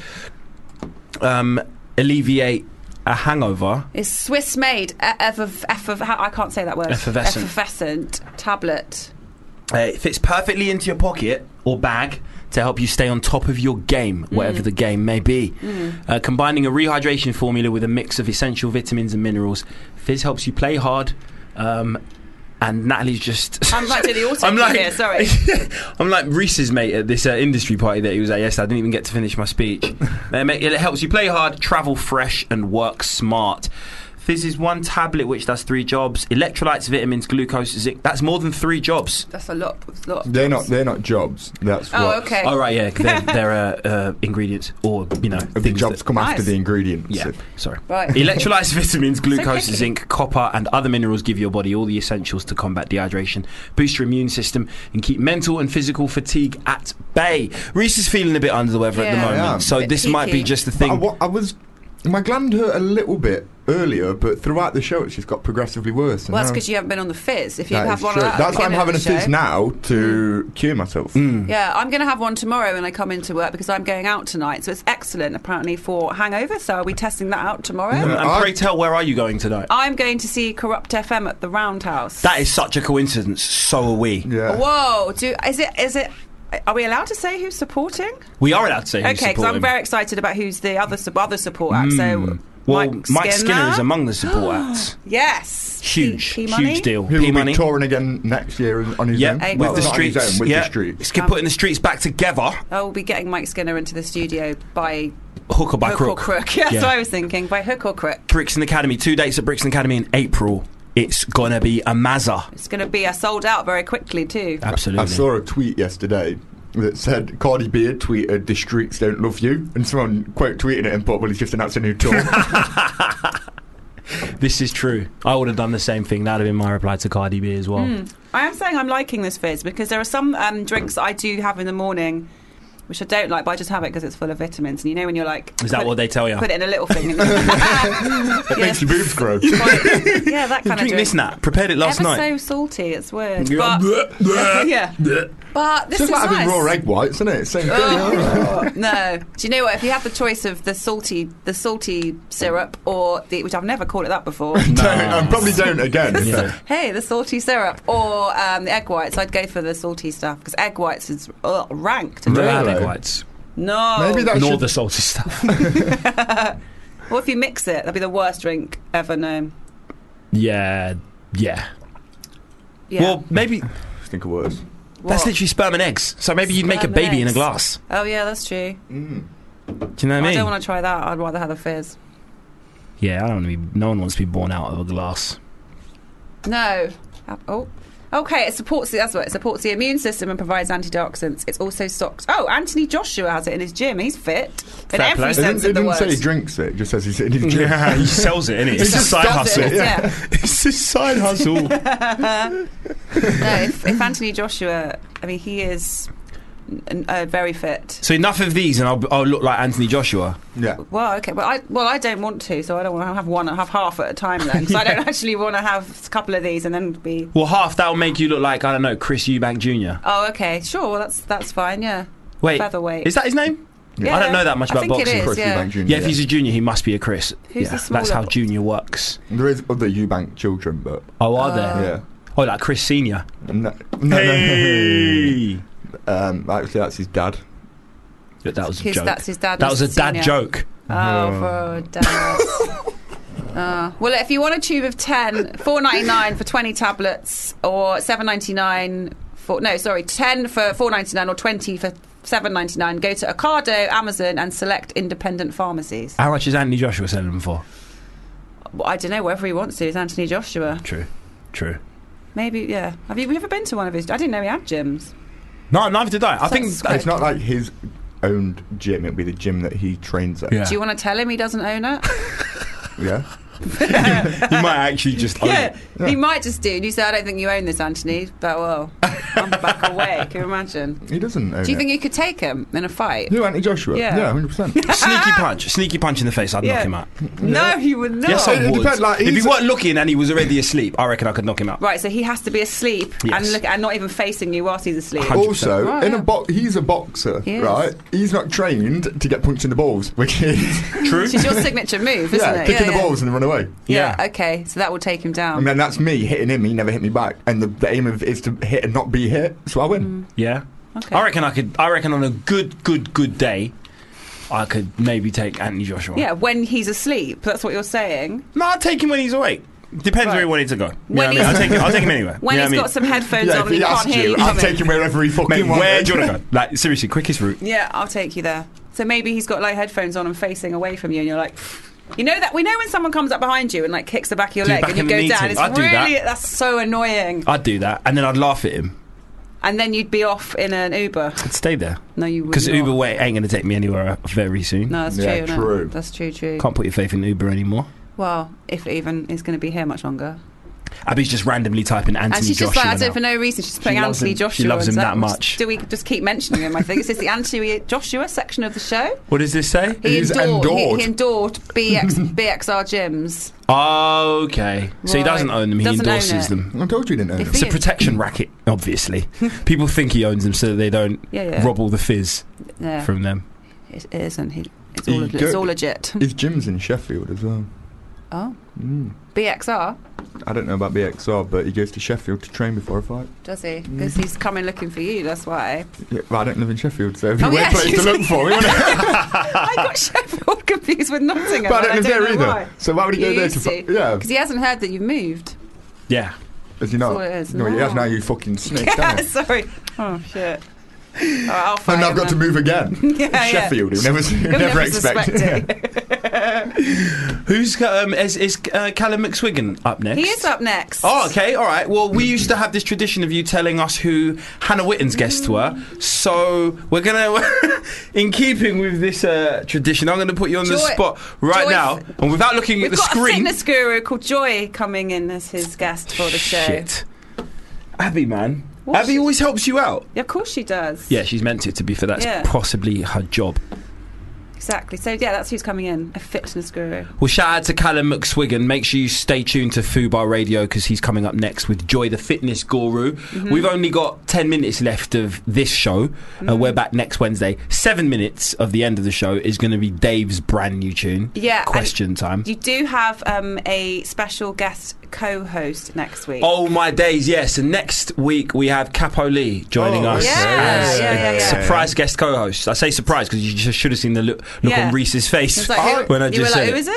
S3: um alleviate a hangover.
S5: It's Swiss made. Efferv- efferv- how- I can't say that word.
S3: Effervescent.
S5: Effervescent tablet.
S3: Uh, it fits perfectly into your pocket or bag to help you stay on top of your game, whatever the game may be. Uh, combining a rehydration formula with a mix of essential vitamins and minerals, Fizz helps you play hard. Um, and Natalie's just.
S5: I'm like doing the auto
S3: I'm like-
S5: here. Sorry.
S3: I'm like Reese's mate at this uh, industry party that he was at yesterday. I didn't even get to finish my speech. They make- it helps you play hard, travel fresh, and work smart. Fizz is one tablet which does three jobs. Electrolytes, vitamins, glucose, zinc. That's more than three jobs.
S5: That's a lot. that's a lot.
S4: they're not. They're not jobs. That's
S5: Oh,
S4: what.
S5: okay.
S3: Oh right, yeah, they're, they're uh, uh, ingredients or you know
S4: The
S3: things
S4: jobs
S3: that-
S4: come after
S5: Nice.
S4: the ingredients.
S3: yeah, sorry.
S5: Right.
S3: Electrolytes, vitamins, glucose,
S5: tricky.
S3: zinc, copper, and other minerals give your body all the essentials to combat dehydration, boost your immune system, and keep mental and physical fatigue at bay. Reese is feeling a bit under the weather at the
S5: Yeah.
S3: moment,
S4: Yeah.
S3: so
S5: Bit
S3: this might be
S5: peaky.
S3: just the
S4: But I,
S3: thing.
S4: wa- I was. My gland hurt a little bit earlier, but throughout the show, it's just got progressively worse. and
S5: Well, that's
S4: now-
S5: because you haven't been on the fizz. If you
S4: That
S5: have
S4: is
S5: one
S4: true.
S5: of that, at the
S4: That's why I'm
S5: beginning
S4: having
S5: of
S4: a
S5: the
S4: fizz
S5: show- Mm.
S4: now to cure myself.
S5: Yeah, I'm going to have one tomorrow when I come into work because I'm going out tonight. So it's excellent, apparently, for hangover. So I'll be testing that out tomorrow.
S3: And, and
S4: I-
S3: pray tell, where are you going tonight?
S5: I'm going to see Corrupt FM at the Roundhouse.
S3: That is such a coincidence. So are we.
S4: Yeah.
S5: Whoa! Do is it is it? Are we allowed to say who's supporting?
S3: We are allowed to say who's
S5: okay, because I'm
S3: supporting.
S5: very excited about who's the other su- other support act. So
S3: Well,
S5: Mike
S3: Mike
S5: Skinner,
S3: Skinner is among the support acts.
S5: yes,
S3: Huge,
S5: P- P Money?
S3: huge deal.
S4: Who
S3: P
S4: will
S3: money.
S4: be touring again next year and- on his
S3: Yeah,
S4: own?
S5: Hey,
S4: Well,
S3: with the
S4: not on his
S3: streets.
S4: own, with
S3: yeah.
S4: the streets.
S3: It's putting the streets back together.
S5: Oh, we'll be getting Mike Skinner into the studio by
S3: Hook or by
S5: hook
S3: crook.
S5: or crook. Yeah, that's
S3: Yeah.
S5: what I was thinking. By hook or crook.
S3: Brixton Academy. Two dates at Brixton Academy in April. It's gonna be a mazza.
S5: It's going to be a sold out very quickly too.
S3: Absolutely.
S4: I saw a tweet yesterday that said Cardi B had tweeted "The streets don't love you," and someone quote tweeted it and put, "Well, he's just announced a new tour."
S3: This is true. I would have done the same thing. That would have been my reply to Cardi B as well.
S5: I am saying I'm liking this fizz because there are some um, drinks I do have in the morning, which I don't like, but I just have it because it's full of vitamins. And you know when you're like,
S3: Is that
S5: put-
S3: what they tell you?
S5: Put it in a little thing. And it
S4: it makes your boobs grow.
S5: yeah, that kind of
S3: Drink
S5: drink.
S3: this nat. Prepared it last
S5: Ever
S3: night.
S5: so salty, it's weird.
S3: Yeah.
S5: But, yeah, but this
S4: It's just like
S5: is nice.
S4: having raw egg whites, isn't it? Same thing.
S3: Ah,
S5: No, do you know what? If you have the choice of the salty, the salty syrup, or the which I've never called it that before.
S4: Don't, and probably don't again.
S3: Yeah.
S5: Hey, the salty syrup or um, the egg whites. I'd go for the salty stuff because egg whites is uh, rank to drink.
S4: Really?
S3: Bad egg whites.
S5: No,
S4: Maybe that
S3: Nor
S4: should
S3: the salty stuff.
S5: What if you mix it? That'd be the worst drink ever known.
S3: yeah. Yeah.
S5: Yeah.
S3: Well, maybe
S4: think of worse.
S3: that's
S5: What?
S3: literally sperm and eggs. So maybe you'd make a
S5: Sperm and
S3: baby in a
S5: eggs.
S3: glass.
S5: Oh yeah, that's true.
S4: Mm.
S3: Do you know what I
S5: I,
S3: mean?
S5: don't want to try that. I'd rather have the fizz.
S3: yeah, I don't want to be. No one wants to be born out of a glass.
S5: No. Uh, Oh. Okay, it supports the, that's what it supports the immune system and provides antioxidants. It's also stocked. Oh, Anthony Joshua has it in his gym. He's fit in
S3: Fair
S5: every
S3: play. It
S4: It didn't,
S5: sense
S4: it
S5: of the
S4: didn't
S5: word.
S4: say he drinks it. It just says he's in his gym.
S3: Yeah, he sells it, innit? It's
S4: just
S3: a side
S5: does
S3: hustle.
S5: it, yeah.
S3: It's a side hustle.
S5: no, if, if Anthony Joshua, I mean, he is n- uh, very fit.
S3: so enough of these, and I'll, I'll look like Anthony Joshua.
S4: Yeah.
S5: Well, okay, but I well, I don't want to, so I don't want to have one, have half at a time then, 'cause I don't actually want to have a couple of these and then be.
S3: Well, half that'll make you look like I don't know Chris Eubank Jr.
S5: Oh, okay, sure, well, that's that's fine, yeah.
S3: Wait,
S5: Featherweight.
S3: is that his name?
S5: Yeah,
S3: I don't know that much
S5: I
S3: about
S5: think it
S3: boxing.
S5: is,
S4: Chris
S5: yeah.
S4: Eubank Jr.
S3: Mm, Yeah, if he's a junior, he must be a Chris.
S5: Who's
S3: yeah,
S5: the
S3: that's how
S5: smaller-
S3: junior works.
S4: there is other Eubank children, but
S3: Oh, are there?
S5: Uh,
S4: yeah.
S3: Oh, like Chris Senior.
S4: No, no,
S3: Hey,
S4: no. Um, actually, that's his dad.
S3: Look, that was a
S5: His-
S3: joke.
S5: that's his dad.
S3: that
S5: was
S3: was a
S5: the
S3: dad
S5: senior.
S3: joke.
S5: Oh, for dads. Uh, well, if you want a tube of 10, 4.99 for 20 tablets or 7.99 for no, sorry, 10 for 4.99 or 20 for 7.99. Go to Ocado, Amazon and select independent pharmacies.
S3: How much is Anthony Joshua selling them for?
S5: Well, I don't know whether he wants to is Anthony Joshua.
S3: True, true.
S5: Maybe yeah. Have you, have you ever been to one of his I didn't know he had gyms.
S3: No, neither did I. I think
S5: Sounds
S4: It's not like his owned gym. It'd be the gym that he trains at.
S3: Yeah.
S5: Do you want to tell him he doesn't own it?
S4: Yeah.
S3: he might actually just. own it.
S5: yeah, he might just do. And you say, I don't think you own this, Anthony. But well, I'm back away. Can you imagine?
S4: He doesn't own
S5: Do you
S4: it.
S5: think you could take him in a fight?
S4: Who, Anthony Joshua?
S5: Yeah.
S4: Yeah, 100%.
S3: Sneaky punch, sneaky punch in the face. I'd
S5: Yeah.
S3: knock him out.
S5: No, he would not.
S3: Yes, I
S4: It
S3: would.
S4: depends, like,
S3: Oh, if he
S4: he's-
S3: weren't looking and he was already asleep, I reckon I could knock him out.
S5: right, so he has to be asleep
S3: Yes.
S5: and look and not even facing you whilst he's asleep.
S3: Hundred-
S4: Also,
S5: Oh,
S4: in
S5: yeah.
S4: a bo- he's a boxer,
S5: He is.
S4: right? He's not trained to get punched in the balls, which is
S3: True.
S5: Which is your signature move, isn't
S4: yeah,
S5: it?
S4: kicking the balls and run away.
S5: Yeah.
S3: Yeah.
S5: Okay, so that will take him down.
S4: And then that's me hitting him. He never hit me back. And the, the aim of is to hit and not be hit, so I
S5: Mm.
S4: win.
S3: Yeah.
S5: Okay.
S3: I reckon I could. I reckon on a good, good, good day, I could maybe take Anthony Joshua.
S5: Yeah, when he's asleep. That's what you're saying.
S3: No, I'll take him when he's awake. Depends where he
S5: Right.
S3: wanted to go. You know
S5: When
S3: what I mean?
S5: he's-
S3: I'll take him. I'll take him anywhere.
S5: When
S3: you know what
S5: he's
S3: I mean?
S5: got some headphones
S4: yeah,
S5: on and he
S4: asked
S5: can't hear you
S4: I'll
S5: coming.
S4: take him wherever he fucking
S3: Mate,
S4: wants.
S3: where do you want to go? Like seriously, quickest route.
S5: Yeah, I'll take you there. So maybe he's got like headphones on and facing away from you, and you're like, you know that we know when someone comes up behind you and like kicks the back of your
S3: Dude,
S5: leg
S3: back
S5: and you
S3: in
S5: go
S3: the meeting.
S5: down. It's
S3: I'd do
S5: really
S3: that.
S5: that's so annoying.
S3: I'd do that, and then I'd laugh at him.
S5: And then you'd be off in an Uber.
S3: I'd stay there
S5: No, you would
S3: because
S5: not.
S3: Uber wait ain't going to take me anywhere very soon.
S5: No, that's
S4: Yeah,
S5: true. No.
S4: true.
S5: That's true. True.
S3: Can't put your faith in Uber anymore.
S5: Well, if it even is going to be here much longer.
S3: Abby's just randomly typing Anthony
S5: and she's
S3: Joshua.
S5: just like, I don't
S3: now.
S5: for no reason. She's playing
S3: loves
S5: Anthony
S3: him. She
S5: Joshua.
S3: loves
S5: and
S3: him
S5: so-
S3: that much.
S5: Do we just keep mentioning him? I think is this the Anthony Joshua section of the show?
S3: what does this say?
S5: He
S4: He's
S5: endorsed. He,
S4: endorsed.
S5: he endorsed BX, BXR gyms.
S3: Oh, okay. So he
S5: Right.
S3: doesn't own them. He
S5: Doesn't own
S3: endorses
S5: it.
S3: them.
S4: I told you you didn't know.
S5: If
S4: that.
S3: It's a
S5: Yeah.
S3: protection racket, obviously. People think he owns them so that they don't
S5: Yeah, yeah.
S3: rob all the fizz
S5: Yeah,
S3: from them.
S5: it it isn't. He, it's
S4: He
S5: all. It's
S4: go-
S5: all legit.
S4: His gym's in Sheffield as well.
S5: Oh, BXR
S4: I don't know about BXR, but he goes to Sheffield to train before a fight.
S5: does he?
S4: Mm.
S5: Because he's coming looking for you. That's why.
S4: Yeah, but I don't live in Sheffield, so it'd be a
S5: Oh,
S4: weird
S5: yes,
S4: place
S5: you
S4: to
S5: do.
S4: look for me, wouldn't it?
S5: I got Sheffield confused with Nottingham.
S4: But I don't live
S5: and
S4: there
S5: know
S4: either.
S5: why.
S4: So why would he
S5: You
S4: go there to?
S5: used
S4: fi- yeah,
S5: Because he hasn't heard that you've moved.
S3: Yeah.
S4: as you know,
S5: all it is.
S4: no,
S5: No.
S4: yeah, now you fucking snitch.
S5: Yeah,
S4: haven't you?
S5: sorry. Oh shit. All right, I'll fight
S4: And I've
S5: him
S4: got to
S5: then.
S4: move again.
S5: Yeah, yeah.
S4: Sheffield, who never, who
S5: He'll
S4: never
S5: never
S4: expected.
S5: suspect
S4: Yeah.
S5: it.
S3: Who's ca- um, is, is uh, Callum McSwiggan up next?
S5: He is up next.
S3: Oh, okay, all right. Well, we used to have this tradition of you telling us who Hannah Witten's
S5: Mm.
S3: guests were. So we're gonna, in keeping with this uh, tradition, I'm gonna put you on the
S5: Joy-
S3: spot right
S5: Joyce-
S3: now, and without looking
S5: We've
S3: at the
S5: got a
S3: screen.
S5: fitness guru called Joy coming in as his guest for the show.
S3: Shit, Abby, man.
S5: What?
S3: Abby always helps you out.
S5: Yeah, of course she does.
S3: Yeah, she's meant it to be for that's
S5: Yeah.
S3: possibly her job.
S5: Exactly. So yeah, that's who's coming in. A fitness guru.
S3: Well, shout out to Callum McSwiggan. Make sure you stay tuned to Fubar Radio because he's coming up next with Joy the Fitness Guru.
S5: Mm-hmm.
S3: We've only got 10 minutes left of this show.
S5: Mm-hmm.
S3: Uh, we're back next Wednesday. Seven minutes of the end of the show is going to be Dave's brand new tune.
S5: Yeah, and-
S3: Question time.
S5: You do have um, a special guest co-host next week.
S3: Oh my days, yes. And next week we have Capo Lee joining
S4: Oh,
S3: us
S5: Yeah,
S3: as
S5: yeah,
S3: a
S5: yeah, yeah.
S3: surprise guest co host. I say surprise because you just should have seen the look, look
S5: Yeah.
S3: on Reese's face
S5: It's like, who-
S3: Oh, when I
S5: you were
S3: just
S5: like,
S3: said
S5: who
S3: it.
S5: is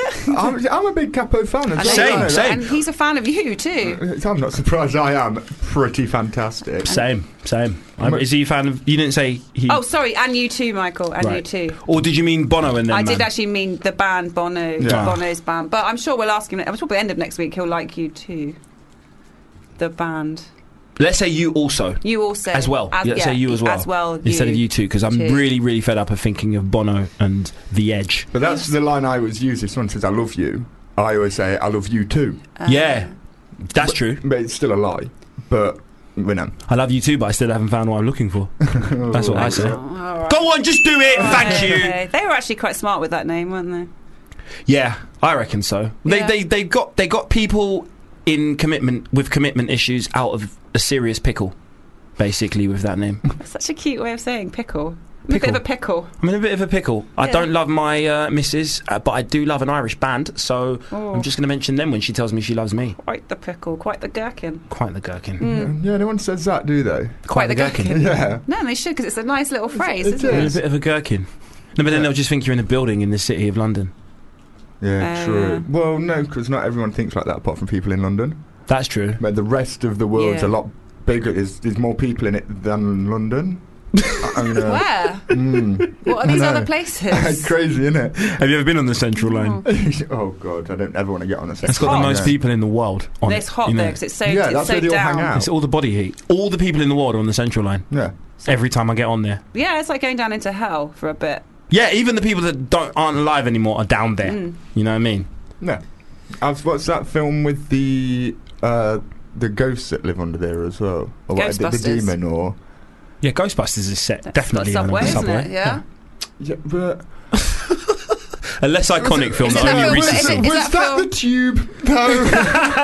S5: it?
S4: I'm, I'm a big Capo fan.
S5: I
S4: As
S5: know
S4: well.
S5: you
S3: Same,
S5: are.
S3: same.
S5: And he's a fan of you too.
S4: I'm not surprised. I am pretty fantastic.
S3: Same, same. I'm- is he a fan of. You didn't say he.
S5: Oh, sorry, and you too, Michael, and
S3: Right.
S5: you too.
S3: Or did you mean Bono and then?
S5: I did actually mean the band Bono,
S4: Yeah.
S5: Bono's band, but I'm sure we'll ask him. I'm sure by the end of next week he'll like you too. The band,
S3: Let's say you also.
S5: you also
S3: As well. Let's say you as well.
S5: as well.
S3: Instead of you two, because I'm
S5: too.
S3: really, really fed up of thinking of Bono and The Edge.
S4: But that's the line I always use. If someone says "I love you," I always say "I love you too."
S5: Uh,
S3: yeah, that's true.
S4: But it's still a lie. But we know.
S3: I love you too, but I still haven't found what I'm looking for. That's what I say.
S5: Oh, all right.
S3: Go on, just do it. Thank
S5: Okay,
S3: you.
S5: okay. They were actually quite smart with that name, weren't they?
S3: Yeah, I reckon so. They,
S5: Yeah.
S3: they, they got, they got people in commitment with commitment issues out of a serious pickle, basically with that name.
S5: That's such a cute way of saying pickle. I'm A bit
S3: Pickle.
S5: of a pickle.
S3: I'm in a bit of a pickle. I
S5: Yeah.
S3: don't love my uh, missus, uh, but I do love an Irish band, so
S5: Oh,
S3: I'm just going to mention them when she tells me she loves me.
S5: quite the pickle, quite the gherkin.
S3: Quite the gherkin.
S5: Hmm.
S4: Yeah, no one says that, do they?
S5: Mm, Quite the gherkin.
S4: Yeah.
S5: No, they should because it's a nice little phrase,
S4: it's a-
S5: isn't it?
S3: You're a bit of a gherkin. No, but then
S4: Yeah.
S3: they'll just think you're in a building in the city of London.
S4: Yeah,
S5: Uh,
S4: true. Well, no, because not everyone thinks like that, apart from people in London.
S3: That's true.
S4: But the rest of the world's
S5: Yeah.
S4: a lot bigger. There's, there's more people in it than London. I- I'm gonna-
S5: Where?
S3: Hmm.
S4: Mm.
S5: What are
S4: I
S5: these
S4: know.
S5: other places?
S4: Crazy, isn't
S3: Have you ever been on the Central
S5: Line?
S4: it? oh god, I don't ever want to get on this.
S3: It's got the most people in the world on
S5: It's
S3: it,
S5: hot
S3: you know.
S5: there because it's so
S4: Yeah,
S5: it's
S4: that's
S5: so
S4: where they all hang
S5: down.
S4: out.
S3: It's all the body heat. All the people in the world are on the Central Line.
S4: Yeah.
S3: Every time I get on there.
S5: Yeah, it's like going down into hell for a bit.
S3: Yeah, even the people that don't aren't alive anymore are down there.
S5: Mm.
S3: You know what I mean?
S4: Yeah. I've watched that film with the uh, the ghosts that live under there as well. Or what, the, the
S5: Ghostbusters.
S4: demon or
S3: Yeah, Ghostbusters is set
S5: That's
S3: definitely
S5: got
S3: on
S5: subway,
S3: the
S5: isn't
S3: subway.
S5: it? Yeah.
S4: Yeah, but
S3: A less iconic film
S5: is
S3: that
S5: it that
S3: only
S5: film-
S3: Reese has
S5: is it-
S3: seen.
S5: is
S4: was
S5: that
S4: that,
S5: film-
S4: the tube? No.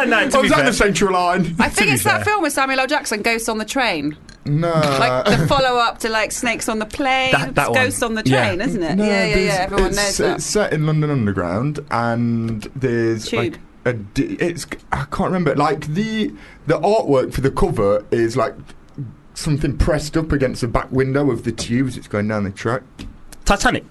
S3: no, to be
S4: or was that
S3: fair.
S4: the central line?
S5: I think
S3: be
S5: it's
S3: fair. Uh.
S5: that film with Samuel L. Jackson, Ghosts on the Train.
S4: No.
S5: Like the follow up to like Snakes on the Plane,
S3: That- that
S5: Ghosts
S3: one.
S5: on the
S3: Yeah.
S5: Train, isn't it?
S4: No,
S5: yeah, yeah, yeah.
S4: there's-
S5: Everyone
S4: it's,
S5: knows that.
S4: It's set in London Underground, and there's
S5: Tube.
S4: like a. D- it's I can't remember. Like the the artwork for the cover is like something pressed up against the back window of the tubes. It's going down the track.
S3: Titanic.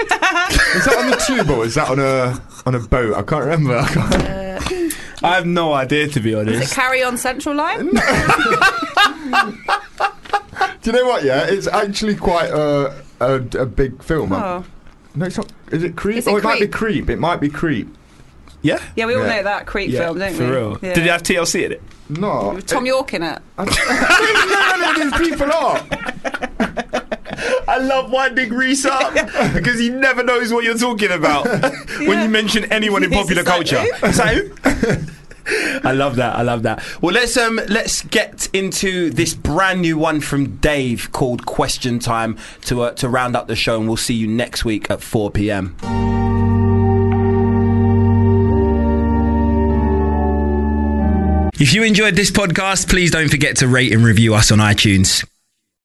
S4: Is that on the tube or is that on a on a boat? I can't remember. I can't.
S3: I have no idea to be
S5: Is it
S3: honest.
S5: Carry On Central Line?
S4: Do you know what? Yeah, it's actually quite a a, a big film.
S5: Oh.
S4: No, it's not. Is it creep?
S5: Is it
S4: oh, it might be
S5: Creep?
S4: creep. It might be creep.
S3: Yeah?
S5: Yeah, we all
S4: Yeah.
S5: know that Creep
S3: Yeah,
S5: film, don't
S3: for
S5: we?
S3: real.
S5: Yeah.
S3: Did it have TLC in it?
S4: No.
S5: Tom York in it.
S4: I don't know none of these people are.
S3: I love winding Reese up because he never knows what you're talking about when you mention anyone in
S5: He's
S3: popular
S5: just like, "Eh?"
S3: culture. So, "Eh?" I love that. I love that. Well, let's um, let's get into this brand new one from Dave called Question Time to uh, to round up the show, and we'll see you next week at 4 p.m. If you enjoyed this podcast, please don't forget to rate and review us on iTunes.